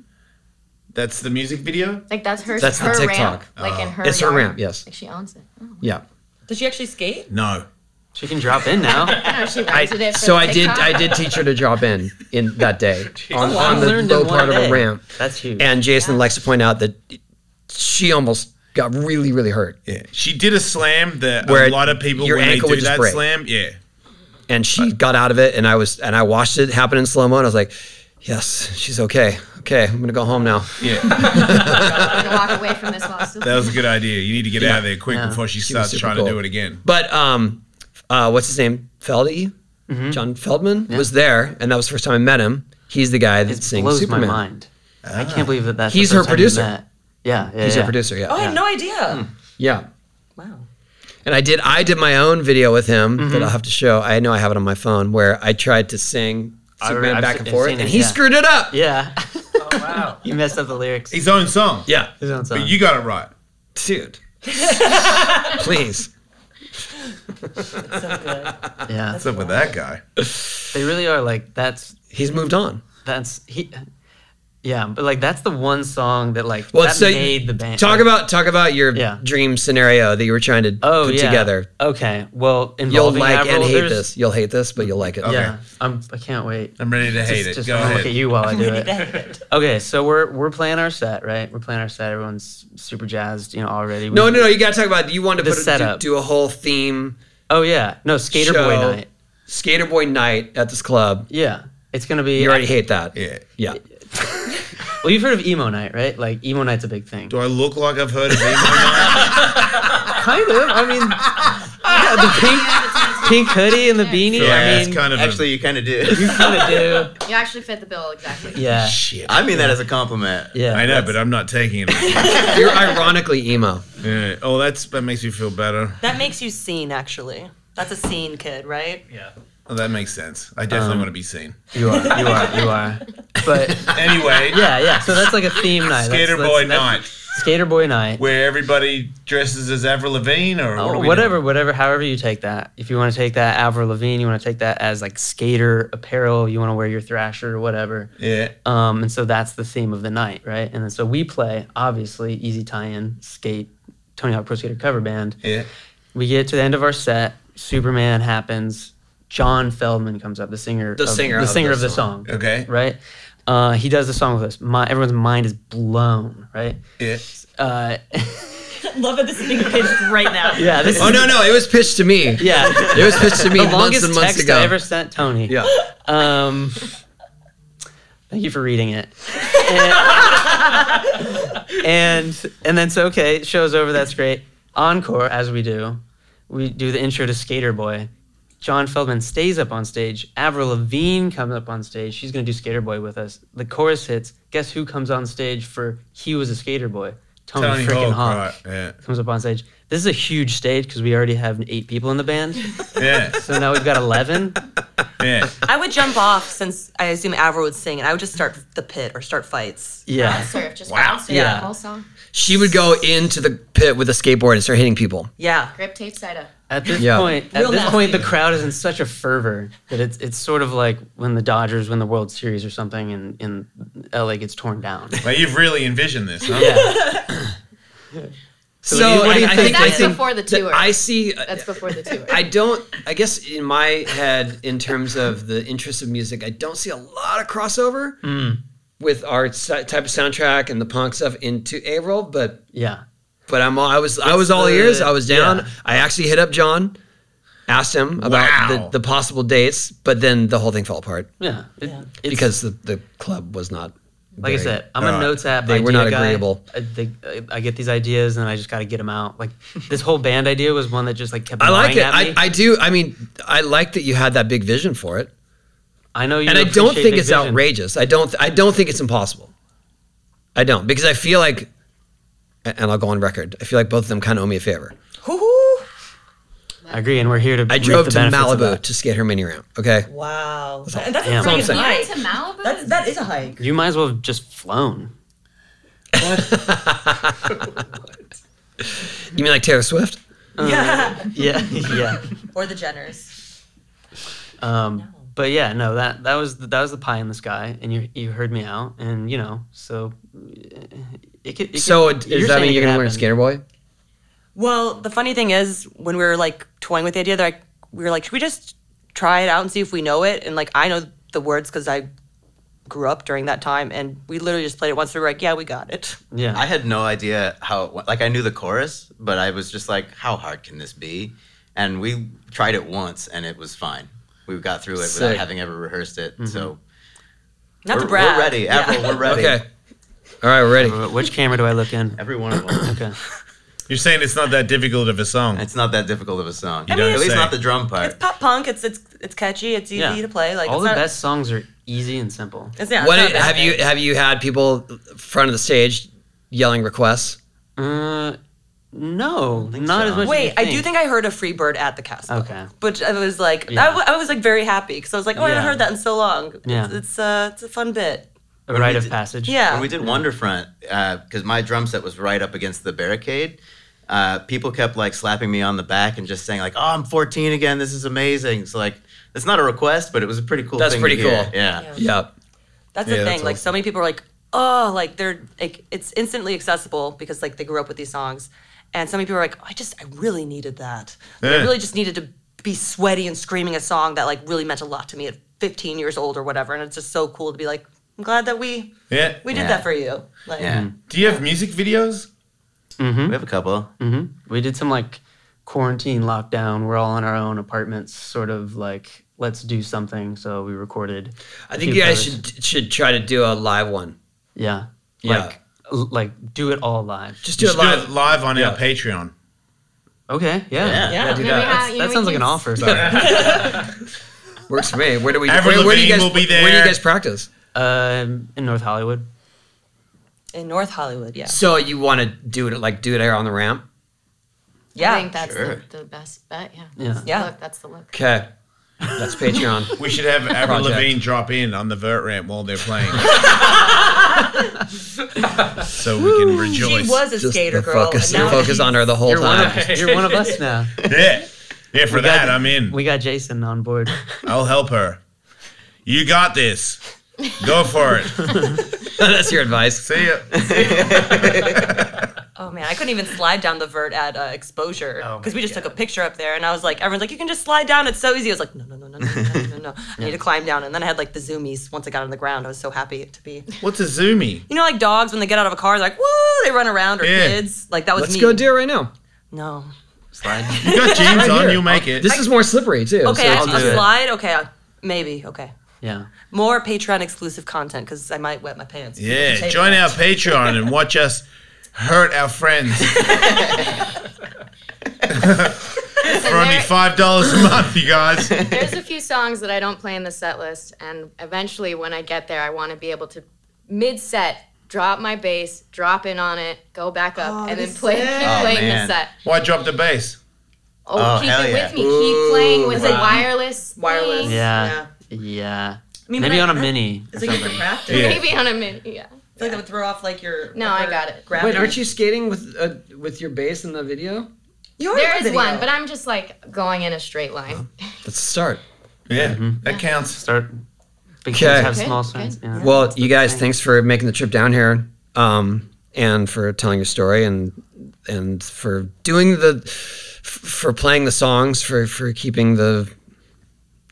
[SPEAKER 5] That's the music video.
[SPEAKER 1] Like that's her.
[SPEAKER 2] That's the
[SPEAKER 1] her
[SPEAKER 2] TikTok.
[SPEAKER 1] ramp. Like in her.
[SPEAKER 2] It's her
[SPEAKER 1] yard.
[SPEAKER 2] ramp, yes.
[SPEAKER 1] Like she owns it. Oh.
[SPEAKER 2] Yeah.
[SPEAKER 8] Does she actually skate?
[SPEAKER 5] No.
[SPEAKER 3] She can drop in now.
[SPEAKER 1] I don't know. She rented it. For
[SPEAKER 2] So
[SPEAKER 1] the
[SPEAKER 2] I did.
[SPEAKER 1] TikTok.
[SPEAKER 2] I did teach her to drop in in that day on,
[SPEAKER 3] Wow.
[SPEAKER 2] on the
[SPEAKER 3] Learned in
[SPEAKER 2] low
[SPEAKER 3] one
[SPEAKER 2] part of
[SPEAKER 3] day.
[SPEAKER 2] a ramp.
[SPEAKER 3] That's huge.
[SPEAKER 2] And Jason likes to point out that she almost got really, really hurt,
[SPEAKER 5] Yeah. She did a slam that
[SPEAKER 2] Where
[SPEAKER 5] a lot of people
[SPEAKER 2] your
[SPEAKER 5] when they
[SPEAKER 2] ankle
[SPEAKER 5] do
[SPEAKER 2] would just
[SPEAKER 5] that
[SPEAKER 2] break.
[SPEAKER 5] slam. Yeah.
[SPEAKER 2] and she got out of it. And I was, and I watched it happen in slow mo, and I was like, "Yes, she's okay. Okay, I'm gonna go home now."
[SPEAKER 5] Yeah.
[SPEAKER 1] I'm gonna walk away from this while it's still.
[SPEAKER 5] that was a good idea. You need to get out of there quick
[SPEAKER 3] Yeah.
[SPEAKER 5] before she
[SPEAKER 2] was
[SPEAKER 5] starts
[SPEAKER 2] super
[SPEAKER 5] trying to
[SPEAKER 2] cool.
[SPEAKER 5] do it again.
[SPEAKER 2] But um, uh, what's his name? Feldy,
[SPEAKER 3] Mm-hmm.
[SPEAKER 2] John Feldman was there, and that was the first time I met him. He's the guy that
[SPEAKER 3] It
[SPEAKER 2] sings
[SPEAKER 3] blows
[SPEAKER 2] Superman. Ah.
[SPEAKER 3] my mind. I can't believe that that's
[SPEAKER 2] He's
[SPEAKER 3] the
[SPEAKER 2] her
[SPEAKER 3] first time you
[SPEAKER 2] producer.
[SPEAKER 3] met. Yeah, yeah,
[SPEAKER 2] He's
[SPEAKER 3] yeah.
[SPEAKER 2] a producer. Yeah.
[SPEAKER 8] Oh, I had no idea.
[SPEAKER 2] Hmm. Yeah.
[SPEAKER 8] Wow.
[SPEAKER 2] And I did I did my own video with him
[SPEAKER 3] Mm-hmm.
[SPEAKER 2] that I'll have to show. I know I have it on my phone where I tried to sing
[SPEAKER 3] I
[SPEAKER 2] Superman
[SPEAKER 3] remember-
[SPEAKER 2] back
[SPEAKER 3] I've
[SPEAKER 2] and
[SPEAKER 3] se-
[SPEAKER 2] forth,
[SPEAKER 3] seen
[SPEAKER 2] and
[SPEAKER 3] it,
[SPEAKER 2] he
[SPEAKER 3] yeah.
[SPEAKER 2] screwed it up.
[SPEAKER 3] Yeah. Oh wow. you messed up the lyrics.
[SPEAKER 5] His own song.
[SPEAKER 2] Yeah.
[SPEAKER 3] His own song.
[SPEAKER 5] But you got it right.
[SPEAKER 2] Dude. Please.
[SPEAKER 8] So good.
[SPEAKER 3] yeah.
[SPEAKER 5] What's up with that guy?
[SPEAKER 3] They really are like that's
[SPEAKER 2] He's moved on.
[SPEAKER 3] that's he yeah, but like that's the one song that like
[SPEAKER 2] Well,
[SPEAKER 3] that
[SPEAKER 2] so
[SPEAKER 3] made the band.
[SPEAKER 2] Talk
[SPEAKER 3] like-
[SPEAKER 2] about talk about your
[SPEAKER 3] Yeah.
[SPEAKER 2] dream scenario that you were trying to
[SPEAKER 3] oh,
[SPEAKER 2] put
[SPEAKER 3] yeah.
[SPEAKER 2] together.
[SPEAKER 3] Okay, well,
[SPEAKER 2] You'll
[SPEAKER 3] involving
[SPEAKER 2] like
[SPEAKER 3] Avril,
[SPEAKER 2] and hate
[SPEAKER 3] there's-
[SPEAKER 2] this. You'll hate this, but you'll like it.
[SPEAKER 3] Yeah, I'm, I can't wait.
[SPEAKER 5] I'm ready to hate
[SPEAKER 3] just,
[SPEAKER 5] it.
[SPEAKER 3] Just
[SPEAKER 5] Go
[SPEAKER 3] wanna
[SPEAKER 5] ahead.
[SPEAKER 3] look at you while I
[SPEAKER 8] Ready
[SPEAKER 3] do
[SPEAKER 8] to
[SPEAKER 3] it.
[SPEAKER 8] have it.
[SPEAKER 3] Okay, so we're we're playing our set, right? We're playing our set. Everyone's super jazzed, you know, already. We-
[SPEAKER 2] No, no, no. You got to talk about you wanted to
[SPEAKER 3] The
[SPEAKER 2] put a, do,
[SPEAKER 3] setup.
[SPEAKER 2] do a whole theme
[SPEAKER 3] Oh yeah, no, Skater Boy
[SPEAKER 2] Show.
[SPEAKER 3] night.
[SPEAKER 2] skater boy night at this club.
[SPEAKER 3] Yeah, it's gonna be.
[SPEAKER 2] You already hate that.
[SPEAKER 5] Yeah.
[SPEAKER 2] Yeah.
[SPEAKER 3] Well, you've heard of emo night, right? Like emo night's a big thing.
[SPEAKER 5] Do I look like I've heard of him?
[SPEAKER 3] Kind of. I mean, yeah, the pink, pink hoodie and the beanie.
[SPEAKER 5] Yeah,
[SPEAKER 3] I
[SPEAKER 5] it's
[SPEAKER 3] mean,
[SPEAKER 5] kind of
[SPEAKER 6] Actually, you kind of do.
[SPEAKER 3] kind of
[SPEAKER 1] You actually fit the bill exactly.
[SPEAKER 3] do. Yeah,
[SPEAKER 5] shit.
[SPEAKER 6] I mean that as a compliment.
[SPEAKER 3] yeah.
[SPEAKER 5] I know, but I'm not taking it.
[SPEAKER 2] You're ironically emo.
[SPEAKER 5] Yeah. Oh, that's that makes me feel better.
[SPEAKER 4] That makes you seen, actually. That's a scene kid, right?
[SPEAKER 7] Yeah.
[SPEAKER 5] Oh, that makes sense. I definitely want to be seen.
[SPEAKER 3] You are, you are, you are. But
[SPEAKER 5] Anyway,
[SPEAKER 3] yeah, yeah. So that's like a theme night. That's-
[SPEAKER 5] Skater
[SPEAKER 3] that's-
[SPEAKER 5] Boy
[SPEAKER 3] that's-
[SPEAKER 5] Night,
[SPEAKER 3] Skater boy night.
[SPEAKER 5] where everybody dresses as Avril Lavigne or what
[SPEAKER 3] Or
[SPEAKER 5] do we
[SPEAKER 3] Oh, whatever,
[SPEAKER 5] do?
[SPEAKER 3] whatever, however you take that. If you want to take that Avril Lavigne, you want to take that as like skater apparel. You want to wear your Thrasher, whatever.
[SPEAKER 5] Yeah.
[SPEAKER 3] Um, and so that's the theme of the night, right? And then so we play, obviously, easy tie-in, skate, Tony Hawk Pro Skater cover band.
[SPEAKER 5] Yeah.
[SPEAKER 3] We get to the end of our set. Superman happens. John Feldman comes up, the singer,
[SPEAKER 2] The
[SPEAKER 3] of,
[SPEAKER 2] singer
[SPEAKER 3] the
[SPEAKER 2] of
[SPEAKER 3] singer
[SPEAKER 2] the
[SPEAKER 3] of the
[SPEAKER 2] song.
[SPEAKER 3] song,
[SPEAKER 5] Okay.
[SPEAKER 3] right? Uh, he does the song with us. My, everyone's mind is blown, right?
[SPEAKER 5] Yeah.
[SPEAKER 3] Uh,
[SPEAKER 8] Love that this is being pitched right now.
[SPEAKER 3] yeah, this
[SPEAKER 2] Oh
[SPEAKER 3] is,
[SPEAKER 2] no, no, it was pitched to me.
[SPEAKER 3] yeah.
[SPEAKER 2] It was pitched to me
[SPEAKER 3] the
[SPEAKER 2] months
[SPEAKER 3] longest
[SPEAKER 2] and months
[SPEAKER 3] text
[SPEAKER 2] ago.
[SPEAKER 3] I ever sent Tony.
[SPEAKER 2] yeah.
[SPEAKER 3] Um, thank you for reading it. And, and and then so okay, show's over. That's great. Encore, as we do, we do the intro to Skater Boy. John Feldman stays up on stage. Avril Lavigne comes up on stage. She's gonna do Skater Boy with us. The chorus hits. Guess who comes on stage for "He Was a Skater Boy"? Tony,
[SPEAKER 5] Tony
[SPEAKER 3] freaking
[SPEAKER 5] Hawk,
[SPEAKER 3] Hawk
[SPEAKER 5] right, yeah.
[SPEAKER 3] comes up on stage. This is a huge stage because we already have eight people in the band.
[SPEAKER 5] Yeah.
[SPEAKER 3] So now we've got eleven.
[SPEAKER 5] Yeah.
[SPEAKER 4] I would jump off since I assume Avril would sing, and I would just start the pit or start fights.
[SPEAKER 3] Yeah.
[SPEAKER 1] Surf, just
[SPEAKER 5] Wow.
[SPEAKER 1] bounce it
[SPEAKER 4] Yeah.
[SPEAKER 1] the whole song.
[SPEAKER 2] She would go into the pit with a skateboard and start hitting people.
[SPEAKER 4] Yeah.
[SPEAKER 1] Grip tape cider.
[SPEAKER 3] At this
[SPEAKER 2] Yeah.
[SPEAKER 3] point, at
[SPEAKER 8] Real
[SPEAKER 3] this
[SPEAKER 8] nasty.
[SPEAKER 3] point, the crowd is in such a fervor that it's it's sort of like when the Dodgers win the World Series or something, and, and LA gets torn down.
[SPEAKER 5] Well, you've really envisioned this, huh?
[SPEAKER 3] Yeah,
[SPEAKER 2] So,
[SPEAKER 3] do you- what do you
[SPEAKER 2] I, I
[SPEAKER 3] think-
[SPEAKER 2] think, I
[SPEAKER 1] That's
[SPEAKER 2] think
[SPEAKER 1] before the
[SPEAKER 2] that
[SPEAKER 1] tour.
[SPEAKER 2] I see.
[SPEAKER 1] That's before the tour.
[SPEAKER 2] I don't. I guess in my head, in terms of the interest of music, I don't see a lot of crossover
[SPEAKER 3] Mm.
[SPEAKER 2] with our si- type of soundtrack and the punk stuff into Avril. But
[SPEAKER 3] yeah.
[SPEAKER 2] but I'm all, I was I was all
[SPEAKER 3] the-
[SPEAKER 2] ears. I was down.
[SPEAKER 3] yeah.
[SPEAKER 2] I actually hit up John, asked him about
[SPEAKER 5] Wow.
[SPEAKER 2] the, the possible dates, but then the whole thing fell apart
[SPEAKER 3] Yeah, it- it's-
[SPEAKER 2] because the, the club was not.
[SPEAKER 3] like I
[SPEAKER 2] very-
[SPEAKER 3] said, I'm
[SPEAKER 5] uh,
[SPEAKER 3] a notes app.
[SPEAKER 2] they
[SPEAKER 3] idea
[SPEAKER 2] were not
[SPEAKER 3] guy.
[SPEAKER 2] agreeable.
[SPEAKER 3] I, think I, I get these ideas and I just got to get them out. Like this whole band idea was one that just like kept.
[SPEAKER 2] I like
[SPEAKER 3] gnawing
[SPEAKER 2] it.
[SPEAKER 3] at
[SPEAKER 2] I,
[SPEAKER 3] me.
[SPEAKER 2] I do. I mean, I like that you had that big vision for it,
[SPEAKER 3] I know you.
[SPEAKER 2] and I don't
[SPEAKER 3] appreciate
[SPEAKER 2] think
[SPEAKER 3] Big
[SPEAKER 2] it's
[SPEAKER 3] Vision.
[SPEAKER 2] outrageous. I don't. I don't think it's impossible. I don't because I feel like, and I'll go on record. I feel like both of them kind of owe me a favor.
[SPEAKER 8] Woo-hoo.
[SPEAKER 3] I agree, and we're here to.
[SPEAKER 2] I
[SPEAKER 3] reap
[SPEAKER 2] drove
[SPEAKER 3] the
[SPEAKER 2] to
[SPEAKER 3] benefits of
[SPEAKER 2] Malibu
[SPEAKER 3] that.
[SPEAKER 2] to skate her mini ramp. Okay,
[SPEAKER 8] Wow. And that's
[SPEAKER 3] Damn.
[SPEAKER 8] a pretty
[SPEAKER 2] That's what
[SPEAKER 8] good
[SPEAKER 2] I'm
[SPEAKER 8] hike.
[SPEAKER 1] Went to Malibu.
[SPEAKER 8] That's, that is a hike.
[SPEAKER 3] You might as well have just flown.
[SPEAKER 2] you mean like Taylor Swift?
[SPEAKER 4] Um,
[SPEAKER 3] Yeah, yeah.
[SPEAKER 8] Or the Jenners.
[SPEAKER 3] Um, But yeah, no that that was the, that was the pie in the sky, and you you heard me out, and you know, so uh, it could. It could-
[SPEAKER 2] So it- does that
[SPEAKER 3] saying
[SPEAKER 2] mean
[SPEAKER 3] it
[SPEAKER 2] you're
[SPEAKER 3] could
[SPEAKER 2] gonna wear a
[SPEAKER 3] happen.
[SPEAKER 2] skater boy?
[SPEAKER 4] Well, the funny thing is, when we were like toying with the idea, they're like we were like, should we just try it out and see if we know it? And like, I know the words because I grew up during that time, and we literally just played it once. We were like, yeah, we got it.
[SPEAKER 3] Yeah,
[SPEAKER 6] I had no idea how it went. Like I knew the chorus, but I was just like, how hard can this be? And we tried it once, and it was fine. We got through it
[SPEAKER 2] Sick.
[SPEAKER 6] without having ever rehearsed it. So
[SPEAKER 4] Not
[SPEAKER 6] we're,
[SPEAKER 4] to brag.
[SPEAKER 6] we're ready,
[SPEAKER 4] Yeah.
[SPEAKER 6] Avril. We're ready.
[SPEAKER 2] Okay. All right, we're ready.
[SPEAKER 3] Wh- Which camera do I look in?
[SPEAKER 6] Every one of them.
[SPEAKER 3] Okay.
[SPEAKER 5] You're saying it's not that difficult of a song.
[SPEAKER 6] It's not that difficult of a song.
[SPEAKER 5] don't
[SPEAKER 6] At least
[SPEAKER 5] say.
[SPEAKER 6] not the drum
[SPEAKER 4] It's
[SPEAKER 6] part.
[SPEAKER 4] pop punk. It's it's it's catchy. It's easy
[SPEAKER 3] Yeah.
[SPEAKER 4] to play. Like
[SPEAKER 3] All
[SPEAKER 4] it's
[SPEAKER 3] the
[SPEAKER 4] not,
[SPEAKER 3] best songs are easy and simple.
[SPEAKER 4] It's, yeah, it's
[SPEAKER 2] What
[SPEAKER 4] not a bad
[SPEAKER 2] have you
[SPEAKER 4] thing.
[SPEAKER 2] have you had people front of the stage yelling requests?
[SPEAKER 3] Uh, no, not
[SPEAKER 6] so.
[SPEAKER 3] as much. as
[SPEAKER 4] Wait,
[SPEAKER 3] you
[SPEAKER 4] I do think I heard a free bird at the castle.
[SPEAKER 3] Okay.
[SPEAKER 4] But I was like, I,
[SPEAKER 3] Yeah.
[SPEAKER 4] w- I was like very happy because I was like, oh, I haven't
[SPEAKER 3] Yeah.
[SPEAKER 4] heard that in so long. It's,
[SPEAKER 3] Yeah.
[SPEAKER 4] it's, uh, it's a fun bit.
[SPEAKER 3] a rite
[SPEAKER 6] we
[SPEAKER 3] of
[SPEAKER 6] did-
[SPEAKER 3] passage.
[SPEAKER 4] Yeah.
[SPEAKER 6] When we did Wonderfront, because my drum set was right up against the barricade, uh, people kept like slapping me on the back and just saying like, "Oh, I'm 14 again. This is amazing." So like, it's not a request, but it was a pretty cool.
[SPEAKER 2] That's
[SPEAKER 6] thing
[SPEAKER 2] pretty
[SPEAKER 6] to hear.
[SPEAKER 2] cool.
[SPEAKER 6] Yeah.
[SPEAKER 2] Yeah.
[SPEAKER 4] That's
[SPEAKER 5] Yeah,
[SPEAKER 4] the thing.
[SPEAKER 5] that's
[SPEAKER 4] like
[SPEAKER 5] awesome.
[SPEAKER 4] so many people are like, oh, like they're like it's instantly accessible because like they grew up with these songs, and so many people are like, oh, I just I really needed that. Like,
[SPEAKER 5] Yeah.
[SPEAKER 4] I really just needed to be sweaty and screaming a song that like really meant a lot to me at 15 years old or whatever. And it's just so cool to be like, I'm glad that we
[SPEAKER 5] yeah.
[SPEAKER 4] we did
[SPEAKER 6] Yeah.
[SPEAKER 4] that for you. Like,
[SPEAKER 6] Yeah.
[SPEAKER 5] Do you have music videos?
[SPEAKER 6] We have a couple.
[SPEAKER 3] hmm Mm-hmm, We did some like quarantine lockdown. We're all in our own apartments, sort of like let's do something. So we recorded.
[SPEAKER 2] I
[SPEAKER 3] a
[SPEAKER 2] think
[SPEAKER 3] few
[SPEAKER 2] you guys
[SPEAKER 3] covers.
[SPEAKER 2] should should try to do a live one.
[SPEAKER 3] Yeah.
[SPEAKER 2] Yeah.
[SPEAKER 3] Like, l- like do it all live.
[SPEAKER 2] Just do
[SPEAKER 5] You
[SPEAKER 2] it
[SPEAKER 5] should do
[SPEAKER 2] live.
[SPEAKER 5] it live on
[SPEAKER 2] Yeah.
[SPEAKER 5] our Patreon.
[SPEAKER 3] Okay. Yeah.
[SPEAKER 6] Yeah.
[SPEAKER 8] Yeah.
[SPEAKER 3] do
[SPEAKER 1] Maybe
[SPEAKER 3] that.
[SPEAKER 1] how-
[SPEAKER 3] That's-
[SPEAKER 1] you know,
[SPEAKER 3] that
[SPEAKER 1] we
[SPEAKER 3] sounds like
[SPEAKER 1] can
[SPEAKER 3] an offer.
[SPEAKER 2] Works for me. Where do we?
[SPEAKER 5] Avril
[SPEAKER 2] where, where do you
[SPEAKER 5] Lavigne
[SPEAKER 2] guys?
[SPEAKER 5] will be
[SPEAKER 2] Where do you
[SPEAKER 5] there.
[SPEAKER 2] guys practice?
[SPEAKER 3] Um, in North Hollywood.
[SPEAKER 4] in North Hollywood. Yeah,
[SPEAKER 2] So you want to do it like do it there on the ramp?
[SPEAKER 4] yeah.
[SPEAKER 1] I think that's
[SPEAKER 6] sure.
[SPEAKER 1] the, the best bet. Yeah.
[SPEAKER 3] Yeah.
[SPEAKER 1] That's the
[SPEAKER 4] Yeah.
[SPEAKER 1] Look, that's the look.
[SPEAKER 2] Okay, that's Patreon.
[SPEAKER 5] We should have Avril
[SPEAKER 2] Project.
[SPEAKER 5] Lavigne drop in on the vert ramp while they're playing. so we can rejoice.
[SPEAKER 8] She was a
[SPEAKER 2] Just
[SPEAKER 8] skater
[SPEAKER 2] the
[SPEAKER 8] girl.
[SPEAKER 2] focus,
[SPEAKER 8] and now
[SPEAKER 2] focus on her the whole
[SPEAKER 3] You're one,
[SPEAKER 2] time.
[SPEAKER 3] of, you're one of us now.
[SPEAKER 5] Yeah. Yeah, for
[SPEAKER 3] got
[SPEAKER 5] that,
[SPEAKER 3] the-
[SPEAKER 5] I'm in.
[SPEAKER 3] We got Jason on board.
[SPEAKER 5] I'll help her. You got this. Go for it.
[SPEAKER 2] that's your advice.
[SPEAKER 5] See ya.
[SPEAKER 4] Oh man, I couldn't even slide down the vert at uh, exposure
[SPEAKER 3] Oh,
[SPEAKER 4] because
[SPEAKER 3] my
[SPEAKER 4] we just took a picture up there, and I was like, everyone's like, you can just slide down, it's so easy. I was like, no, no, no, no, no, no, no, no, no. I need to climb down, and then I had like the zoomies once I got on the ground. I was so happy to be,
[SPEAKER 5] What's a zoomie?
[SPEAKER 4] you know, like dogs when they get out of a car, they're like, woo, they run around, or
[SPEAKER 5] Yeah.
[SPEAKER 4] kids, like that was
[SPEAKER 2] Let's
[SPEAKER 4] me.
[SPEAKER 2] go do it right now.
[SPEAKER 4] No.
[SPEAKER 5] You got jeans on,
[SPEAKER 2] here.
[SPEAKER 5] you'll make it.
[SPEAKER 2] This is more slippery too.
[SPEAKER 4] Okay,
[SPEAKER 2] so-
[SPEAKER 4] I,
[SPEAKER 3] I'll do
[SPEAKER 4] a
[SPEAKER 3] it.
[SPEAKER 4] slide. Okay, I- maybe. Okay,
[SPEAKER 3] Yeah.
[SPEAKER 4] more Patreon exclusive content because I might wet my pants.
[SPEAKER 5] Yeah,
[SPEAKER 8] Take
[SPEAKER 5] join
[SPEAKER 8] that.
[SPEAKER 5] our Patreon and watch us hurt our friends
[SPEAKER 1] Listen,
[SPEAKER 5] for only
[SPEAKER 1] there-
[SPEAKER 5] $5 a month, you guys.
[SPEAKER 1] there's a few songs that I don't play in the set list, and eventually when I get there, I want to be able to mid set drop my bass, drop in on it, go back up, and then play, keep
[SPEAKER 6] Oh,
[SPEAKER 1] playing
[SPEAKER 6] man.
[SPEAKER 1] the set.
[SPEAKER 5] Why drop the bass?
[SPEAKER 1] Oh,
[SPEAKER 6] Oh,
[SPEAKER 1] keep
[SPEAKER 6] hell
[SPEAKER 1] it
[SPEAKER 6] yeah.
[SPEAKER 1] with me. keep playing with
[SPEAKER 5] wow.
[SPEAKER 1] a wireless,
[SPEAKER 8] Wireless.
[SPEAKER 1] thing.
[SPEAKER 3] Yeah. Yeah.
[SPEAKER 8] I mean,
[SPEAKER 3] Maybe
[SPEAKER 8] but
[SPEAKER 3] on a
[SPEAKER 8] I-
[SPEAKER 3] mini.
[SPEAKER 8] It's like you have to practice.
[SPEAKER 5] Yeah.
[SPEAKER 1] Maybe on a minute. Yeah.
[SPEAKER 8] I feel like that would throw off like your.
[SPEAKER 1] No,
[SPEAKER 8] upper
[SPEAKER 1] I got it.
[SPEAKER 8] gravity.
[SPEAKER 2] you skating with uh, with your bass in the video?
[SPEAKER 8] You already
[SPEAKER 1] There
[SPEAKER 8] Oh, have
[SPEAKER 1] is
[SPEAKER 8] video.
[SPEAKER 1] one, but I'm just like going in a straight line.
[SPEAKER 2] Let's start.
[SPEAKER 5] Yeah, that counts.
[SPEAKER 3] Start. Big
[SPEAKER 2] Okay.
[SPEAKER 3] kids have
[SPEAKER 1] Good,
[SPEAKER 3] small
[SPEAKER 1] good.
[SPEAKER 3] signs. Yeah.
[SPEAKER 2] Well, you guys, thanks for making the trip down here, um, and for telling your story, and and for doing the, f- for playing the songs, for for keeping the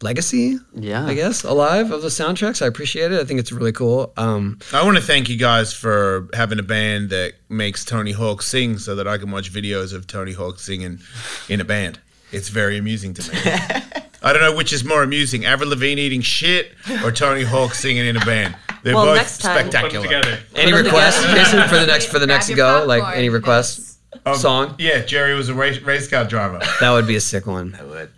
[SPEAKER 2] legacy,
[SPEAKER 3] yeah.
[SPEAKER 2] I guess, alive of the soundtracks. I appreciate it. I think it's really cool. Um,
[SPEAKER 5] I want to thank you guys for having a band that makes Tony Hawk sing so that I can watch videos of Tony Hawk singing in a band. It's very amusing to me. I don't know which is more amusing, Avril Lavigne eating shit or Tony Hawk singing in a band. They're
[SPEAKER 4] Well,
[SPEAKER 5] both
[SPEAKER 4] next time-
[SPEAKER 7] Put them
[SPEAKER 5] spectacular.
[SPEAKER 7] together.
[SPEAKER 2] any
[SPEAKER 4] Put it
[SPEAKER 2] requests,
[SPEAKER 4] together.
[SPEAKER 2] Jason, for the next for the
[SPEAKER 1] Grab
[SPEAKER 2] next
[SPEAKER 1] your
[SPEAKER 2] go? Like
[SPEAKER 1] popcorn,
[SPEAKER 2] any requests?
[SPEAKER 5] Um,
[SPEAKER 2] Song
[SPEAKER 5] Yeah, Jerry was a race, race car driver.
[SPEAKER 2] that would be a sick one.
[SPEAKER 6] I would.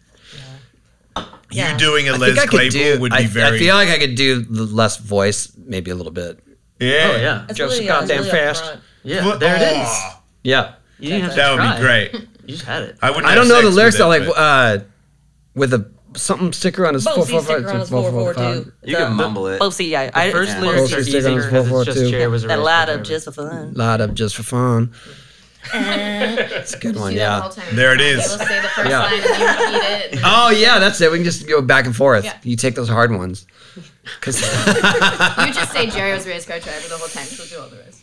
[SPEAKER 5] You doing a
[SPEAKER 2] I
[SPEAKER 5] Les
[SPEAKER 2] think I could
[SPEAKER 5] Claypool
[SPEAKER 2] do.
[SPEAKER 5] would be
[SPEAKER 2] I, I
[SPEAKER 5] very.
[SPEAKER 2] feel like I could do the less voice, maybe a little bit.
[SPEAKER 5] yeah.
[SPEAKER 3] Oh, yeah.
[SPEAKER 8] That's
[SPEAKER 2] Just
[SPEAKER 8] really, uh,
[SPEAKER 2] goddamn
[SPEAKER 8] really
[SPEAKER 2] fast.
[SPEAKER 8] upfront.
[SPEAKER 3] Yeah.
[SPEAKER 5] What-
[SPEAKER 3] There it is.
[SPEAKER 5] Aw,
[SPEAKER 2] Yeah.
[SPEAKER 3] You didn't have to
[SPEAKER 5] That would
[SPEAKER 3] try.
[SPEAKER 5] be great.
[SPEAKER 3] You just had it.
[SPEAKER 5] I wouldn't.
[SPEAKER 2] I
[SPEAKER 5] have
[SPEAKER 2] don't know
[SPEAKER 5] sex
[SPEAKER 2] the
[SPEAKER 5] with
[SPEAKER 2] lyrics
[SPEAKER 5] it,
[SPEAKER 2] though, like
[SPEAKER 5] but-
[SPEAKER 2] uh, with a something sticker on his four
[SPEAKER 8] Both
[SPEAKER 2] four
[SPEAKER 8] these stick
[SPEAKER 2] five.
[SPEAKER 8] around as four four two.
[SPEAKER 6] You can mumble it.
[SPEAKER 4] Oh, see, yeah. I,
[SPEAKER 3] First
[SPEAKER 6] Yeah.
[SPEAKER 3] lyrics are
[SPEAKER 2] Posters
[SPEAKER 3] easy
[SPEAKER 2] taken on
[SPEAKER 3] because it's just
[SPEAKER 2] 442.
[SPEAKER 3] Jerry was a
[SPEAKER 4] that
[SPEAKER 3] race
[SPEAKER 4] lot
[SPEAKER 3] car
[SPEAKER 4] of
[SPEAKER 3] driver.
[SPEAKER 4] just for fun.
[SPEAKER 2] Lot up just for fun. It's a good one,
[SPEAKER 1] Do Uh, that
[SPEAKER 2] yeah.
[SPEAKER 1] whole time.
[SPEAKER 5] There it
[SPEAKER 1] People
[SPEAKER 5] is.
[SPEAKER 1] say the first
[SPEAKER 2] Yeah.
[SPEAKER 1] line and you repeat it.
[SPEAKER 2] Oh yeah, that's it. We can just go back and forth.
[SPEAKER 1] Yeah.
[SPEAKER 2] You take those hard ones. 'Cause-
[SPEAKER 1] You just say Jerry was a race car driver the whole time. She'll do all the rest.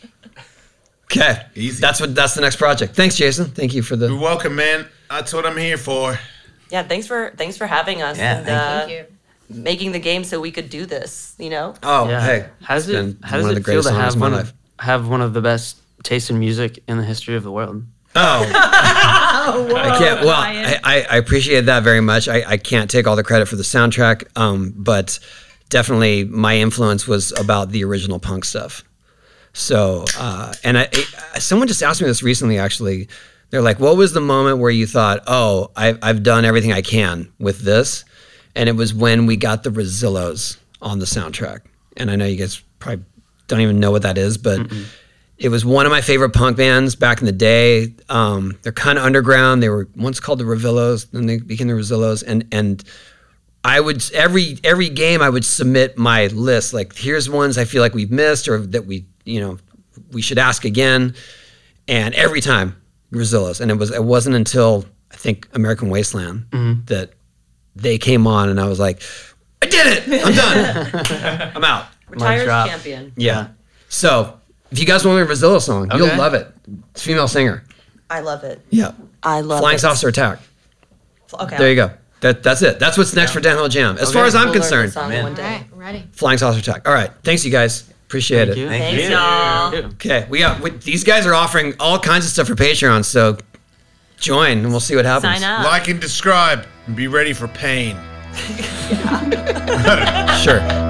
[SPEAKER 2] okay,
[SPEAKER 5] Easy.
[SPEAKER 2] That's what. That's the next project. Thanks, Jason. Thank you for
[SPEAKER 5] You're
[SPEAKER 2] the.
[SPEAKER 5] welcome, man. That's what I'm here for.
[SPEAKER 4] Yeah, thanks for thanks for having us
[SPEAKER 6] Yeah,
[SPEAKER 4] and
[SPEAKER 6] thank
[SPEAKER 4] uh,
[SPEAKER 1] Thank you.
[SPEAKER 4] making the game so we could do this. You know,
[SPEAKER 2] Oh
[SPEAKER 3] Yeah.
[SPEAKER 2] hey,
[SPEAKER 3] How does
[SPEAKER 2] it's
[SPEAKER 3] it?
[SPEAKER 2] been
[SPEAKER 3] How does
[SPEAKER 2] one of the
[SPEAKER 3] it feel
[SPEAKER 2] greatest
[SPEAKER 3] to
[SPEAKER 2] honors
[SPEAKER 3] have
[SPEAKER 2] of my
[SPEAKER 3] one
[SPEAKER 2] life.
[SPEAKER 3] of, have one of the best tastes in music in the history of the world?
[SPEAKER 2] Oh, I can't. Well, I,
[SPEAKER 8] Ryan.
[SPEAKER 2] I, I appreciate that very much. I, I can't take all the credit for the soundtrack, um, but definitely my influence was about the original punk stuff. So, uh, and I, I- someone just asked me this recently, actually. They're like, what was the moment where you thought, oh, I, I've done everything I can with this? And it was when we got the Rosillos on the soundtrack. And I know you guys probably don't even know what that is, but it was one of my favorite punk bands back in the day. Um, they're kind of underground. They were once called the Rosillos, then they became the Rosillos, and and I would every every game I would submit my list like here's ones I feel like we've missed or that we you know we should ask again, and every time Rosillos, and it was it wasn't until I think American Wasteland that they came on and I was like, I did it, I'm done, I'm out,
[SPEAKER 8] Retired
[SPEAKER 3] drop.
[SPEAKER 8] champion.
[SPEAKER 2] yeah. So if you guys want to hear a Rosillo song,
[SPEAKER 3] Okay.
[SPEAKER 2] you'll love it. It's a female singer.
[SPEAKER 8] I love it.
[SPEAKER 2] Yeah.
[SPEAKER 4] I love
[SPEAKER 2] Flying
[SPEAKER 4] it.
[SPEAKER 2] Saucer Attack.
[SPEAKER 8] Okay.
[SPEAKER 2] There you go. That, that's it. That's what's next for Downhill Jam. As
[SPEAKER 3] Okay.
[SPEAKER 2] far as I'm
[SPEAKER 4] We'll learn the
[SPEAKER 2] concerned,
[SPEAKER 4] song
[SPEAKER 6] Man.
[SPEAKER 4] one
[SPEAKER 1] All
[SPEAKER 4] day.
[SPEAKER 1] right, ready.
[SPEAKER 2] Flying Saucer Attack. All right. Thanks, you guys. Appreciate it.
[SPEAKER 3] Thank you.
[SPEAKER 6] Thank
[SPEAKER 8] Thanks,
[SPEAKER 6] you.
[SPEAKER 8] y'all.
[SPEAKER 3] Thank you.
[SPEAKER 2] Okay. We got we, these guys are offering all kinds of stuff for Patreon, so join and we'll see what happens.
[SPEAKER 4] Sign up.
[SPEAKER 5] Like and describe, and be ready for pain.
[SPEAKER 2] Sure.